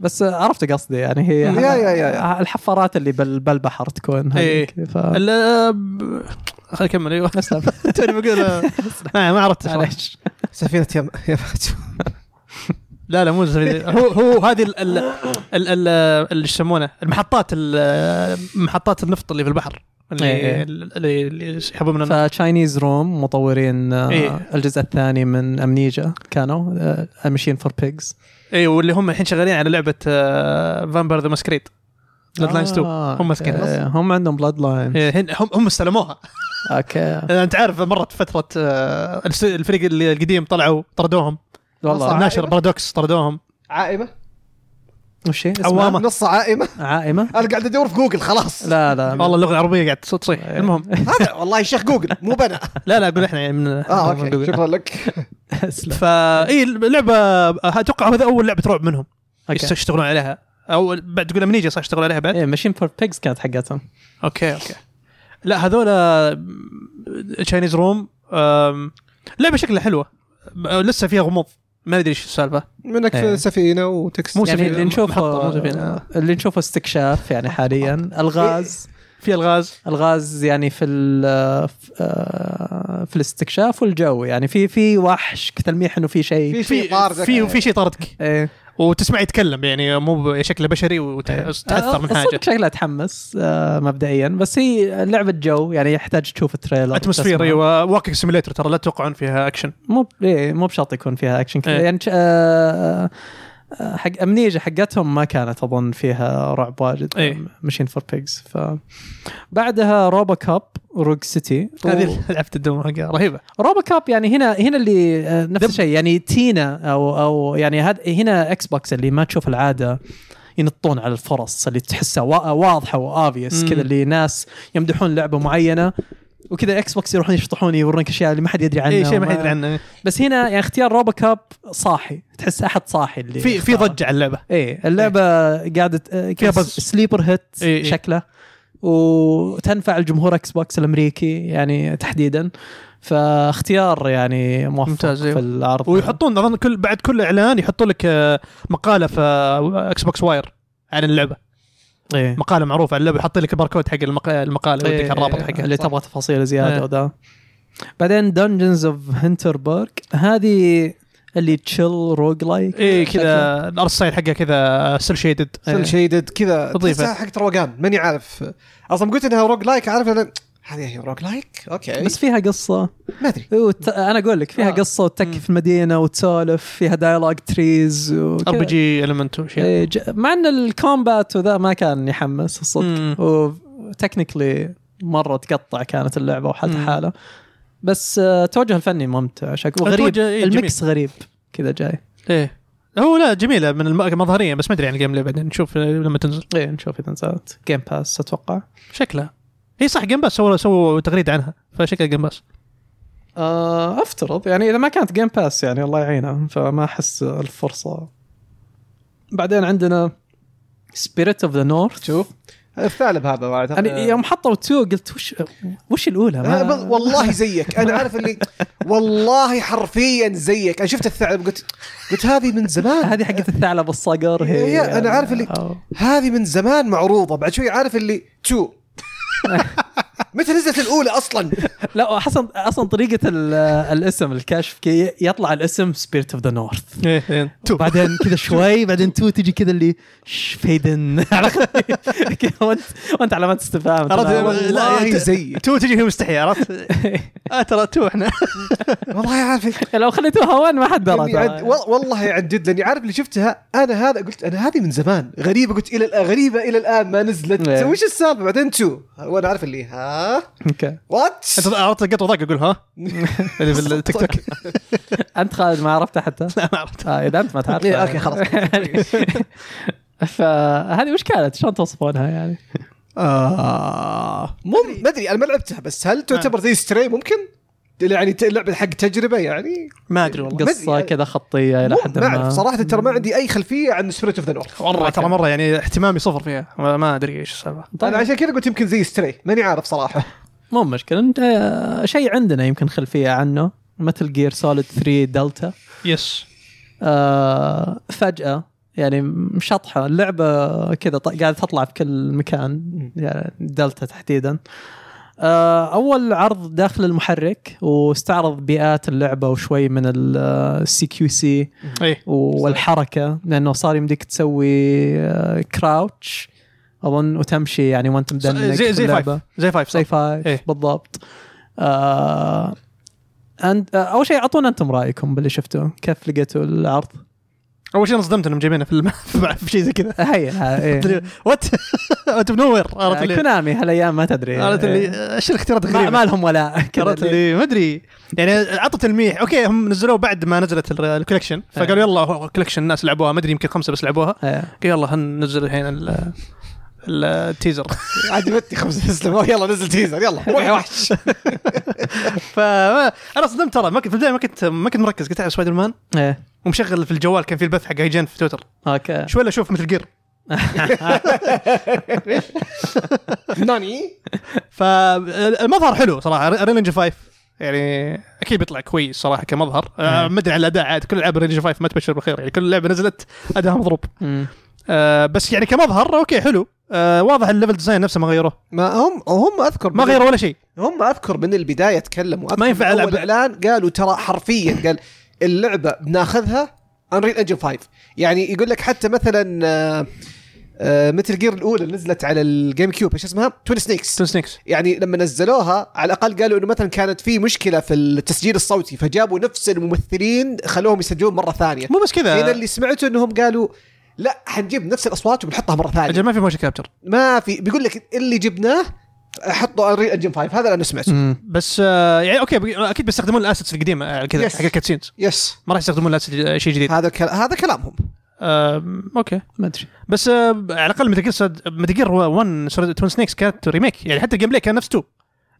S1: بس آه، عرفت قصدي يعني هي
S2: يا- يا- يا- يا. إيه.
S1: الحفارات اللي بال- بالبحر تكون هذيك ف
S3: ال- آه، ب- خليني اكمل ايوه
S1: أسلم.
S3: [laughs] توني بقول [laughs] آه، ما ما عرفت صراحة.
S1: معليش
S2: سفينه يم... يم...
S3: لا لا مو زي- هو هو هذه ال ال ال- ال- اللي يسمونه المحطات ال- محطات النفط اللي في البحر
S1: إيه.
S3: اللي اللي اللي يسحبوا من النفط
S1: فتشاينيز روم مطورين آه،
S3: إيه.
S1: الجزء الثاني من امنيجا كانوا آه، ماشين فور بيجز
S3: اي إيه، واللي هم الحين شغالين على آه، لعبه فامبر ذا ماسكريد بلاد لاينز 2 هم ماسكين
S1: آه، هم عندهم بلاد لاين
S3: إيه، الحين هم هم استلموها
S1: اوكي
S3: لأن انت عارف مرت فتره آه، الس- الفريق اللي- القديم طلعوا طردوهم
S1: والله أيوة.
S2: أصلاً.
S3: ناشر بارادوكس طردوهم
S2: عائمه
S1: وش هي؟ اسمها؟
S3: عوامة.
S2: نص عائمه
S1: عائمه
S2: انا قاعد ادور في جوجل خلاص
S1: لا لا
S3: والله اللغه العربيه قاعد تص- تصيح
S1: أيوة.
S3: المهم
S1: [laughs]
S2: هذا والله يا شيخ جوجل مو بنا
S3: لا لا اقول احنا يعني من
S2: اه
S1: آه،
S3: [laughs]
S2: اوكي شكرا لك
S1: اسلم
S3: فا اي لعبه اتوقع إيه، هذا اول لعبه رعب منهم
S1: اوكي
S3: يشتغلون عليها او بعد تقول امنيجا صح يشتغلون عليها بعد
S1: ايه ماشين فور بيجز كانت حقتهم
S3: اوكي اوكي لا هذول تشاينيز روم لعبه شكلها حلوه ب- لسه فيها غموض ما ادري ايش السالفه
S2: منك
S1: إيه.
S2: في سفينه وتكس
S3: مو
S1: يعني
S3: سفينة،
S1: اللي
S3: محطة،
S1: نشوفه
S3: مو سفينة.
S1: اللي نشوفه استكشاف يعني حاليا الغاز
S3: في الغاز
S1: الغاز يعني في ال- ف- آه، في الاستكشاف والجو يعني في في وحش تلميح انه في شيء
S2: في شيء طار ذكر.
S3: في في شيء طاردك
S1: ايه
S3: وتسمع يتكلم يعني مو بشكله بشري وتاثر من
S1: الصدق
S3: حاجه
S1: آه، شكلها تحمس آه، مبدئيا بس هي لعبه جو يعني يحتاج تشوف التريلر
S3: اتموسفير
S1: تسمع.
S3: ايوه واكينج سيميليتر ترى لا تتوقعون فيها اكشن
S1: مو ب- إيه، مو بشرط يكون فيها اكشن كذا
S3: إيه.
S1: يعني آه، آه، حق امنيجا حقتهم ما كانت اظن فيها رعب واجد
S3: إيه.
S1: ماشين فور بيجز ف بعدها روبا كاب روج سيتي
S3: هذه [laughs] لعبه الدم حقها رهيبه
S1: روبا كاب يعني هنا هنا اللي آه، نفس الشيء يعني تينا او او يعني هاد هنا اكس بوكس اللي ما تشوف العاده ينطون على الفرص اللي تحسها وا- واضحه وابيس
S3: مم.
S1: كذا اللي ناس يمدحون لعبه معينه وكذا اكس بوكس يروحون يشطحون يورونك اشياء اللي ما حد يدري عنها
S3: اي إيه، شيء
S1: وما-
S3: ما حد يدري عنه
S1: بس هنا يعني اختيار روبا كاب صاحي تحس احد صاحي اللي إيه،
S3: في في
S1: اختاره.
S3: ضجه على اللعبه
S1: ايه اللعبه قاعده آه،
S3: فيها
S1: كان
S3: بز.
S1: سليبر هيت
S3: إيه، إيه.
S1: شكله وتنفع الجمهور اكس بوكس الامريكي يعني تحديدا فاختيار يعني موفق
S3: ممتاز، أيوه.
S1: في العرض
S3: ويحطون اظن كل بعد كل اعلان يحطون لك آه، مقاله في آه، اكس بوكس واير عن اللعبه
S1: إيه.
S3: مقاله معروفه عن اللعبه يحط لك باركود حق المق- المقاله يوديك الرابط حقها
S1: إيه، اللي
S3: صح.
S1: تبغى تفاصيل زياده
S3: إيه.
S1: وذا بعدين دنجنز اوف هنتربرغ هذه اللي تشيل روج لايك
S3: ايه كذا الارصيل حقها كذا آه، سيل شيدد
S1: إيه.
S2: سل شيدد كذا
S3: تضيفه.
S2: تحسها حقت روقان ماني عارف اصلا قلت انها روج لايك عارف أنا- هذه هي روج لايك اوكي
S1: بس فيها قصه
S2: ما ادري
S1: إيه، وت... انا اقول لك فيها
S2: آه.
S1: قصه وتك في المدينه وتسولف فيها دايلوج تريز
S3: ار بي جي المنت وشيء
S1: إيه، ج- مع ان الكومبات وذا ما كان يحمس
S3: مم.
S1: الصدق وتكنيكلي مره تقطع كانت اللعبه وحالة
S3: مم.
S1: حاله بس آه، التوجه الفني ممتع شكله وغريب
S3: التوجه، إيه،
S1: الميكس غريب كذا جاي
S3: ايه هو لا جميله من الم- مظهريا بس ما ادري عن الجيم بلاي بعدين نشوف آه، لما تنزل
S1: ايه نشوف اذا نزلت جيم باس اتوقع
S3: شكلها هي صح جيم باس سووا سووا تغريده عنها فشكلها جيم باس
S1: آه، افترض يعني اذا ما كانت جيم باس يعني الله يعينها فما احس الفرصه بعدين عندنا سبيريت اوف ذا نورث
S2: شوف الثعلب هذا واعد.
S1: يعني يوم آه. حطوا تو قلت وش وش الاولى؟
S2: أنا آه. بل- والله زيك انا عارف اللي والله حرفيا زيك انا شفت الثعلب قلت قلت هذه من زمان
S1: هذه حقت الثعلب الصقر هي
S2: يا- أنا عارف اللي-
S1: أو-
S2: هذه من زمان معروضه بعد شوي عارف اللي
S1: [laughs]
S2: تو متى نزلت الاولى اصلا
S1: لا اصلا اصلا طريقه ال- الاسم الكشف كي يطلع الاسم سبيرت اوف ذا نورث
S3: ايه ايه
S1: إيه، بعدين كذا شوي بعدين تو تجي كذا اللي ش- فيدن على خفيف. وانت وانت علامات استفهام
S2: والله
S3: لا،
S2: زيك
S3: تو تجي هي مستحي عرفت؟
S1: [laughs]
S3: آه، ترى تو احنا
S2: والله عارف
S1: لو خليتوها وين ما حد درى
S2: يعني عد-
S1: ترى.
S2: وال- والله عن جد لاني عارف اللي شفتها انا هذا قلت انا هذه من زمان غريبه قلت الى الان غريبه الى الان ما نزلت
S1: إيه.
S2: وش السالفه بعدين تو وانا عارف اللي ها
S1: أوكي.
S2: وات
S3: انت [laughs] عرفت القط وضاق اقول ها اللي في التيك توك
S2: طيب.
S1: انت خالد ما عرفتها حتى
S3: لا ما عرفت
S1: آه اذا انت ما تعرف
S2: إيه،
S1: [laughs]
S2: أوكي، خلاص.
S1: فهذه وش كانت؟ شلون توصفونها يعني؟
S3: آه.
S2: مو ما ادري انا ما لعبتها بس هل تعتبر زي ستري ممكن؟ يعني ت- لعبه حق تجربه يعني
S3: ما ادري والله
S1: قصه
S2: بدي-
S1: كذا خطيه الى
S2: مو-
S1: حد
S2: ما اعرف
S1: ما
S2: صراحه ترى ما عندي اي خلفيه عن سبريت اوف ذا نورث
S3: مره ترى مره يعني اهتمامي صفر فيها ما ما ادري ايش السالفه
S1: طيب.
S2: انا عشان كذا قلت يمكن زي ستري ماني عارف صراحه
S1: مو مشكله انت آه، شيء عندنا يمكن خلفيه عنه مثل جير سوليد 3 دلتا
S3: يس
S1: آه فجاه يعني مشطحه اللعبه كذا ط- قاعده تطلع في كل مكان يعني دلتا تحديدا آه اول عرض داخل المحرك واستعرض بيئات اللعبه وشوي من آه، السي كيو سي
S3: ايه
S1: والحركه لانه صار يمديك تسوي آه، كراوتش اظن وتمشي يعني وانت مدنك
S3: زي زي فايف زي فايف
S1: زي
S3: صح.
S1: فايف
S3: إيه.
S1: بالضبط آه أنت آه اول شيء اعطونا انتم رايكم باللي شفتوه كيف لقيتوا العرض؟
S3: اول شيء انصدمت انهم جايبينه في الم- [laughs] في شيء زي [laughs] كذا
S1: هيا [laughs] إيه.
S3: [laughs] وات اوت اوف نو وير عرفت اللي
S1: كونامي هالايام ما تدري
S3: عرفت
S1: إيه.
S3: اللي ايش الاختيارات
S1: ما,
S3: الغريبه
S1: ما لهم ولا [laughs] كذا
S3: عرفت
S1: اللي-
S3: اللي ما ادري يعني عطوا تلميح اوكي هم نزلوه بعد ما نزلت ال- الكوليكشن فقالوا يلا هو كوليكشن الناس لعبوها ما ادري يمكن خمسه بس لعبوها
S1: إيه.
S3: قال يلا هننزل الحين ال- التيزر
S2: عادي متي خمسه تسلم يلا نزل تيزر يلا روح يا وحش
S3: فانا صدمت ترى ما كنت في البدايه ما كنت ما كنت مركز كنت على سبايدر مان
S1: إيه.
S3: ومشغل في الجوال كان في البث حق هيجين في تويتر
S1: اوكي
S3: شوي إلا اشوف مثل جير
S2: ناني
S3: فالمظهر حلو صراحه ريل انجن 5 يعني اكيد بيطلع كويس صراحه كمظهر آه، ما ادري على الاداء عاد كل العاب ريل انجن 5 ما تبشر بالخير يعني كل لعبه نزلت اداها مضروب
S1: مم.
S3: آه، بس يعني كمظهر اوكي حلو آه، واضح الليفل ديزاين نفسه ما غيروه
S2: ما هم هم اذكر
S3: ما غيروا ولا شيء
S2: هم اذكر من البدايه تكلموا أذكر
S3: ما ينفع
S2: من اول
S3: ألعب.
S2: اعلان قالوا ترى حرفيا قال اللعبه بناخذها انريل انجن 5 يعني يقول لك حتى آه، مثلا مثل جير الاولى اللي نزلت على الجيم كيوب ايش اسمها؟ توين سنيكس
S3: تون سنيكس
S2: يعني لما نزلوها على الاقل قالوا انه مثلا كانت في مشكله في التسجيل الصوتي فجابوا نفس الممثلين خلوهم يسجلون مره ثانيه
S3: مو بس
S2: هنا
S3: كذا
S2: اللي سمعته انهم قالوا لا حنجيب نفس الاصوات وبنحطها مره ثانيه
S3: اجل ما في موشن كابتشر
S2: ما في بيقول لك اللي جبناه حطوا انريل انجن 5 هذا اللي انا سمعته
S1: مم.
S3: بس آه، يعني اوكي بي- اكيد بيستخدمون الاسيتس القديمه آه، كذا
S2: Yes.
S3: حق الكاتسينز
S2: يس
S3: ما راح يستخدمون الاسيتس آه، شيء جديد
S2: هذا كل... هذا كلامهم
S3: آم، اوكي
S1: ما ادري
S3: بس آه، على الاقل متجر سد... متجر 1 توين سنيكس كانت ريميك يعني حتى الجيم بلاي كان نفس 2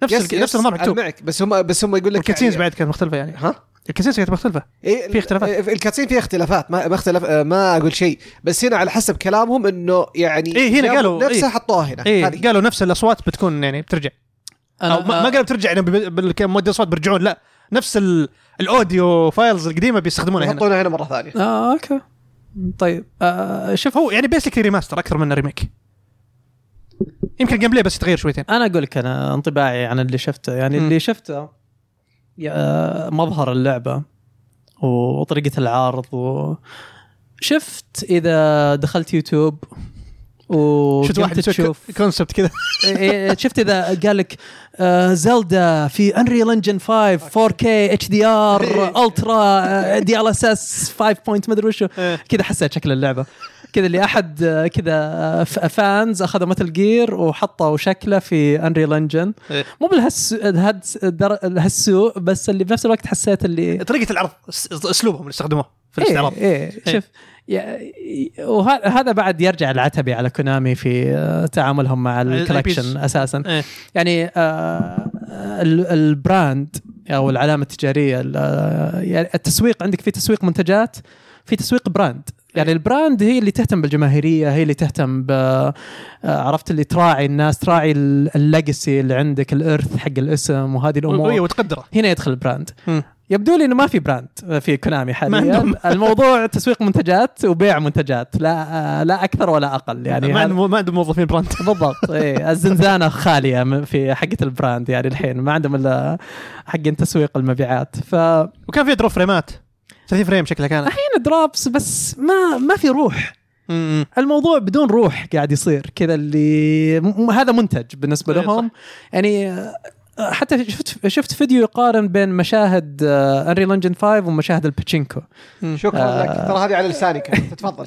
S3: نفس
S2: يس
S3: ال... نفس النظام حق
S2: أنا
S3: 2
S2: معك بس هم بس هم يقول لك
S3: والكاتسينز
S2: يعني-
S3: بعد كانت مختلفه يعني
S2: ها
S3: الكاسين سيتبقى مختلفه
S2: إيه
S3: في اختلافات.
S2: إيه، الكاتسين فيه اختلافات ما ما اختلف آه، ما اقول شيء بس هنا على حسب كلامهم انه يعني
S3: إيه، هنا
S2: جابوا
S3: قالوا،
S2: نفسها
S3: إيه.
S2: حطوها هنا
S3: اي
S2: هذه.
S3: قالوا نفس الاصوات بتكون يعني بترجع
S1: أنا-
S3: او ما ما قالوا بترجع يعني بال- بال- مؤدي اصوات بيرجعون لا نفس ال- الاوديو فايلز القديمه بيستخدمونها هنا
S2: يحطونها هنا مره ثانيه
S1: اه اوكي طيب آه شوف
S3: هو يعني بيسكلي ريماستر اكثر من ريميك يمكن الجيم بلاي بس يتغير شويتين
S1: انا اقول لك انا انطباعي عن اللي شفته يعني
S3: مم.
S1: اللي شفته يا- مظهر اللعبه وطريقه العرض و شفت اذا دخلت يوتيوب و
S3: شفت واحد تشوف كونسبت كذا
S1: إيه، شفت اذا قال لك آه، زلدا في انريل انجن 5 4K اتش دي ار الترا دي ال اس اس 5 بوينت مدري وشو
S3: [laughs] إيه.
S1: كذا حسيت شكل اللعبه كذا اللي احد آه، كذا آه، ف- فانز اخذوا متل جير وحطوا شكله في انريل انجن
S3: إيه.
S1: مو بالهس هالس- در- هالسوء بس اللي بنفس الوقت حسيت اللي
S3: طريقه العرض أس- اسلوبهم اللي استخدموه في الاستعراض
S1: ايه, إيه شوف يا- وه- هذا بعد يرجع العتبي على كونامي في آه، تعاملهم مع
S3: ال-
S1: الكولكشن
S3: IPs.
S1: اساسا
S3: إيه.
S1: يعني آه، ال- البراند او العلامه التجاريه ال- آه، يعني التسويق عندك في تسويق منتجات في تسويق براند يعني البراند هي اللي تهتم بالجماهيريه هي اللي تهتم ب آه، عرفت اللي تراعي الناس تراعي الليجسي اللي عندك الارث حق الاسم وهذه الامور
S3: وهي وتقدره
S1: هنا يدخل البراند
S3: مم.
S1: يبدو لي انه ما في براند في كونامي حاليا
S3: عندهم.
S1: الموضوع تسويق منتجات وبيع منتجات لا آه، لا اكثر ولا اقل يعني
S3: ما
S1: هذا-
S3: عندهم ما عندهم موظفين براند
S1: بالضبط ايه الزنزانه خاليه من- في حقه البراند يعني الحين ما عندهم الا حق تسويق المبيعات فهنا
S3: وكان في دروب فريمات 30 فريم شكلها كانت
S1: درابس بس ما ما في روح
S3: مم.
S1: الموضوع بدون روح قاعد يصير كذا اللي م- م- هذا منتج بالنسبه
S3: إيه، صح.
S1: لهم يعني آه، حتى شفت شفت فيديو يقارن بين مشاهد آه، انريل انجن 5 ومشاهد الباتشينكو
S2: شكرا
S1: آه.
S2: لك ترى هذه على
S3: [laughs]
S2: لساني كانت تفضل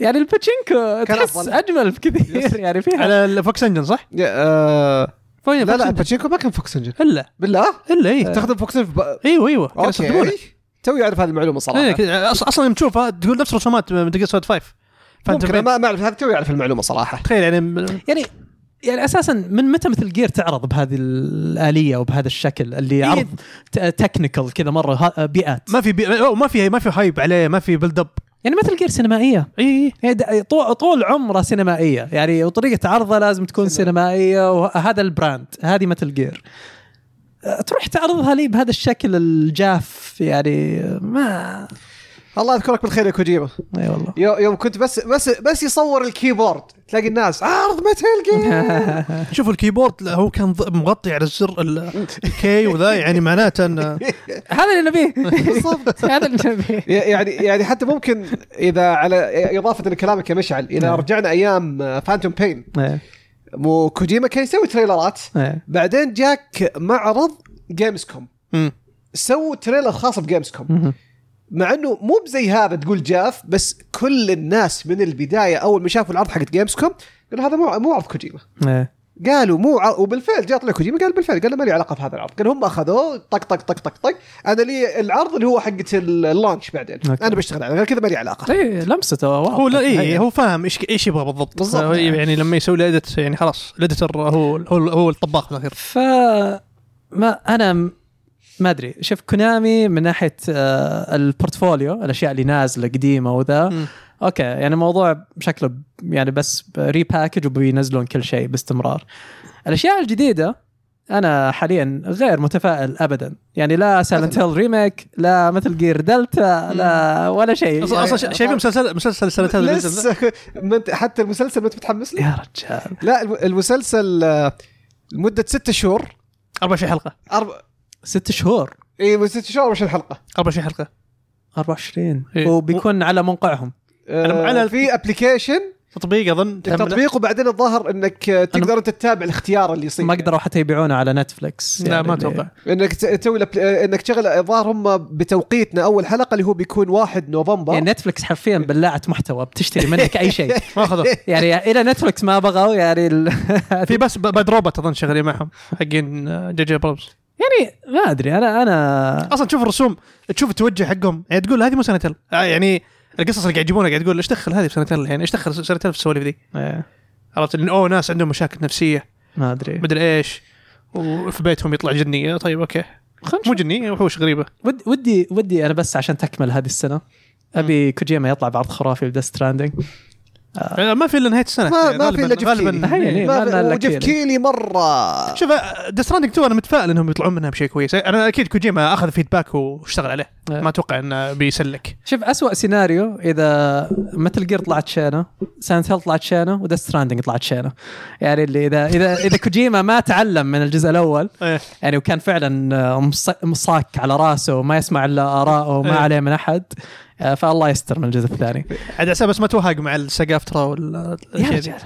S1: يعني الباتشينكو
S2: كان
S1: تحس
S2: أفضل.
S1: اجمل
S2: يس.
S1: بكثير يعني فيها
S3: على الفوكس انجن صح؟
S2: يا، آه،
S3: لا
S2: لا لا باتشينكو ما كان فوكس انجن
S3: الا
S2: بالله
S3: الا اي
S2: تخدم فوكس انجن في ب-
S3: ايوه ايوه إيه. كانوا يستخدمونه
S2: اوكي توي اعرف هذه المعلومه
S3: إيه،
S2: صراحه
S3: كذا. أص- اصلا يوم تشوفها تقول نفس رسومات دقيقه سواد 5 فانت
S2: ممكن
S3: برين.
S2: ما ما اعرف هذه توي اعرف المعلومه صراحه
S3: تخيل يعني م-
S1: يعني يعني اساسا من متى مثل جير تعرض بهذه الاليه وبهذا الشكل اللي عرض تكنيكال كذا مره ها- بيئات
S3: ما في بي... أو ما في ما في هايب عليه ما في بيلد اب
S1: يعني مثل جير سينمائيه
S3: اي
S1: يعني د- طو- طول عمره سينمائيه يعني وطريقه عرضه لازم تكون سينمائيه وهذا البراند هذه مثل جير أه، تروح تعرضها لي بهذا الشكل الجاف يعني ما
S2: الله يذكرك بالخير يا كوجيما
S1: اي والله
S2: يو- يوم كنت بس بس بس يصور الكيبورد تلاقي الناس عرض متل جير
S3: شوفوا الكيبورد لا هو كان ض- مغطي على الزر الكي وذا يعني معناته [laughs] ان
S1: هذا اللي [laughs] نبيه بالضبط هذا اللي نبيه
S2: يعني يعني حتى ممكن اذا على اضافه لكلامك يا مشعل اذا رجعنا ايام فانتوم بين
S1: إيه،
S2: مو كوجيما كان يسوي تريلرات
S1: إيه.
S2: بعدين جاك معرض جيمز كوم
S3: مم.
S2: سووا تريلر خاص بجيمز كوم
S1: مهم.
S2: مع انه مو بزي هذا تقول جاف بس كل الناس من البدايه اول ما شافوا العرض حقت جيمز كوم قالوا هذا مو مو عرض كوجيما
S1: إيه.
S2: قالوا مو ع... وبالفعل جاء طلع كوجيما قال بالفعل قال ما لي علاقه بهذا العرض قال هم اخذوه طق طق طق طق طق انا لي العرض اللي هو حقه اللانش بعدين
S1: أوكي.
S2: انا بشتغل عليه غير كذا ما لي علاقه
S1: إيه، لمسته واو.
S3: هو لا اي
S1: هي.
S3: هو فاهم ايش ايش يبغى بالضبط
S2: بالضبط.
S3: هو يعني لما يسوي له edit يعني خلاص الاديتر هو هو هو الطباخ بالاخير
S1: ف ما انا م- ما ادري شوف كونامي من ناحيه آه، البورتفوليو الاشياء اللي نازله قديمه وذا
S3: مم.
S1: اوكي يعني موضوع شكله ب- يعني بس ريباكج وبينزلون كل شيء باستمرار الاشياء الجديده انا حاليا غير متفائل ابدا يعني لا سايلنت هيل ريميك لا مثل جير دلتا لا ولا شيء يعني
S3: اصلا اصلا ش- شايفين مسلسل مسلسل السنه هذا اللي نزل؟
S2: يعني لسه [laughs] ما أنت- حتى المسلسل ما انت متحمس له
S1: يا رجال
S2: لا الم- المسلسل آه، لمده ستة شهور
S3: 24 حلقه
S2: أربع
S1: ست شهور
S2: اي من ست إيه، شهور مش الحلقه
S3: 24 حلقه
S1: 24
S3: إيه.
S1: وبيكون على موقعهم
S3: أنا
S2: آه
S3: على-
S2: في ابلكيشن
S3: تطبيق اظن تحمله.
S2: تطبيق وبعدين الظاهر انك آه، تقدر انت تتابع الاختيار اللي يصير
S1: ما قدروا حتى يبيعونه على نتفلكس
S3: لا
S1: يعني
S3: ما
S1: اللي-
S3: اتوقع
S2: انك ت- تسوي الأبل- آه، انك تشغل الظاهر هم بتوقيتنا اول حلقه اللي هو بيكون 1 نوفمبر
S1: يعني نتفلكس حرفيا بلاعه محتوى بتشتري منك اي شيء
S2: [laughs]
S3: ما اخذوه
S1: يعني الى نتفلكس ما بغوا يعني ال...
S3: في بس ب- باد روبوت اظن شغالين معهم حقين آه، جي جي بربس
S1: يعني ما ادري انا انا
S3: اصلا تشوف الرسوم تشوف التوجه حقهم يعني تقول هذه مو سنتل آه، يعني القصص اللي قاعد يجيبونها قاعد تقول ايش دخل هذه في سنتل الحين ايش دخل سنتل في السواليف ذي
S1: إيه،
S3: عرفت ان اوه ناس عندهم مشاكل نفسيه
S1: ما ادري
S3: مدري ايش وفي بيتهم يطلع جني طيب اوكي
S1: خلينا
S3: مو
S1: نشوف.
S3: جني وحوش غريبه
S1: ود- ودي ودي انا بس عشان تكمل هذه السنه ابي كوجيما يطلع بعرض خرافي لديث ستراندنج
S3: آه، ما في الا نهايه
S2: [laughs]
S3: السنه
S2: ما-
S3: يعني
S2: ما في إلا
S3: غالباً-
S2: جيف
S3: غالباً-
S1: كيلي.
S3: إيه.
S1: إيه، ما لنا
S2: ما
S1: إلا
S2: وجيف
S1: كيلي.
S2: كيلي مره
S3: شوف آه، ديستراندنج 2 انا متفائل انهم يطلعون منها بشيء كويس انا اكيد كوجيما اخذ فيدباك واشتغل عليه
S1: إيه.
S3: ما اتوقع انه بيسلك
S1: شوف أسوأ سيناريو اذا متل جير طلعت شينه سايلنت هيل طلعت شينه وذا ستراندنج طلعت شينه يعني اللي اذا اذا اذا كوجيما ما تعلم من الجزء الاول
S3: إيه.
S1: يعني وكان فعلا آه، مص- مصاك على راسه وما يسمع الا اراءه وما
S3: إيه.
S1: عليه من احد آه، فالله يستر من الجزء الثاني
S3: عاد عسى بس ما توهق مع السقاف ترى
S1: إيه.
S3: ولا
S1: يا
S3: الأشياء دي.
S1: رجال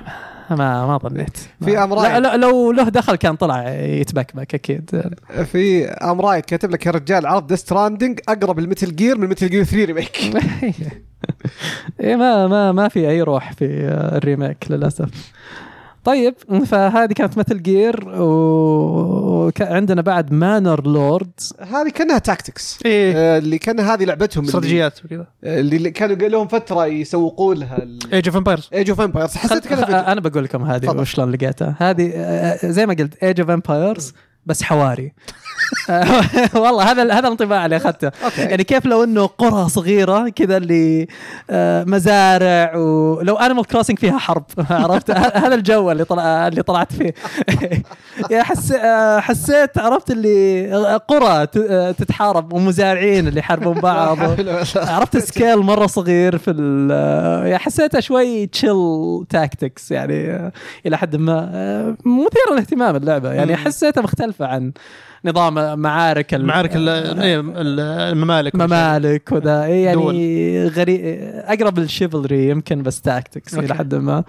S1: ما ما ظنيت
S2: في أمرين.
S1: لا- لا لو له دخل كان طلع يتبكبك اكيد
S2: في ام رايت كاتب لك يا رجال عرض ديث ستراندنج اقرب المتل جير من المتل جير 3 ريميك
S1: إيه ما ما ما في اي روح في آه، الريميك للاسف طيب فهذه كانت متل جير وعندنا بعد مانر لورد
S2: [laughs] هذه كانها تاكتكس
S3: ايه
S2: آه، اللي كان هذه لعبتهم اللي-
S3: استراتيجيات وكذا
S2: آه، اللي اللي كانوا قال لهم فتره يسوقوا لها
S3: ايج اوف امبايرز
S2: ايج اوف امبايرز حسيت كذا فيديو.
S1: انا بقول لكم هذه
S2: تفضل.
S1: وشلون لقيتها هذه آه، زي ما قلت ايج اوف امبايرز بس
S2: [laughs]
S1: حواري آه، [laughs] والله هذا هذا الانطباع اللي اخذته
S2: اوكي
S1: يعني كيف لو انه قرى صغيره كذا اللي آه، مزارع ولو انيمال كروسنج فيها حرب [laughs] عرفت ه- هذا الجو اللي طلع اللي طلعت فيه [laughs] يا حس... آه، حسيت عرفت اللي قرى ت- آه، تتحارب ومزارعين اللي يحاربون بعض عرفت سكيل مره صغير في ال آه، يعني حسيتها شوي تشيل تاكتكس يعني آه، الى حد ما آه، مثيره للاهتمام اللعبه يعني حسيتها مختلفه عن نظام معارك ال-
S3: معارك ال- إيه، ال- الممالك
S1: ممالك وذا إيه
S3: دول.
S1: يعني غريب اقرب للشيفلري يمكن بس تاكتكس
S3: أوكي.
S1: الى حد ما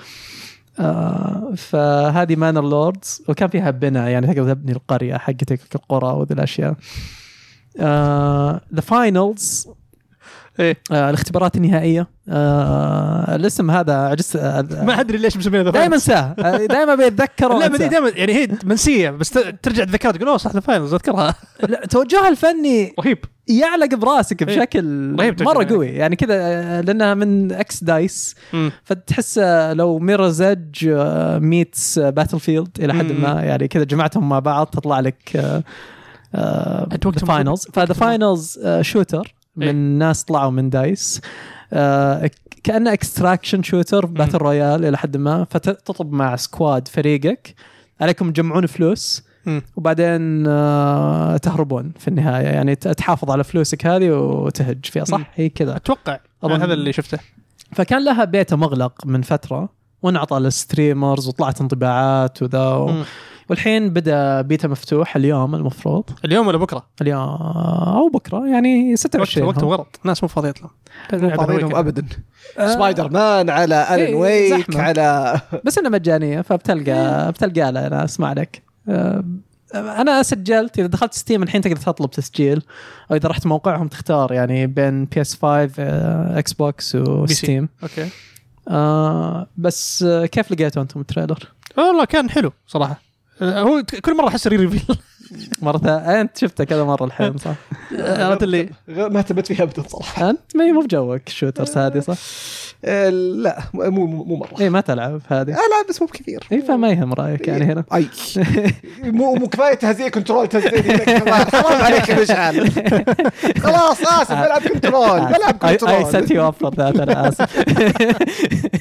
S1: آه فهذه مانر لوردز وكان فيها بناء يعني تقدر تبني القريه حقتك القرى وذي آه، الاشياء ذا فاينلز
S3: إيه.
S1: الاختبارات النهائيه آه الاسم هذا عجزت
S3: ما ادري ليش مسمينها ذا
S1: دائما
S3: فاينلز.
S1: ساه
S3: [laughs]
S1: دائما بيتذكره
S3: اللعبه دي
S1: وأنساه.
S3: دائما يعني هي منسيه بس ت- ترجع تذكرها تقول اوه صح ذا فاينلز اذكرها
S1: لا، توجهها الفني
S3: رهيب
S1: يعلق براسك
S3: إيه.
S1: بشكل
S3: رهيب تجربة
S1: مره
S3: يعني.
S1: قوي يعني كذا آه، لانها من اكس دايس فتحس آه، لو آه، ميرز ايدج ميتس باتل فيلد الى حد
S3: مم.
S1: ما يعني كذا جمعتهم مع بعض تطلع لك آه،
S3: أنت وقت
S1: ذا
S3: ما-
S1: فاينلز فذا فاينلز شوتر
S3: إيه.
S1: آه، من ناس طلعوا من آه، دايس كانه اكستراكشن شوتر باتل رويال الى حد ما فتطلب مع سكواد فريقك عليكم تجمعون فلوس
S3: مم.
S1: وبعدين آه، تهربون في النهايه يعني ت- تحافظ على فلوسك هذه وتهج فيها
S3: مم.
S1: صح؟ هي كذا
S3: اتوقع
S1: أظن-
S3: هذا اللي شفته
S1: فكان لها بيتا مغلق من فتره وانعطى للستريمرز وطلعت انطباعات وذا و...
S3: مم.
S1: والحين بدا بيتا مفتوح اليوم المفروض
S3: اليوم ولا بكره
S1: اليوم او بكره يعني
S3: وقت
S1: 26
S3: وقت
S1: هم.
S3: غلط ناس مو فاضيه لهم
S2: فاضيينهم ابدا
S1: آه،
S2: سبايدر مان على الن
S1: إيه،
S2: ويك
S1: زحمة.
S2: على [laughs]
S1: بس انها مجانيه
S2: إيه.
S1: فبتلقى بتلقى لها انا اسمع لك آه، انا سجلت اذا دخلت ستيم الحين تقدر تطلب تسجيل او اذا رحت موقعهم تختار يعني بين بي اس 5 اكس بوكس وستيم
S3: اوكي
S1: آه بس آه، كيف لقيتوا انتم التريلر؟
S3: والله كان حلو صراحه آه، هو ك- كل مره احس ري ريفيل
S1: مرة [laughs] ثانية انت شفته كذا مرة الحين
S2: [laughs]
S1: صح؟
S3: عرفت اللي
S2: غير- ما اهتمت فيها ابدا صراحه
S1: انت ما هي مو بجوك الشوترز هذه صح؟
S2: آه، لا مو مو مو مره
S1: اي ما تلعب هذه
S2: لا بس مو بكثير
S1: اي فما يهم رايك يعني
S2: [laughs]
S1: هنا
S2: اي إيه. مو مو كفايه تهزيه كنترول تهزيه هناك.
S1: [laughs]
S2: حرام عليك يا مشعل خلاص اسف
S1: آه.
S2: بلعب كنترول بلعب
S1: اي سيت
S2: كنترول
S1: يو اب ذات انا اسف [laughs]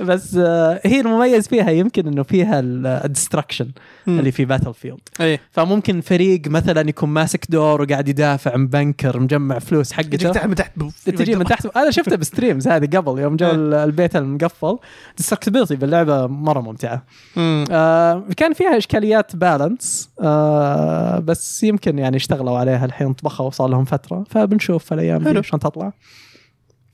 S1: بس آه، هي المميز فيها يمكن انه فيها الدستركشن اللي في باتل فيلد
S3: اي
S1: فممكن فريق مثلا يكون ماسك دور وقاعد يدافع مبنكر مجمع فلوس
S3: يجيك
S1: حقته
S3: تحت من تحت
S1: تجي من تحت انا شفتها بستريمز هذه قبل يوم جو ال- البيت المقفل ديستركتبيلتي باللعبه مره ممتعه
S3: مم.
S1: آه كان فيها اشكاليات بالانس آه بس يمكن يعني اشتغلوا عليها الحين طبخوا وصار لهم فتره فبنشوف الايام
S3: حلو.
S1: دي شلون تطلع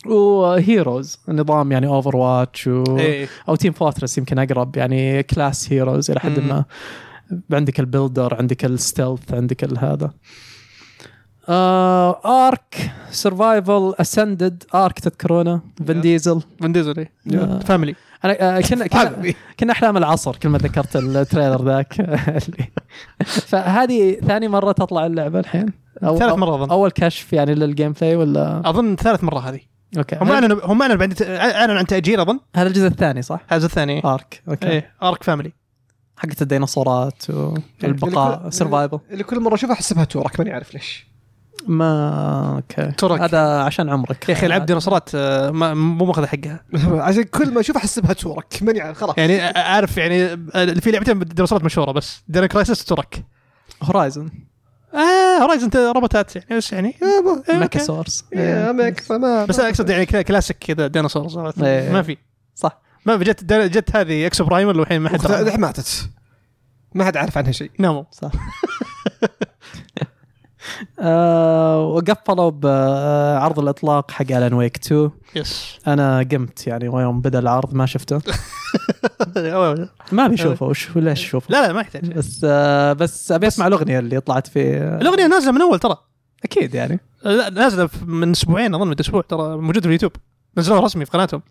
S1: وهيروز نظام يعني اوفر واتش و...
S3: إيه.
S1: او تيم فورترس يمكن اقرب يعني كلاس هيروز الى حد
S3: مم.
S1: ما عندك البيلدر عندك الستيلث عندك الهذا آه، ارك سرفايفل اسندد ارك تذكرونه فين
S3: Yeah.
S1: ديزل
S3: فان ديزل إيه.
S1: Yeah.
S3: فاميلي إيه.
S1: انا آه، كنا كنا كنا احلام العصر كل ما ذكرت التريلر
S3: [laughs]
S1: ذاك اللي- فهذه ثاني مره تطلع اللعبه الحين أو
S3: ثالث
S1: أو-
S3: مرة أه. أظن.
S1: اول كشف يعني للجيم بلاي ولا
S3: اظن ثالث مره هذه
S1: اوكي
S3: هم
S1: هذا
S3: اعلنوا هم اعلنوا بعد اعلنوا عن تاجير اظن
S1: هذا الجزء الثاني صح؟
S3: هذا الثاني إيه.
S1: ارك اوكي
S3: ايه ارك فاميلي
S1: حقت الديناصورات
S3: إيه.
S1: والبقاء سرفايفل
S2: اللي كل مره اشوفها احسبها تورك ماني عارف ليش
S1: ما اوكي
S3: ترك.
S1: هذا عشان عمرك
S3: يا اخي العاب ديناصورات آه، ما- مو ماخذه حقها
S2: عشان كل ما اشوف احسبها تورك ماني عارف خلاص
S3: يعني آه، عارف يعني آه، في لعبتين ديناصورات مشهوره بس دينا كرايسس ترك
S1: هورايزن
S3: اه هورايزن روبوتات يعني بس يعني آه، أوكي. إيه،
S1: ميكا سورس
S2: إيه، يا ميك فما
S3: بس انا اقصد يعني كلا- كلاسيك كذا ديناصورز عرفت؟
S1: إيه.
S3: ما في
S1: صح
S3: ما في جت جت هذه اكس برايمال والحين ما حد
S2: وقت-
S3: عارف.
S2: ماتت ما حد عارف عنها شيء
S3: ناموا
S1: صح [laughs] آه، وقفلوا بعرض الاطلاق حق الان ويك 2
S3: [laughs] يس
S1: انا قمت يعني ويوم بدا العرض ما
S3: [laughs]
S1: شفته ما بيشوفه وش ليش اشوفه
S3: لا لا ما يحتاج
S1: بس آه، بس ابي اسمع الاغنيه اللي طلعت في
S3: الاغنيه نازله من اول ترى
S1: اكيد يعني
S3: لا نازله في- من اسبوعين اظن من اسبوع ترى موجوده في اليوتيوب نزلوها رسمي في قناتهم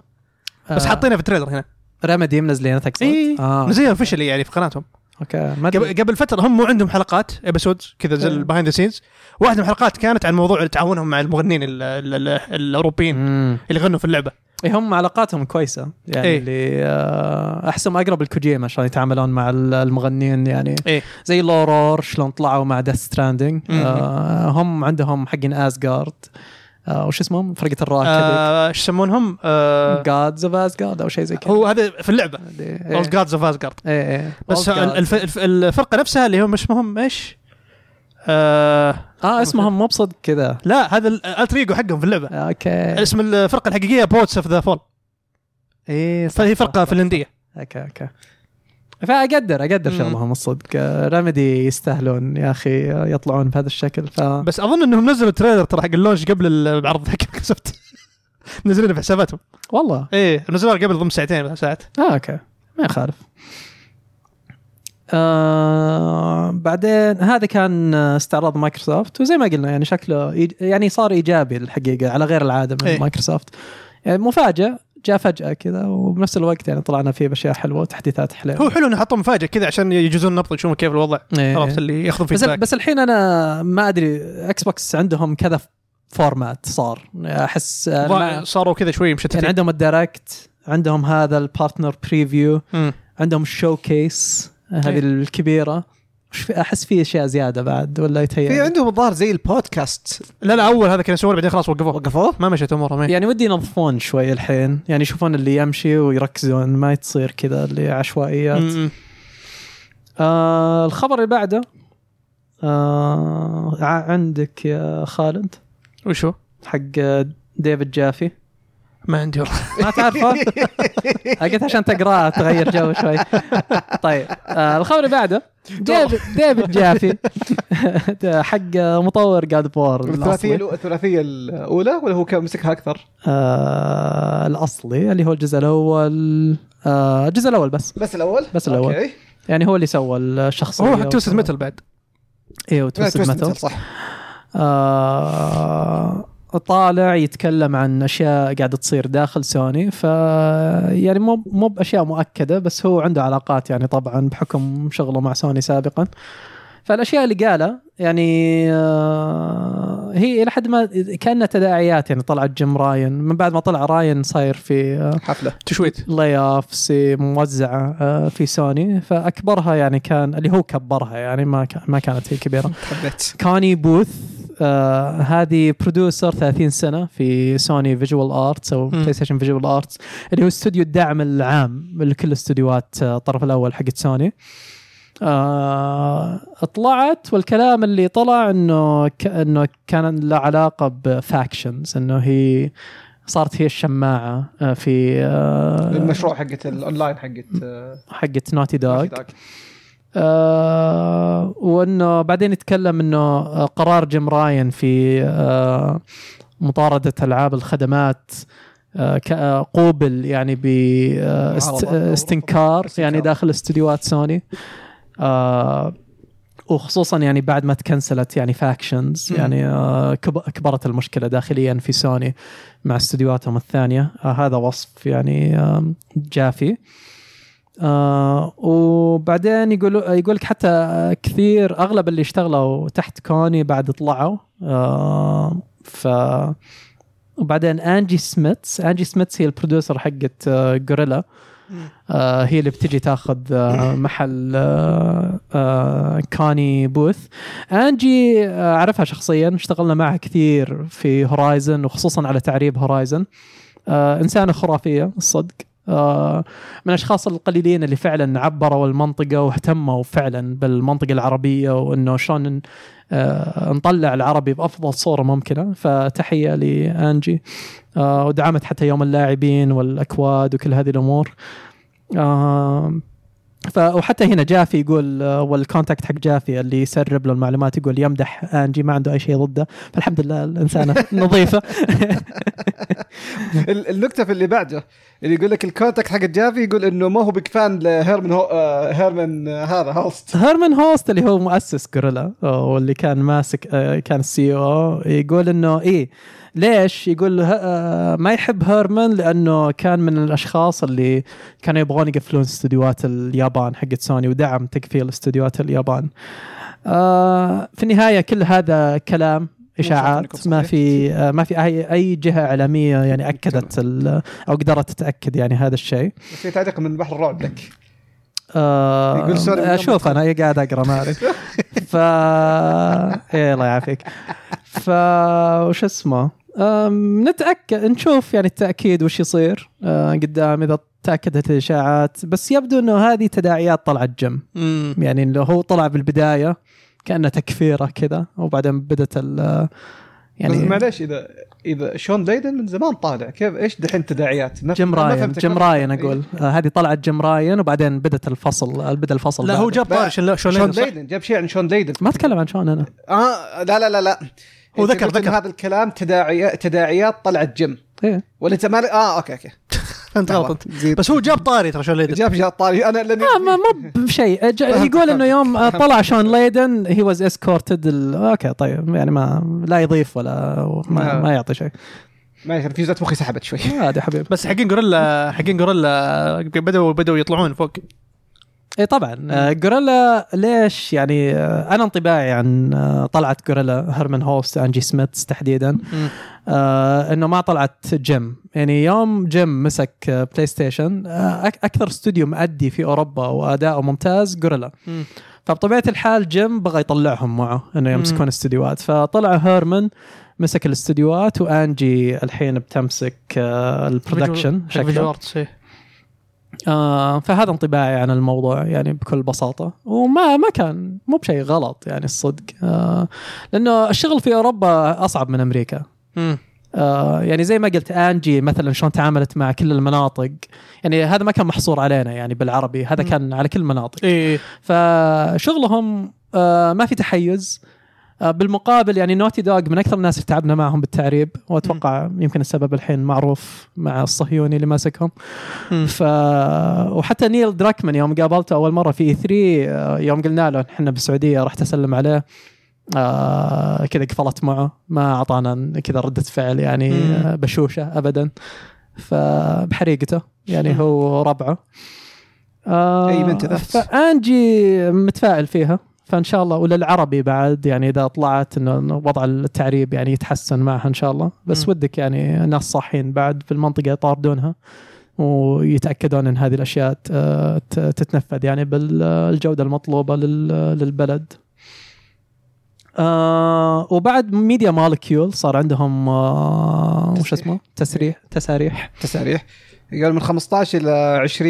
S3: بس
S1: آه،
S3: حاطينها في التريلر هنا
S1: رمدي منزلينها تقصد؟
S3: اي
S1: آه.
S3: نزلوها اوفشلي يعني في قناتهم
S1: اوكي ما
S3: قبل
S1: ادري
S3: قبل فتره هم مو عندهم حلقات ابيسود كذا زي
S1: آه.
S3: البايند سينز واحده من الحلقات كانت عن موضوع تعاونهم مع المغنيين ال- ال- ال- الاوروبيين
S1: مم.
S3: اللي غنوا في اللعبه
S1: إيه، هم علاقاتهم كويسه يعني
S3: إيه.
S1: اللي آه، احسهم اقرب الكوجيما عشان يتعاملون مع ال- المغنيين يعني
S3: ايه
S1: زي لورور شلون طلعوا مع ديث ستراندنج
S3: مم.
S1: آه هم عندهم حقين ازجارد آه وش اسمهم فرقه الراك
S3: آه، ايش يسمونهم؟ آه،
S1: جادز اوف ازجارد او شيء زي كذا
S3: هو هذا في اللعبه
S1: إيه.
S3: اولد جاردز اوف ازجارد
S1: ايه ايه
S3: بس
S1: Old Guard.
S3: الف- الف- الفرقه نفسها اللي هم اسمهم ايش؟ آه
S1: اه اسمهم مو بصدق كذا
S3: لا هذا الالتريجو حقهم في اللعبه
S1: اوكي
S3: اسم الفرقه الحقيقيه بوتس اوف ذا فول
S1: ايه صح،
S3: فهي
S1: صح،
S3: فرقه
S1: صح.
S3: فنلنديه
S1: اوكي اوكي فاقدر اقدر
S3: مم.
S1: شغلهم الصدق رمدي يستاهلون يا اخي آه، يطلعون بهذا الشكل ف
S3: بس اظن انهم نزلوا تريلر ترى حق اللونش قبل العرض حق [laughs] مايكروسوفت منزلينه في حساباتهم
S1: والله
S3: ايه نزلوها قبل ضم ساعتين ولا ساعات
S1: اه اوكي ما يخالف آه بعدين هذا كان استعراض مايكروسوفت وزي ما قلنا يعني شكله إيج- يعني صار ايجابي الحقيقه على غير العاده من
S3: إيه.
S1: مايكروسوفت يعني مفاجئ جاء فجاه كذا وبنفس الوقت يعني طلعنا فيه باشياء حلوه وتحديثات حلوه
S3: هو حلو انه حطوا مفاجاه كذا عشان يجوزون النبض يشوفون كيف الوضع
S1: إيه.
S3: عرفت اللي ياخذون
S1: بس
S3: فيدباك
S1: بس الحين انا ما ادري اكس بوكس عندهم كذا فورمات صار احس آه، ما-
S3: صاروا كذا شوي
S1: يعني
S3: مشتتين
S1: عندهم الدايركت عندهم هذا البارتنر بريفيو
S3: مم.
S1: عندهم الشو كيس هذه
S3: إيه.
S1: الكبيره وش في- احس في اشياء زياده بعد ولا
S2: في
S1: يتهيأ
S2: عندهم الظاهر زي البودكاست
S3: لا لا اول هذا كان يسوونه بعدين خلاص وقفوه
S2: وقفوه
S3: ما مشت امورهم إيه.
S1: يعني ودي ينظفون شوي الحين يعني يشوفون اللي يمشي ويركزون ما تصير كذا اللي عشوائيات
S3: مم.
S1: آه الخبر اللي بعده آه ع- عندك يا خالد
S3: وشو؟
S1: حق آه، ديفيد جافي
S3: ما عندي والله
S1: ما تعرفه قلت عشان تقراه تغير جو شوي طيب آه الخبر اللي بعده ديفيد ديفيد جافي [laughs] حق مطور جاد بور
S2: الثلاثيه
S1: الاصلي
S2: الأو- الثلاثيه الاولى ولا هو كان مسكها اكثر
S1: آه الاصلي اللي هو الجزء الاول آه الجزء الاول بس
S2: بس الاول
S1: بس الأول.
S2: اوكي
S1: يعني هو اللي سوى الشخصيه
S3: هو حق توست ميتال بعد
S1: ايوه
S2: لا،
S1: توست
S2: Twisted
S1: ميتال
S2: Metal، صح
S1: آه، طالع يتكلم عن اشياء قاعده تصير داخل سوني ف يعني مو مو باشياء مؤكده بس هو عنده علاقات يعني طبعا بحكم شغله مع سوني سابقا فالاشياء اللي قالها يعني آه، هي الى حد ما كانها تداعيات يعني طلعت جيم راين من بعد ما طلع راين صاير في آه،
S2: حفله
S3: تشويت
S1: لاي اوفس موزعه آه، في سوني فاكبرها يعني كان اللي هو كبرها يعني ما كان- ما كانت هي كبيره
S2: حبيت
S1: كاني بوث آه هذه برودوسر 30 سنه في سوني فيجوال ارتس او
S3: مم.
S1: بلاي ستيشن فيجوال ارتس اللي هو استوديو الدعم العام لكل استديوهات آه، الطرف الاول حقت سوني آه طلعت والكلام اللي طلع انه ك- انه كان له علاقه بفاكشنز انه هي صارت هي الشماعه آه، في آه
S2: المشروع حقت الاونلاين حقت آه،
S1: حقت نوتي دوغ
S2: Naughty Dog.
S1: آه وانه بعدين يتكلم انه قرار جيم راين في آه مطارده العاب الخدمات آه ك- آه، قوبل يعني
S2: معارضة أو
S1: باستنكار
S2: رفض.
S1: يعني
S2: استنكار.
S1: داخل استديوهات سوني آه وخصوصا يعني بعد ما تكنسلت يعني فاكشنز
S3: مم.
S1: يعني آه كب- كبرت المشكله داخليا في سوني مع استديوهاتهم الثانيه آه هذا وصف يعني آم، جافي آه وبعدين يقول يقول لك حتى آه، كثير اغلب اللي اشتغلوا تحت كوني بعد طلعوا آه ف وبعدين انجي سميتس انجي سميتس هي البرودوسر حقت آه، غوريلا آه هي اللي بتجي تاخذ آه محل آه آه كاني بوث انجي آه، اعرفها شخصيا اشتغلنا معها كثير في هورايزن وخصوصا على تعريب هورايزن آه انسانه خرافيه الصدق آه من الاشخاص القليلين اللي فعلا عبروا المنطقه واهتموا فعلا بالمنطقه العربيه وانه شلون آه، نطلع العربي بافضل صوره ممكنه فتحيه لانجي آه، ودعمت حتى يوم اللاعبين والاكواد وكل هذه الامور آم، ف وحتى هنا جافي يقول آه، والكونتاكت حق جافي اللي يسرب له المعلومات يقول يمدح انجي ما عنده اي شيء ضده فالحمد لله الانسانه نظيفه
S2: ال- النكته في اللي بعده اللي يقول لك الكونتاكت حق الجافي يقول انه ما هو بكفان لهيرمن هو... آه، هيرمن آه، هذا هوست
S1: هيرمان هوست اللي هو مؤسس غوريلا واللي كان ماسك آه، كان السي او يقول انه ايه ليش يقول ه- آه، ما يحب هيرمان لانه كان من الاشخاص اللي كانوا يبغون يقفلون استديوهات اليابان حقت سوني ودعم تقفيل استديوهات اليابان آه، في النهايه كل هذا كلام
S2: مش عارف إنكم
S1: اشاعات
S2: صحيح.
S1: ما في آه، ما في اي اي جهه اعلاميه يعني اكدت ال- او قدرت تتاكد يعني هذا الشيء
S2: في تعليق من بحر الرعب لك
S1: آه
S2: يقول سوري من لما
S1: اشوف انا قاعد اقرا ما اعرف ف إيه، الله يعافيك ف وش اسمه أم، نتاكد نشوف يعني التاكيد وش يصير أه، قدام اذا تاكدت الاشاعات بس يبدو انه هذه تداعيات طلعت جم
S3: مم.
S1: يعني لو هو طلع بالبدايه كانه تكفيره كذا وبعدين بدت ال
S2: يعني بس
S1: يعني
S2: معليش اذا اذا شون ليدن من زمان طالع كيف ايش دحين تداعيات؟ ما-
S1: جيم
S2: ما
S1: راين
S2: فهمت
S1: جيم
S2: الكلام.
S1: راين اقول آه، هذه طلعت جيم راين وبعدين بدت الفصل بدا الفصل
S3: لا
S1: بعد.
S3: هو جاب
S2: لا،
S3: طاري شون
S2: شون
S3: شون صح؟
S2: ليدن جاب شيء عن شون ليدن
S1: ما اتكلم عن شلون انا
S2: اه لا لا لا لا
S3: هو
S2: أنت
S3: ذكر-
S2: قلت إن
S3: ذكر.
S2: هذا الكلام تداعي تداعيات طلعت جيم
S1: ايه
S2: ولا انت مالك اه اوكي اوكي
S3: فهمت غلط
S2: زيد.
S3: بس هو جاب طاري ترى شون ليدن
S2: جاب جاء طاري انا لاني
S1: لا ما مو بشيء أج- يقول انه يوم آه، طلع شون ليدن هي واز اسكورتد اوكي طيب يعني ما لا يضيف ولا ما, ما يعطي شيء
S2: ما يخرب فيزات مخي سحبت شوي
S1: عادي حبيبي
S3: بس حقين غوريلا حقين غوريلا بدوا بدوا يطلعون فوق
S1: اي طبعا آه، غوريلا ليش يعني آه، انا انطباعي عن آه، طلعه غوريلا هيرمان هوست انجي سميث تحديدا آه انه ما طلعت جيم يعني يوم جيم مسك آه، بلاي ستيشن آه أك- اكثر استوديو مأدي في اوروبا واداؤه ممتاز غوريلا
S3: مم.
S1: فبطبيعه الحال جيم بغى يطلعهم معه انه
S3: مم.
S1: يمسكون استديوهات فطلع هيرمان مسك الاستديوهات وانجي الحين بتمسك آه البرودكشن
S3: فيجوال
S1: شكله
S3: ارتس إيه.
S1: آه فهذا انطباعي عن الموضوع يعني بكل بساطة وما ما كان مو بشيء غلط يعني الصدق آه لأنه الشغل في أوروبا أصعب من أمريكا
S3: مم.
S1: آه يعني زي ما قلت انجي مثلا شلون تعاملت مع كل المناطق يعني هذا ما كان محصور علينا يعني بالعربي هذا
S3: م.
S1: كان على كل المناطق
S3: ايه
S1: فشغلهم آه ما في تحيز آه بالمقابل يعني نوتي دوغ من اكثر الناس اللي تعبنا معهم بالتعريب واتوقع يمكن السبب الحين معروف مع الصهيوني اللي ماسكهم
S3: مم.
S1: ف وحتى نيل دراكمان يوم قابلته اول مره في 3 يوم قلنا له احنا بالسعوديه رحت اسلم عليه آه كذا قفلت معه ما اعطانا كذا رده فعل يعني
S3: مم.
S1: آه، بشوشه ابدا فبحريقته يعني هو ربعه آه
S2: أي من تذبذب.
S1: فانجي متفائل فيها فان شاء الله وللعربي بعد يعني اذا طلعت انه إنه وضع التعريب يعني يتحسن معها ان شاء الله بس
S3: مم.
S1: ودك يعني ناس صاحين بعد في المنطقه يطاردونها ويتاكدون ان هذه الاشياء ت- ت- تتنفذ يعني بالجوده المطلوبه لل- للبلد. آه وبعد ميديا مالكيول صار عندهم آه وش
S2: تسريح.
S1: اسمه؟ تسريح تساريح
S2: تساريح قال من 15 الى 20%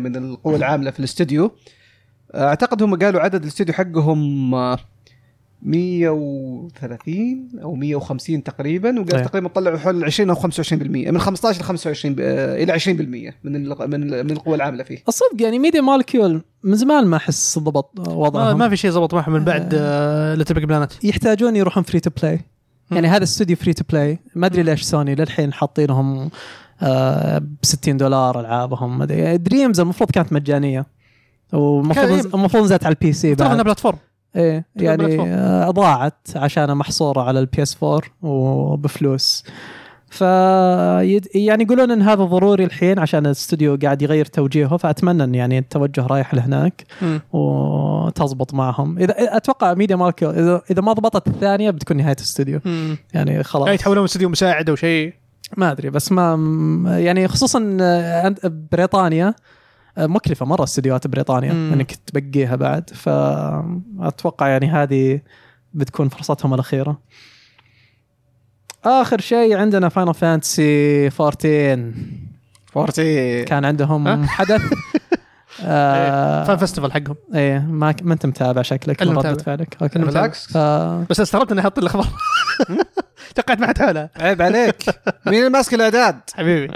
S2: من القوى العامله في الاستوديو اعتقد هم قالوا عدد الاستوديو حقهم آه، 130 او 150 تقريبا وقال
S1: طيب.
S2: تقريبا طلعوا حول 20 او 25% من 15 ل 25 ب- آه، الى 20% من ال- من ال- من القوى العامله فيه
S1: الصدق يعني ميديا مالكيول من زمان ما احس ضبط
S3: ما,
S1: وضعهم
S3: ما في شيء زبط معهم من بعد لتبك بلانت
S1: يحتاجون يروحون فري تو بلاي يعني هذا استوديو فري تو بلاي ما ادري ليش سوني للحين حاطينهم آه ب 60 دولار العابهم ما ادري يعني دريمز المفروض كانت مجانيه
S3: كان-
S1: والمفروض المفروض نزلت على البي سي
S3: ترى انها
S1: بعد
S3: بلاتفورم
S1: ايه
S3: ترى بلاتفورم.
S1: يعني آه، ضاعت عشان محصوره على البي اس 4 وبفلوس ف يد- يعني يقولون ان هذا ضروري الحين عشان الاستوديو قاعد يغير توجيهه فاتمنى ان يعني التوجه رايح لهناك وتزبط معهم اذا اتوقع ميديا ماركل اذا اذا ما ضبطت الثانيه بتكون نهايه الاستوديو
S3: مم.
S1: يعني خلاص
S3: يعني يتحولون من استوديو مساعد او شيء
S1: ما ادري بس ما م- يعني خصوصا آه، عند- بريطانيا آه، مكلفه مره استديوهات بريطانيا
S3: مم.
S1: انك تبقيها بعد فاتوقع يعني هذه بتكون فرصتهم الاخيره اخر شيء عندنا فاينل فانتسي 14
S2: فورتي
S1: كان عندهم
S3: ها؟ [laughs] إيه.
S1: حدث
S3: فان
S1: آه
S3: فيستيفال حقهم
S1: ايه ما ك- ما انت متابع شكلك
S3: أنا
S1: من ردة
S3: متابع.
S1: فعلك اوكي
S3: أنا متابع.
S2: بالعكس.
S1: آه
S3: بس استغربت اني احط الاخبار توقعت ما حد حولها
S2: عيب عليك مين اللي ماسك الاعداد؟
S3: حبيبي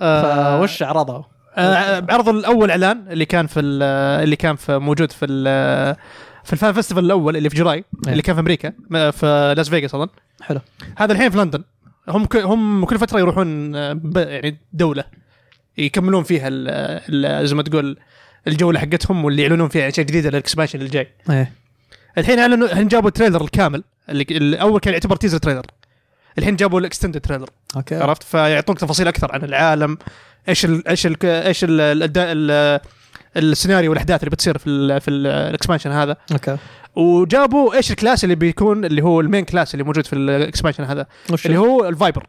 S3: آه،
S1: فوش عرضوا؟
S3: آه، عرض الاول اعلان اللي كان في ال- اللي كان في موجود في ال- في الفان فيستيفال الاول اللي في جولاي اللي كان في امريكا م- في لاس فيغاس اظن
S1: حلو
S3: هذا الحين في لندن هم ك- هم كل فتره يروحون آه، ب- يعني دوله يكملون فيها ال- ال- زي ما تقول الجوله حقتهم واللي يعلنون فيها اشياء جديده للاكسبانشن اللي جاي
S1: ايه
S3: الحين اعلنوا الحين جابوا التريلر الكامل اللي الاول كان يعتبر تيزر تريلر الحين جابوا الاكستندد تريلر
S1: اوكي
S3: عرفت فيعطوك تفاصيل اكثر عن العالم ايش ال ايش ال ايش ال الأداء- ال- السيناريو والاحداث اللي بتصير في ال في ال- الاكسبانشن هذا
S1: اوكي
S3: وجابوا ايش الكلاس اللي بيكون اللي هو المين كلاس اللي موجود في الاكسبانشن هذا
S1: وش
S3: اللي هو الفايبر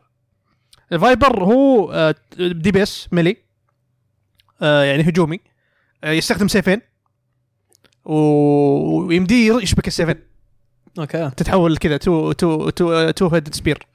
S3: الفايبر هو آه، دي بي اس ميلي آه، يعني هجومي آه، يستخدم سيفين و- ويمديه ير- يشبك السيفين
S1: اوكي
S3: تتحول كذا تو تو تو تو هيد سبير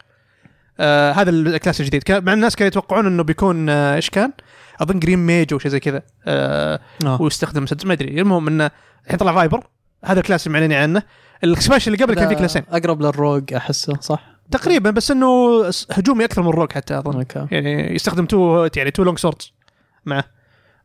S3: آه هذا الكلاس الجديد كان مع الناس كانوا يتوقعون انه بيكون آه، ايش كان؟ اظن جرين ميج او شيء زي كذا آه
S1: آه.
S3: ويستخدم مسدس ما ادري المهم انه الحين طلع فايبر هذا الكلاس اللي معلنين عنه الاكسبانشن اللي قبل كان فيه كلاسين
S1: اقرب للروج احسه صح؟
S3: تقريبا بس انه س- هجومي اكثر من روك حتى اظن [laughs]
S1: اوكي
S3: يعني يستخدم تو يعني تو لونج سوردز معه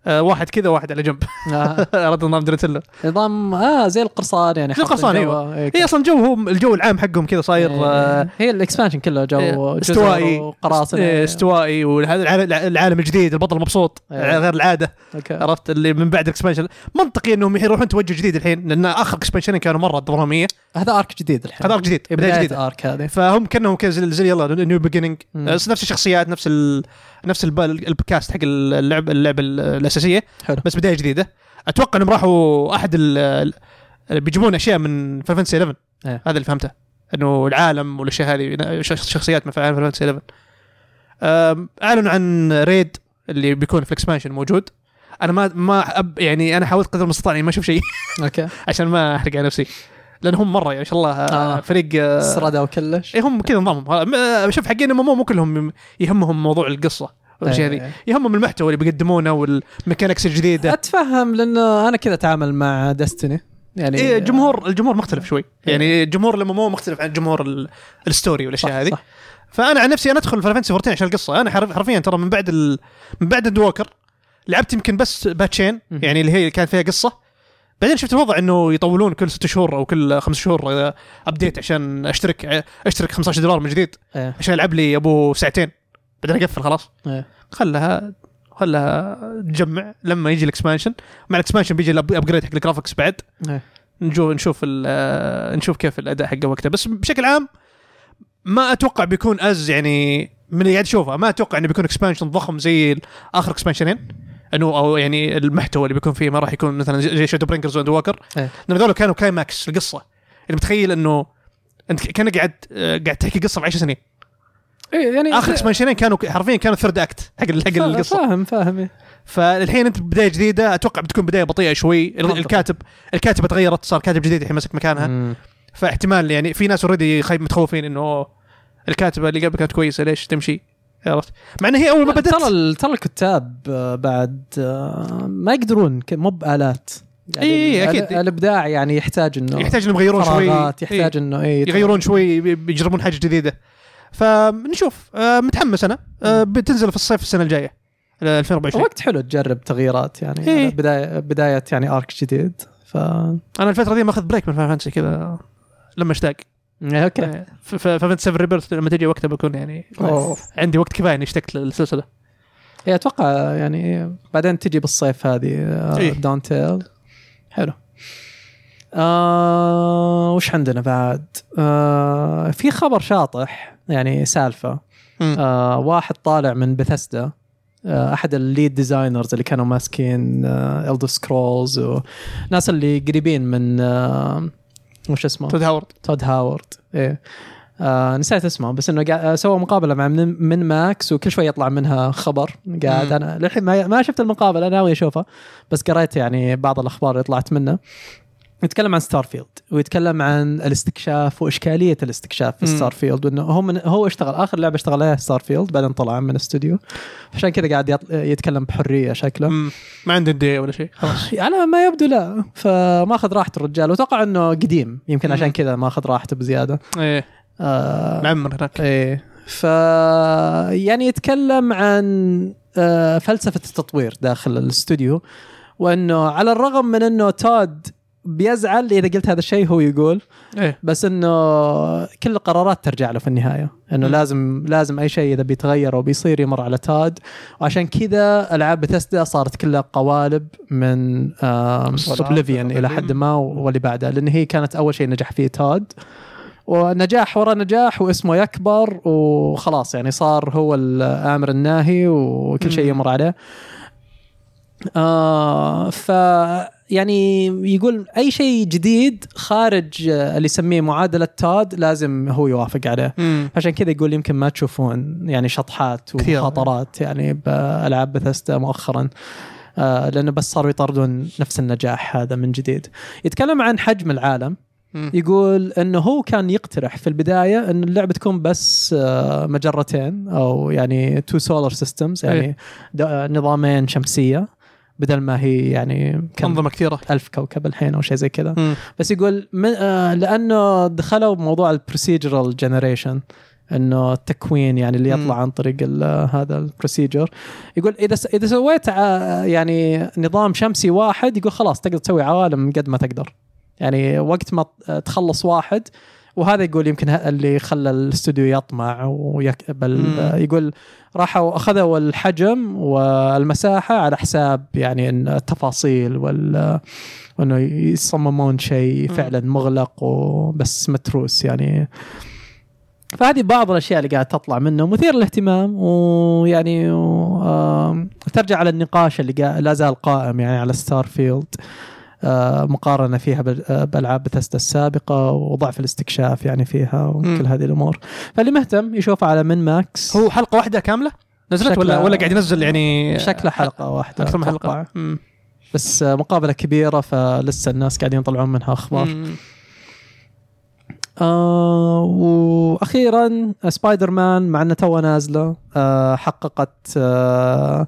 S3: آه واحد كذا واحد على جنب [laughs]
S1: آه.
S3: رد النظام دريتلو
S1: نظام اه زي القرصان يعني
S3: زي القرصان،
S1: حاطين
S3: أيوة.
S1: جوا- إيه،
S3: هي اصلا جوهم الجو العام حقهم كذا صاير آه
S1: هي الاكسبانشن كله جو
S3: إيه،
S1: جزر
S3: استوائي
S1: وقراصنه
S3: إيه، استوائي وهذا الع- العالم الجديد البطل مبسوط
S1: إيه.
S3: غير العاده
S1: اوكي
S3: عرفت اللي من بعد الاكسبانشن منطقي انهم يروحون توجه جديد الحين لان اخر اكسبانشنين كانوا مره دراميه
S1: هذا ارك جديد الحين
S3: هذا ارك جديد بدايه جديده
S1: ارك هذه
S3: فهم كانهم كذا زي زي يلا نيو بيجيننج
S1: مم.
S3: نفس الشخصيات نفس ال... نفس الب... الكاست حق اللعب اللعبه ال- الاساسيه
S1: حلو.
S3: بس بدايه جديده اتوقع انهم راحوا احد ال... ال- بيجيبون اشياء من فانسي 11
S1: إيه.
S3: هذا اللي فهمته انه العالم والاشياء هذه شخ- شخصيات من فانسي 11 أم، اعلنوا عن ريد اللي بيكون في الاكسبانشن موجود انا ما ما أب يعني انا حاولت قدر المستطاع اني ما اشوف شيء [laughs]
S1: اوكي
S3: عشان ما احرق على نفسي لان هم مره ما شاء الله
S1: آه.
S3: آه. فريق آه،
S1: سردوا كلش
S3: اي هم كذا نظامهم ها- ما- شوف حقين ام مو كلهم يم- يهمهم موضوع القصه والاشياء
S1: إيه.
S3: هذه يهمهم المحتوى اللي بيقدمونه والميكانكس الجديده
S1: اتفهم لانه انا كذا اتعامل مع ديستني يعني
S3: إيه جمهور الجمهور مختلف شوي
S1: إيه.
S3: يعني جمهور الام مو مختلف عن جمهور ال- الستوري والاشياء
S1: صح-
S3: هذه
S1: صح.
S3: فانا عن نفسي انا ادخل فاينل فانتسي 14 عشان القصه انا حرف- حرفيا ترى من بعد ال... من بعد الدوكر لعبت يمكن بس باتشين
S1: مهم.
S3: يعني اللي هي اللي كان فيها قصه بعدين شفت الوضع انه يطولون كل ست شهور او كل خمس شهور ابديت عشان آه، اشترك اشترك 15 دولار من جديد
S1: إيه.
S3: عشان العب لي ابو ساعتين بعدين اقفل خلاص
S1: إيه.
S3: خلها خلها تجمع لما يجي الاكسبانشن مع الاكسبانشن بيجي الابجريد حق الجرافكس بعد
S1: إيه.
S3: نشوف نشوف ال- آه، نشوف كيف الاداء حقه وقتها بس بشكل عام ما اتوقع بيكون از يعني من اللي قاعد اشوفه ما اتوقع انه بيكون اكسبانشن ضخم زي ال- اخر اكسبانشنين انه او يعني المحتوى اللي بيكون فيه ما راح يكون مثلا زي شادو برينكرز واند ووكر
S1: إيه.
S3: لان هذول كانوا كلايماكس القصه يعني متخيل انه انت كانك قاعد آه، قاعد تحكي قصه في 10 سنين
S1: إيه، يعني
S3: اخر اكسبانشنين كانوا حرفيا كانوا ثيرد اكت حق ال- حق
S1: فا-
S3: القصه
S1: فاهم فاهم إيه.
S3: فالحين انت بدايه جديده اتوقع بتكون بدايه بطيئه شوي ال-
S1: منطقي.
S3: الكاتب الكاتبه تغيرت صار كاتب جديد الحين ماسك مكانها فاحتمال يعني في ناس اوريدي خايف متخوفين انه أوه، الكاتبه اللي قبل كانت كويسه ليش تمشي عرفت مع ان هي اول طيب، ما بدت
S1: ترى ال- ترى الكتاب آه، بعد آه، ما يقدرون ك- مو بالات يعني
S3: إي،
S1: ال-
S3: إيه، أكيد.
S1: ال- الابداع يعني يحتاج انه
S3: يحتاج انهم يغيرون شوي
S1: فراغات يحتاج
S3: إيه،
S1: انه اي
S3: يغيرون شوي بي- بيجربون حاجه جديده فنشوف آه، متحمس انا آه، بتنزل في الصيف السنه الجايه آه، 2024
S1: وقت حلو تجرب تغييرات يعني
S3: إيه.
S1: إيه؟ بدايه بدايه يعني ارك جديد ف
S3: انا الفتره دي ماخذ بريك من فاين فانتسي كذا لما اشتاق
S1: اوكي
S3: آه، ف- ف- فاين 7 ريبيرث لما تجي وقتها بكون يعني
S1: أوه.
S3: عندي وقت كفايه اني اشتقت للسلسله
S1: إيه اتوقع يعني بعدين تجي بالصيف هذه
S3: إيه.
S1: داون تيل حلو آه وش عندنا بعد؟ آه في خبر شاطح يعني سالفه
S3: آه.
S1: آه واحد طالع من بثسدا آه احد الليد ديزاينرز اللي كانوا ماسكين الدر سكرولز والناس اللي قريبين من آه وش اسمه؟
S3: تود هاورد
S1: تود هاورد ايه آه نسيت اسمه بس انه قاعد- آه، سوى مقابله مع من, من ماكس وكل شوي يطلع منها خبر قاعد انا للحين ما, ما شفت المقابله ناوي اشوفها بس قريت يعني بعض الاخبار اللي طلعت منه يتكلم عن ستارفيلد ويتكلم عن الاستكشاف واشكاليه الاستكشاف في
S3: مم.
S1: ستارفيلد وانه هو من هو اشتغل اخر لعبه اشتغل عليها ستارفيلد بعدين طلع من الاستوديو عشان كذا قاعد يطل- يتكلم بحريه شكله
S3: مم. ما عنده دي ولا شيء خلاص
S1: على ما يبدو لا فماخذ راحة الرجال واتوقع انه قديم يمكن
S3: مم.
S1: عشان كذا ماخذ راحته بزياده
S3: ايه
S1: آه
S3: معمر هناك
S1: ايه ف يعني يتكلم عن آه، فلسفه التطوير داخل الاستوديو وانه على الرغم من انه تود بيزعل اذا قلت هذا الشيء هو يقول
S3: ايه
S1: بس انه كل القرارات ترجع له في النهايه انه
S3: م.
S1: لازم لازم اي شيء اذا بيتغير او بيصير يمر على تاد وعشان كذا العاب بتسدا صارت كلها قوالب من
S3: صراحة،
S1: اوبليفيون الى حد ما و- واللي بعدها لان هي كانت اول شيء نجح فيه تاد ونجاح ورا نجاح واسمه يكبر وخلاص يعني صار هو الامر الناهي وكل شيء
S3: م.
S1: يمر عليه آه ف يعني يقول اي شيء جديد خارج آه، اللي يسميه معادله تاد لازم هو يوافق عليه
S3: مم.
S1: عشان كذا يقول يمكن ما تشوفون يعني شطحات
S3: كثير.
S1: ومخاطرات يعني بالعاب بثستا مؤخرا آه لانه بس صاروا يطاردون نفس النجاح هذا من جديد يتكلم عن حجم العالم
S3: مم.
S1: يقول انه هو كان يقترح في البدايه ان اللعبه تكون بس آه، مجرتين او يعني تو سولار سيستمز يعني
S3: إيه.
S1: د- آه، نظامين شمسيه بدل ما هي يعني كم
S3: انظمه كثيره
S1: ألف كوكب الحين او شيء زي كذا
S3: مم.
S1: بس يقول من آه لانه دخلوا موضوع البروسيجرال جنريشن انه التكوين يعني اللي يطلع
S3: مم.
S1: عن طريق ال- هذا البروسيجر يقول اذا س- اذا سويت آه، يعني نظام شمسي واحد يقول خلاص تقدر تسوي عوالم قد ما تقدر يعني وقت ما ت- تخلص واحد وهذا يقول يمكن ه- اللي خلى الاستوديو يطمع ويقبل
S3: مم.
S1: آه، يقول راحوا اخذوا الحجم والمساحه على حساب يعني إن التفاصيل وال وانه يصممون شيء
S3: مم.
S1: فعلا مغلق وبس متروس يعني فهذه بعض الاشياء اللي قاعد تطلع منه مثير للاهتمام ويعني و- آم، ترجع على النقاش اللي قا- لا زال قائم يعني على ستار فيلد مقارنه فيها بال- آه، بالعاب بثستا السابقه وضعف الاستكشاف يعني فيها وكل
S3: مم.
S1: هذه الامور فاللي مهتم يشوف على من ماكس
S3: هو حلقه واحده كامله نزلت ولا
S1: شكلها-
S3: ولا قاعد ينزل يعني
S1: شكله حلقه واحده
S3: اكثر من
S1: أتوقع.
S3: حلقه مم.
S1: بس آه، مقابله كبيره فلسه الناس قاعدين يطلعون منها اخبار
S3: مم.
S1: آه واخيرا سبايدر مان مع انها تو نازله آه حققت آه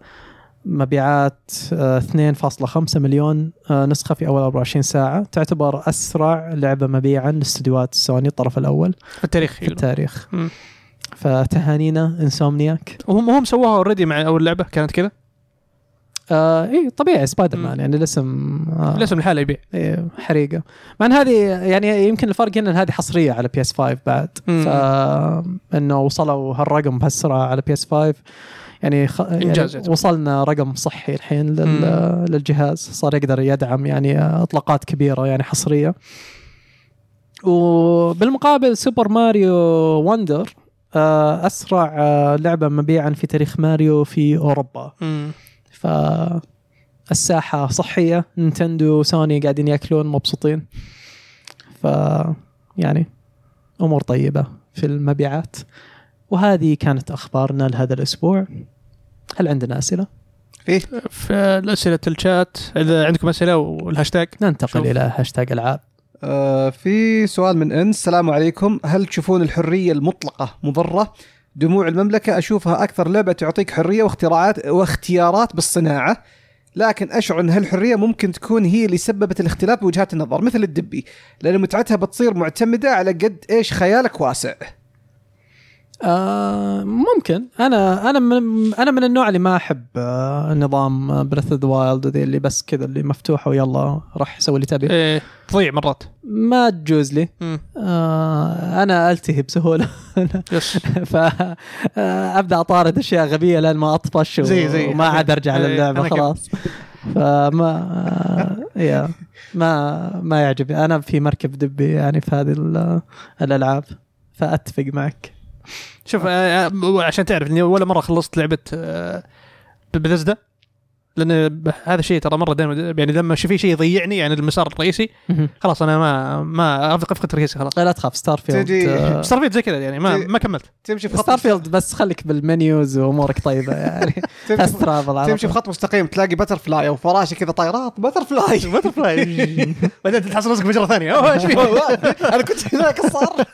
S1: مبيعات آه 2.5 مليون آه نسخه في اول 24 ساعه تعتبر اسرع لعبه مبيعا لاستديوهات سوني الطرف الاول
S3: في التاريخ
S1: في التاريخ
S3: مم.
S1: فتهانينا انسومنياك
S3: وهم هم سووها اوريدي مع اول لعبه كانت كذا
S1: آه اي طبيعي سبايدر
S3: مم.
S1: مان يعني الاسم آه
S3: الاسم لحاله يبيع
S1: إيه، حريقه مع ان هذه يعني يمكن الفرق هنا ان هذه حصريه على بي اس 5 بعد
S3: مم.
S1: فانه وصلوا هالرقم بهالسرعه على بي اس 5 يعني, خ... يعني
S3: إنجاز يعتبر.
S1: وصلنا رقم صحي الحين لل... للجهاز صار يقدر يدعم يعني اطلاقات كبيره يعني حصريه وبالمقابل سوبر ماريو وندر آه، اسرع آه، لعبه مبيعا في تاريخ ماريو في اوروبا
S3: مم.
S1: ف الساحة صحية نينتندو وسوني قاعدين ياكلون مبسوطين ف يعني أمور طيبة في المبيعات وهذه كانت أخبارنا لهذا الأسبوع هل عندنا أسئلة؟
S2: فيه
S3: فالاسئله الشات اذا عندكم اسئله والهاشتاج
S1: ننتقل
S3: شوف.
S1: إلى هاشتاج ألعاب
S2: آه، في سؤال من انس السلام عليكم هل تشوفون الحريه المطلقه مضره دموع المملكه اشوفها اكثر لعبه تعطيك حريه واختراعات واختيارات بالصناعه لكن اشعر ان هالحريه ممكن تكون هي اللي سببت الاختلاف بوجهات النظر مثل الدبي لان متعتها بتصير معتمده على قد ايش خيالك واسع
S1: آه ممكن انا انا من انا من النوع اللي ما احب آه نظام بريث اوف ذا وايلد اللي بس كذا اللي مفتوحه ويلا راح سوي اللي تبي
S3: إيه، تضيع مرات
S1: ما تجوز لي
S3: مم.
S1: آه انا التهي [laughs] بسهوله
S3: يس
S1: آه، فابدا اطارد اشياء غبيه لين ما اطفش و-
S3: زي- زي.
S1: وما عاد ارجع
S3: إيه،
S1: للعبه
S3: أنا كم-
S1: خلاص فما يا ما ما يعجبني انا في مركب دبي يعني في هذه ال- الالعاب فاتفق معك
S3: شوف آه، آه، عشان تعرف اني ولا مره خلصت لعبه بذزدا لان ب- آه، هذا الشيء ترى مره دائما يعني لما شي- في شيء يضيعني يعني المسار الرئيسي
S1: مهم.
S3: خلاص انا ما ما افقد افقد تركيزي خلاص
S1: لا لا تخاف ستار فيلد
S2: تجي-
S1: آه،
S3: ستارفيلد زي كذا يعني ما
S2: زي-
S3: ما كملت
S2: تمشي في
S1: ستار
S2: خط
S1: فيلد بس خليك بالمنيوز وامورك طيبه يعني
S2: تمشي
S1: فاست
S2: في-
S1: ترافل على
S2: تمشي في
S1: طول.
S2: خط مستقيم تلاقي بتر فلاي او فراشه كذا طايرات بتر فلاي
S3: باتر فلاي [laughs] بعدين تحصل نفسك مجره ثانيه اوه ايش فيه
S2: انا كنت هناك [laughs] صار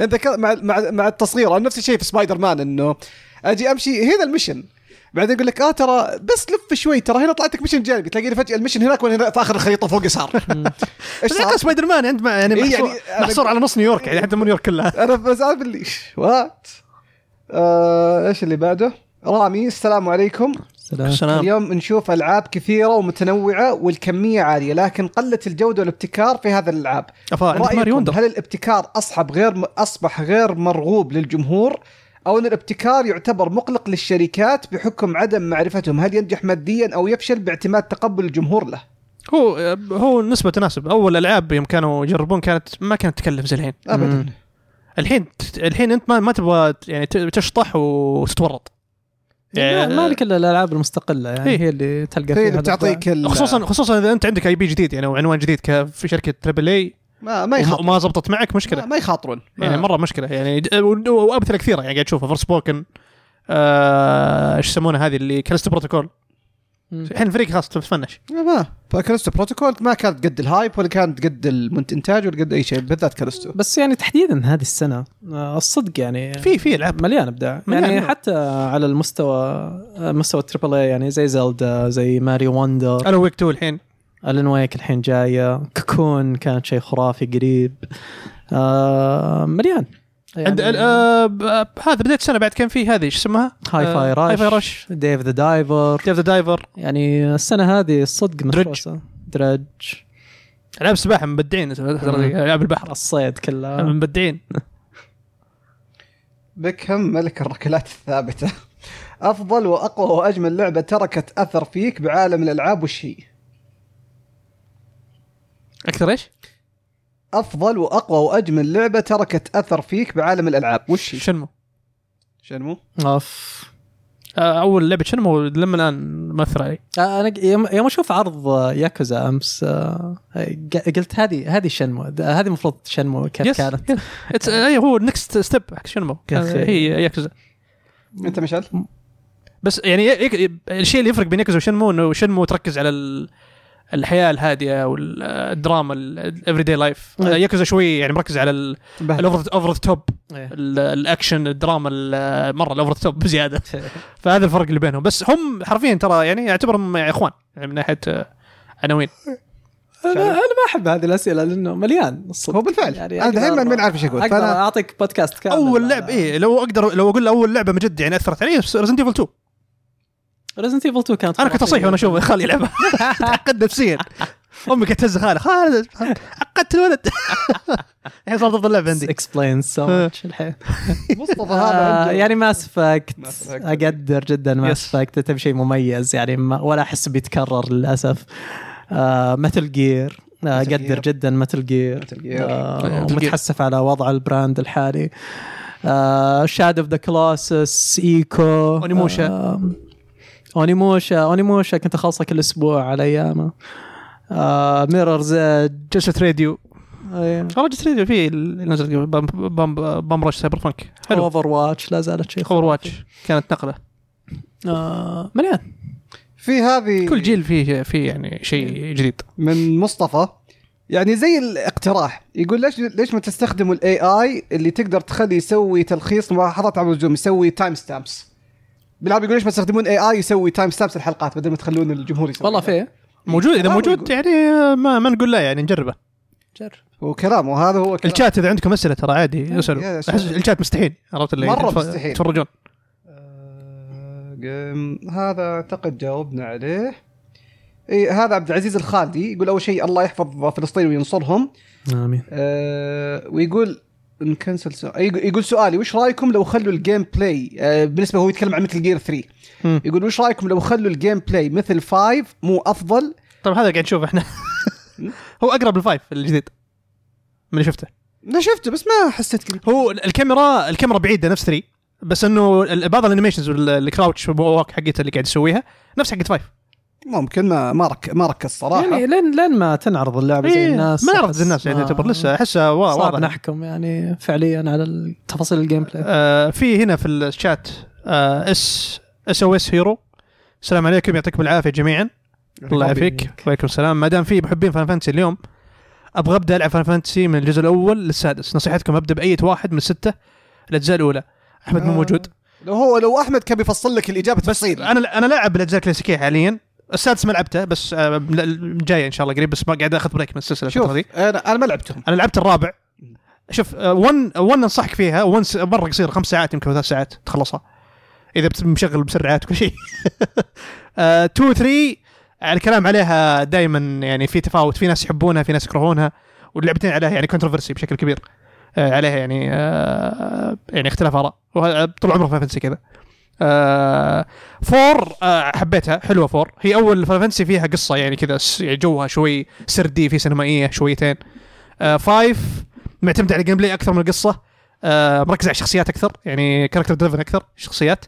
S2: انت ك- مع مع مع التصغير أنا نفس الشيء في سبايدر مان انه اجي امشي هنا المشن بعدين يقول لك اه ترى بس لف شوي ترى هنا طلعتك مشن جانبي تلاقيني فجاه المشن هناك وانا هنا في اخر الخريطه فوق [laughs] يسار ايش
S3: بس حتى
S2: صار؟
S3: سبايدر مان انت ما- يعني
S2: إيه، يعني
S3: محصور,
S2: أنا-
S3: محصور على نص نيويورك يعني حتى مو نيويورك كلها
S2: انا بس عارف اللي وات آه، ايش اللي بعده؟ رامي السلام عليكم
S1: سلام.
S3: السلام
S2: اليوم نشوف العاب كثيره ومتنوعه والكميه عاليه لكن قلت الجوده والابتكار في هذه الالعاب
S3: افا آه، عندك ماري
S2: رأيكم
S3: وندر
S2: هل الابتكار اصحب غير اصبح غير مرغوب للجمهور او ان الابتكار يعتبر مقلق للشركات بحكم عدم معرفتهم هل ينجح ماديا او يفشل باعتماد تقبل الجمهور له
S3: هو هو نسبه تناسب اول العاب يوم كانوا يجربون كانت ما كانت تكلف زي الحين
S2: ابدا
S3: الحين الحين انت ما ما تبغى يعني ت- تشطح وتتورط
S2: إيه،
S3: آه،
S1: يعني ما- مالك الا الالعاب المستقله يعني
S3: إيه.
S1: هي اللي تلقى
S2: هي
S1: فيها
S2: اللي
S1: هذا
S2: بتعطيك ال-
S3: خصوصا خصوصا اذا انت عندك اي بي جديد يعني وعنوان جديد ك- في شركه تريبل اي
S2: ما ما يخاطرون
S3: وما زبطت معك
S2: ما,
S3: مشكله
S2: ما يخاطرون ما-
S1: آه.
S3: يعني مره مشكله يعني ج- و- وامثله كثيره يعني قاعد تشوفها فور سبوكن آه، ايش يسمونها هذه اللي كالستو بروتوكول
S1: مم.
S3: الحين الفريق خلاص تفنش
S2: ما فكالستو بروتوكول ما كانت قد الهايب ولا كانت قد المنت- الانتاج ولا قد اي شيء بالذات كالستو
S1: بس يعني تحديدا هذه السنه آه، الصدق يعني
S3: في في العاب
S1: مليان ابداع
S3: مليان
S1: يعني
S3: أبداع.
S1: حتى على المستوى آه، مستوى التريبل اي يعني زي زلدا زي ماري وندر
S3: انا ويك 2 الحين
S1: الن ويك الحين جايه ككون كانت شيء خرافي قريب آه مليان يعني
S3: عند آه، ب- آه، هذا بدايه السنه بعد كان في هذه ايش اسمها؟
S1: هاي فاي
S3: آه، هاي فاي
S1: راش
S3: رش
S1: ديف ذا دايفر
S3: ديف ذا دايفر
S1: يعني السنه هذه الصدق متروسه درج
S3: العاب السباحه مبدعين الفترة ذي، العاب
S1: آه.
S3: البحر
S1: الصيد كله
S3: مبدعين
S2: بيكهام ملك الركلات [laughs] الثابته افضل واقوى واجمل لعبه تركت اثر فيك بعالم الالعاب وش هي؟
S3: اكثر ايش؟
S2: افضل واقوى واجمل لعبه تركت اثر فيك بعالم الالعاب وش هي؟
S3: شنمو
S2: شنمو
S1: اوف
S3: آه، اول لعبه شنمو لما الان مؤثر علي
S1: آه، انا ق- يوم يوم اشوف عرض آه، ياكوزا امس آه، ق- قلت هذه هذه شنمو د- هذه المفروض شنمو كيف
S3: يس،
S1: كانت
S3: يس. It's- اي هو نكست ستيب حق شنمو آه،
S1: يا أخي.
S3: هي ياكوزا
S2: انت مشعل؟
S3: بس يعني يك- يك- الشيء اللي يفرق بين ياكوزا وشنمو انه شنمو تركز على ال- الحياه الهادئه والدراما الافري داي لايف
S1: إيه.
S3: ياكوزا شوي يعني مركز على
S2: بهد.
S3: الاوفر اوفر ذا توب
S1: إيه.
S3: ال- الاكشن الدراما ال- مره الاوفر ذا توب بزياده فهذا الفرق اللي بينهم بس هم حرفيا ترى يعني اعتبرهم اخوان يعني من ناحيه آه، عناوين
S1: انا انا ما احب هذه الاسئله لانه مليان الصدق يعني
S2: هو بالفعل انا
S1: أقدر-
S2: الحين ما ما نعرف ايش اقول
S1: اقدر [laughs]
S2: فانا
S1: اعطيك بودكاست كامل آه،
S3: اول لعب
S2: إيه.
S3: ايه لو اقدر لو اقول اول لعبه من جد يعني اثرت علي ريزنت ايفل 2
S1: ريزنت ايفل 2 كانت
S3: انا كنت
S1: خرافية.
S3: اصيح وانا
S2: [laughs]
S3: اشوفه خالي يلعبها تعقد [laughs] نفسيا امي كانت تهز خالي خالد عقدت الولد [laughs] الحين صارت افضل لعبه عندي
S1: explains so much الحين
S2: مصطفى إيه. [laughs] هذا
S1: آه
S2: عنده-
S1: يعني ماس
S2: Mass
S1: فاكت
S2: Effect.
S1: اقدر جدا
S3: Yes.
S1: ماس فاكت تم شيء مميز يعني ما ولا احس بيتكرر للاسف آه متل جير
S2: Metal
S1: اقدر
S2: Gear.
S1: جدا متل جير
S2: Metal Gear.
S3: Metal Gear.
S1: آه، ومتحسف على وضع البراند الحالي آه، شاد اوف ذا كلاسس ايكو
S3: Onimusha.
S1: آه، اونيموشا اونيموشا كنت اخلصه كل اسبوع على آه، ايامه ميررز ايج
S3: جلسه راديو
S1: آه،
S3: والله جلسه راديو في اللي نزلت قبل، بام بام بام رش سايبر فانك حلو
S1: اوفر واتش لا زالت شيء
S3: خبر واتش كانت نقله
S1: آه، مليان
S2: في هذه
S3: كل جيل فيه فيه يعني
S2: إيه.
S3: شيء جديد
S2: من مصطفى يعني زي الاقتراح يقول ليش ليش ما تستخدموا الاي اي اللي تقدر تخلي يسوي تلخيص ملاحظات عبر الزوم يسوي تايم ستامبس بالعربي يقول ليش ما تستخدمون اي اي يسوي تايم ستامبس الحلقات بدل ما تخلون الجمهور يسوي
S1: والله فيه
S3: موجود اذا
S2: آه،
S3: موجود
S2: يقول.
S3: يعني ما ما نقول لا يعني نجربه
S1: جرب
S2: وكلام وهذا هو كلام
S3: الشات اذا عندكم اسئله ترى عادي
S2: يا
S3: اسالوا
S2: سلام.
S3: احس الشات مستحيل عرفت اللي
S2: مرة
S3: يتف-
S2: مستحيل.
S3: يتفرجون
S2: قم- هذا اعتقد جاوبنا عليه إيه هذا عبد العزيز الخالدي يقول اول شيء الله يحفظ فلسطين وينصرهم
S1: امين
S2: أه ويقول نكنسل سؤال يقول سؤالي وش رايكم لو خلوا الجيم بلاي أه بالنسبه هو يتكلم عن مثل جير 3
S3: مم.
S2: يقول وش رايكم لو خلوا الجيم بلاي مثل 5 مو افضل
S3: طيب هذا قاعد نشوفه
S2: [laughs]
S3: احنا هو اقرب للفايف الجديد من اللي شفته
S2: انا شفته بس ما حسيت كذا
S3: هو الكاميرا الكاميرا بعيده نفس 3 بس انه ال- بعض الانيميشنز والكراوتش ووك حقتها اللي قاعد يسويها نفس حقت فايف
S2: ممكن ما ما رك ما ركز صراحه
S1: يعني لين لين ما تنعرض اللعبه زي
S3: إيه،
S1: الناس
S3: ما نعرف زي الناس يعني
S1: ما-
S3: يعتبر لسه احسها وا-
S1: صعب
S3: واضح
S1: نحكم يعني فعليا على تفاصيل الجيم بلاي
S3: آه، في هنا في الشات آه، اس اس او اس هيرو السلام عليكم يعطيكم العافيه جميعا الله يعافيك وعليكم السلام ما دام في محبين فان فانتسي اليوم ابغى ابدا العب فان فانتسي من الجزء الاول للسادس نصيحتكم ابدا باي واحد من السته الاجزاء الاولى احمد مو
S2: آه.
S3: موجود
S2: لو هو لو احمد كان بيفصل لك الاجابه
S3: بس
S2: تفصيل
S3: انا انا لاعب الاجزاء الكلاسيكيه حاليا السادس ما لعبته بس آه، ل- جايه ان شاء الله قريب بس ما قاعد اخذ بريك من السلسله
S2: شوف
S3: الفتره ذي
S2: انا انا ما لعبتهم
S3: انا لعبت الرابع شوف آه، 1 1 انصحك فيها 1 مره قصيره خمس ساعات يمكن أو ثلاث ساعات تخلصها اذا بت- مشغل مسرعات وكل شيء [laughs] آه، 2 3 الكلام عليها دائما يعني في تفاوت في ناس يحبونها في ناس يكرهونها واللعبتين عليها يعني كونتروفرسي بشكل كبير آه، عليها يعني آه، يعني اختلاف اراء وه- طول عمره فانتسي كذا آه، فور آه، حبيتها حلوه فور هي اول فانتسي فيها قصه يعني كذا س- يعني جوها شوي سردي في سينمائيه شويتين آه، فايف معتمد على الجيم بلاي اكثر من القصه آه، مركز على الشخصيات اكثر يعني كاركتر دريفن اكثر شخصيات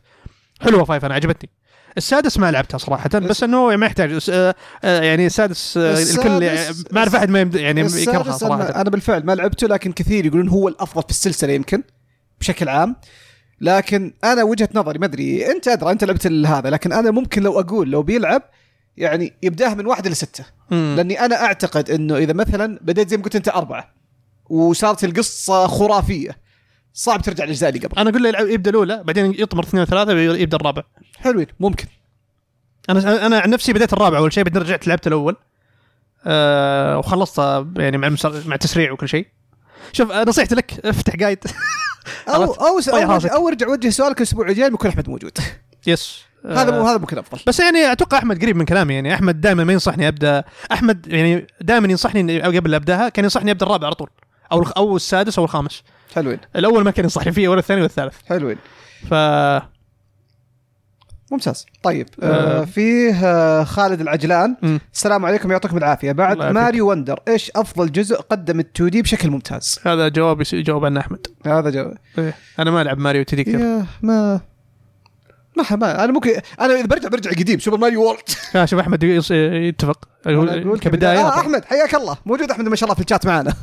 S3: حلوه فايف انا عجبتني السادس ما لعبتها صراحه بس انه ما يحتاج آه، آه، يعني السادس آه، الكل يعني
S2: السادس-
S3: ما اعرف احد ما يمد- يعني يكرهها
S2: السادس
S3: صراحه
S2: أنا, انا بالفعل ما لعبته لكن كثير يقولون هو الافضل في السلسله يمكن بشكل عام لكن انا وجهه نظري ما ادري انت ادرى انت لعبت ال- هذا لكن انا ممكن لو اقول لو بيلعب يعني يبداها من واحد لسته
S3: مم.
S2: لاني انا اعتقد انه اذا مثلا بديت زي ما قلت انت اربعه وصارت القصه خرافيه صعب ترجع الاجزاء اللي قبل
S3: انا اقول له يلعب- يبدا الاولى بعدين يطمر اثنين وثلاثه بي- يبدا الرابع
S2: حلوين ممكن
S3: انا انا عن نفسي بديت الرابع اول شيء بعدين رجعت لعبت الاول أه وخلصت يعني مع المسر... مع التسريع وكل شيء شوف آه، نصيحتي لك افتح [laughs] جايد
S2: او او
S3: طيب
S2: او,
S3: راسك.
S2: أو ارجع وجه سؤالك الاسبوع الجاي بيكون احمد موجود
S3: يس آه،
S2: هذا مو- هذا ممكن افضل
S3: بس يعني اتوقع احمد قريب من كلامي يعني احمد دائما ما ينصحني ابدا احمد يعني دائما ينصحني إني- أو قبل لا ابداها كان ينصحني ابدا الرابع على طول او الخ- او السادس او الخامس
S2: حلوين
S3: الاول ما كان ينصحني فيه ولا الثاني ولا الثالث
S2: حلوين
S3: ف
S2: ممتاز طيب
S3: آه.
S2: آه فيه آه خالد العجلان
S3: مم.
S2: السلام عليكم يعطيكم العافيه بعد
S3: الله يعافيك.
S2: ماريو وندر ايش افضل جزء قدم ال2 دي بشكل ممتاز
S3: هذا جواب يس- يجاوب عنه احمد
S2: هذا جو
S3: إيه. انا ما العب ماريو تي كثير
S2: يا ما ما ما انا ممكن انا اذا برجع برجع قديم سوبر ماريو وورلد
S3: ها آه، شوف احمد يص- يتفق
S2: أنا أقول
S3: كبدايه
S2: آه احمد حياك الله موجود احمد ما شاء الله في الشات معنا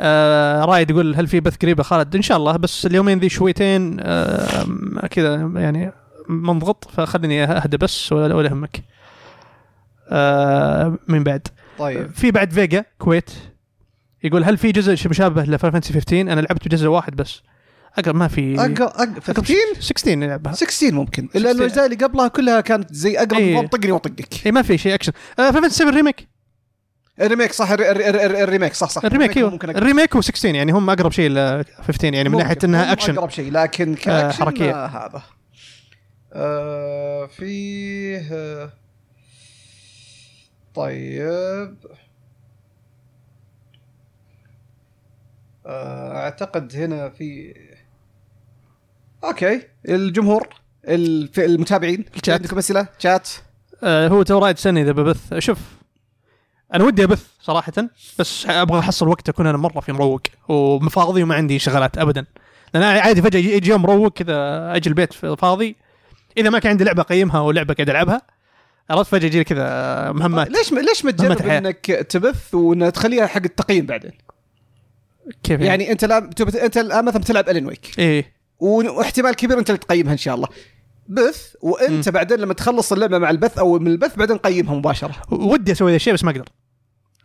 S3: آه رايد يقول هل في بث قريب يا خالد؟ ان شاء الله بس اليومين ذي شويتين آه م- كذا يعني منضغط فخليني اهدى بس ولا ولا يهمك. آه من بعد؟
S2: طيب
S3: في بعد فيجا كويت يقول هل في جزء مشابه لفاينل فانتسي 15؟ انا لعبت جزء واحد بس. اقرب ما في
S2: اقرا اقرا 15
S3: 16 نلعبها
S2: 16 ممكن
S3: 16.
S2: الا الاجزاء اللي قبلها كلها كانت زي اقرب
S3: إيه.
S2: نظام طقني واطقك
S3: اي ما في شيء اكشن آه فاينل 7 ريميك
S2: الريميك صح الر- الر- الر- الريميك صح صح
S3: الريميك ايوه
S2: ممكن أقرب.
S3: الريميك و16 يعني هم اقرب شيء ل 15 يعني من
S2: ممكن.
S3: ناحيه انها
S2: ممكن
S3: اكشن
S2: اقرب شيء لكن
S3: آه،
S2: كاكشن
S3: حركية.
S2: حركيه آه هذا آه فيه آه طيب آه اعتقد هنا في اوكي الجمهور الف- المتابعين
S3: الشات.
S2: عندكم اسئله شات
S3: آه، هو تو رايد سني اذا ببث شوف انا ودي ابث صراحه بس ابغى احصل وقت اكون انا مره في مروق ومفاضي وما عندي شغلات ابدا لان أنا عادي فجاه يجي يجي يوم مروق كذا اجي البيت فاضي اذا ما كان عندي لعبه اقيمها او لعبه قاعد العبها عرفت فجاه يجي لي كذا آه، مهمات
S2: ليش ما ليش ما
S3: مهمة
S2: تجرب
S3: الحياة.
S2: انك تبث وتخليها حق التقييم بعدين؟
S3: كيف يعني؟
S2: يعني انت لا تبت- انت الان مثلا بتلعب الين ويك
S3: ايه
S2: واحتمال كبير انت اللي تقيمها ان شاء الله بث وانت بعدين لما تخلص اللعبه مع البث او من البث بعدين قيمها مباشره
S3: ودي اسوي ذا الشيء بس ما اقدر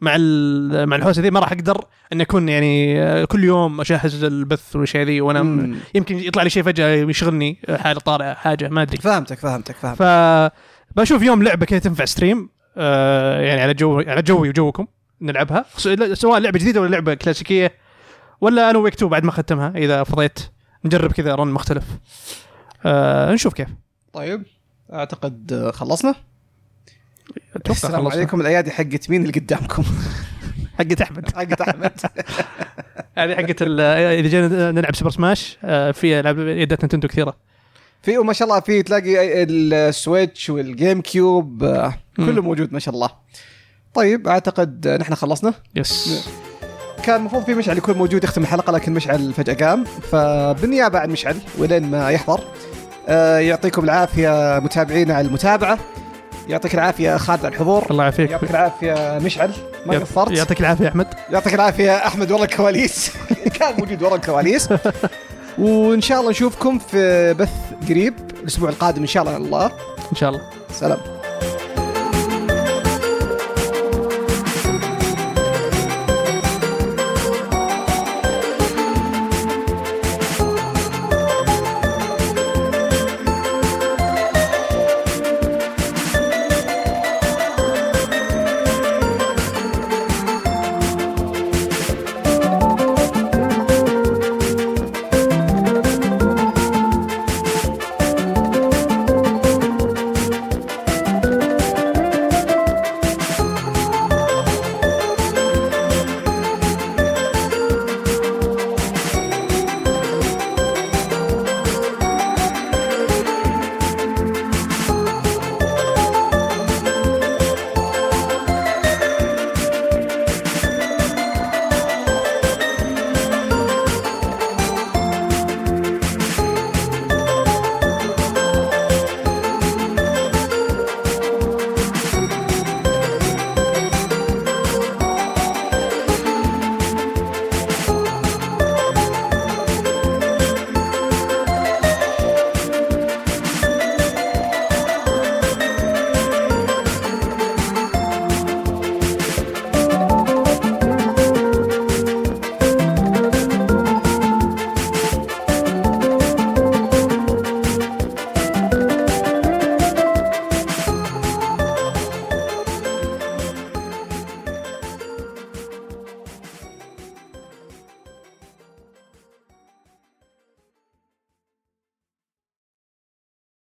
S3: مع ال- مع الحوسه ذي ما راح اقدر ان اكون يعني آه، كل يوم اجهز البث والاشياء ذي وانا
S2: مم.
S3: يمكن يطلع لي شيء فجاه يشغلني آه، حاله طارئه حاجه ما ادري
S2: فهمتك فهمتك فهمتك
S3: فبشوف يوم لعبه كذا تنفع ستريم آه يعني على جو على جوي وجوكم نلعبها س- سواء لعبه جديده ولا لعبه كلاسيكيه ولا انا ويك 2 بعد ما ختمها اذا فضيت نجرب كذا رن مختلف آه نشوف كيف
S2: طيب اعتقد آه، خلصنا
S3: اتوقع
S2: السلام
S3: خلصنا
S2: عليكم الايادي حقت مين اللي قدامكم
S3: [laughs] حقت احمد
S2: [laughs] حقت احمد
S3: هذه حقت ال- اذا جينا نلعب سوبر سماش آه في العاب يدات نتندو كثيره
S2: في وما شاء الله في تلاقي السويتش والجيم كيوب آه، كله موجود ما شاء الله طيب اعتقد آه، نحن خلصنا
S3: يس
S2: كان المفروض في مشعل يكون موجود يختم الحلقه لكن مشعل فجاه قام فبالنيابه عن مشعل ولين ما يحضر آه، يعطيكم العافيه متابعينا على المتابعه يعطيك العافيه خالد على الحضور
S3: الله يعافيك
S2: يعطيك العافيه مشعل ما
S3: يعط-
S2: قصرت
S3: يعطيك العافيه يا احمد
S2: يعطيك العافيه احمد ورا الكواليس [laughs] كان موجود ورا
S3: [laughs]
S2: الكواليس وان شاء الله نشوفكم في بث قريب الاسبوع القادم ان شاء الله على الله
S1: ان شاء الله
S2: سلام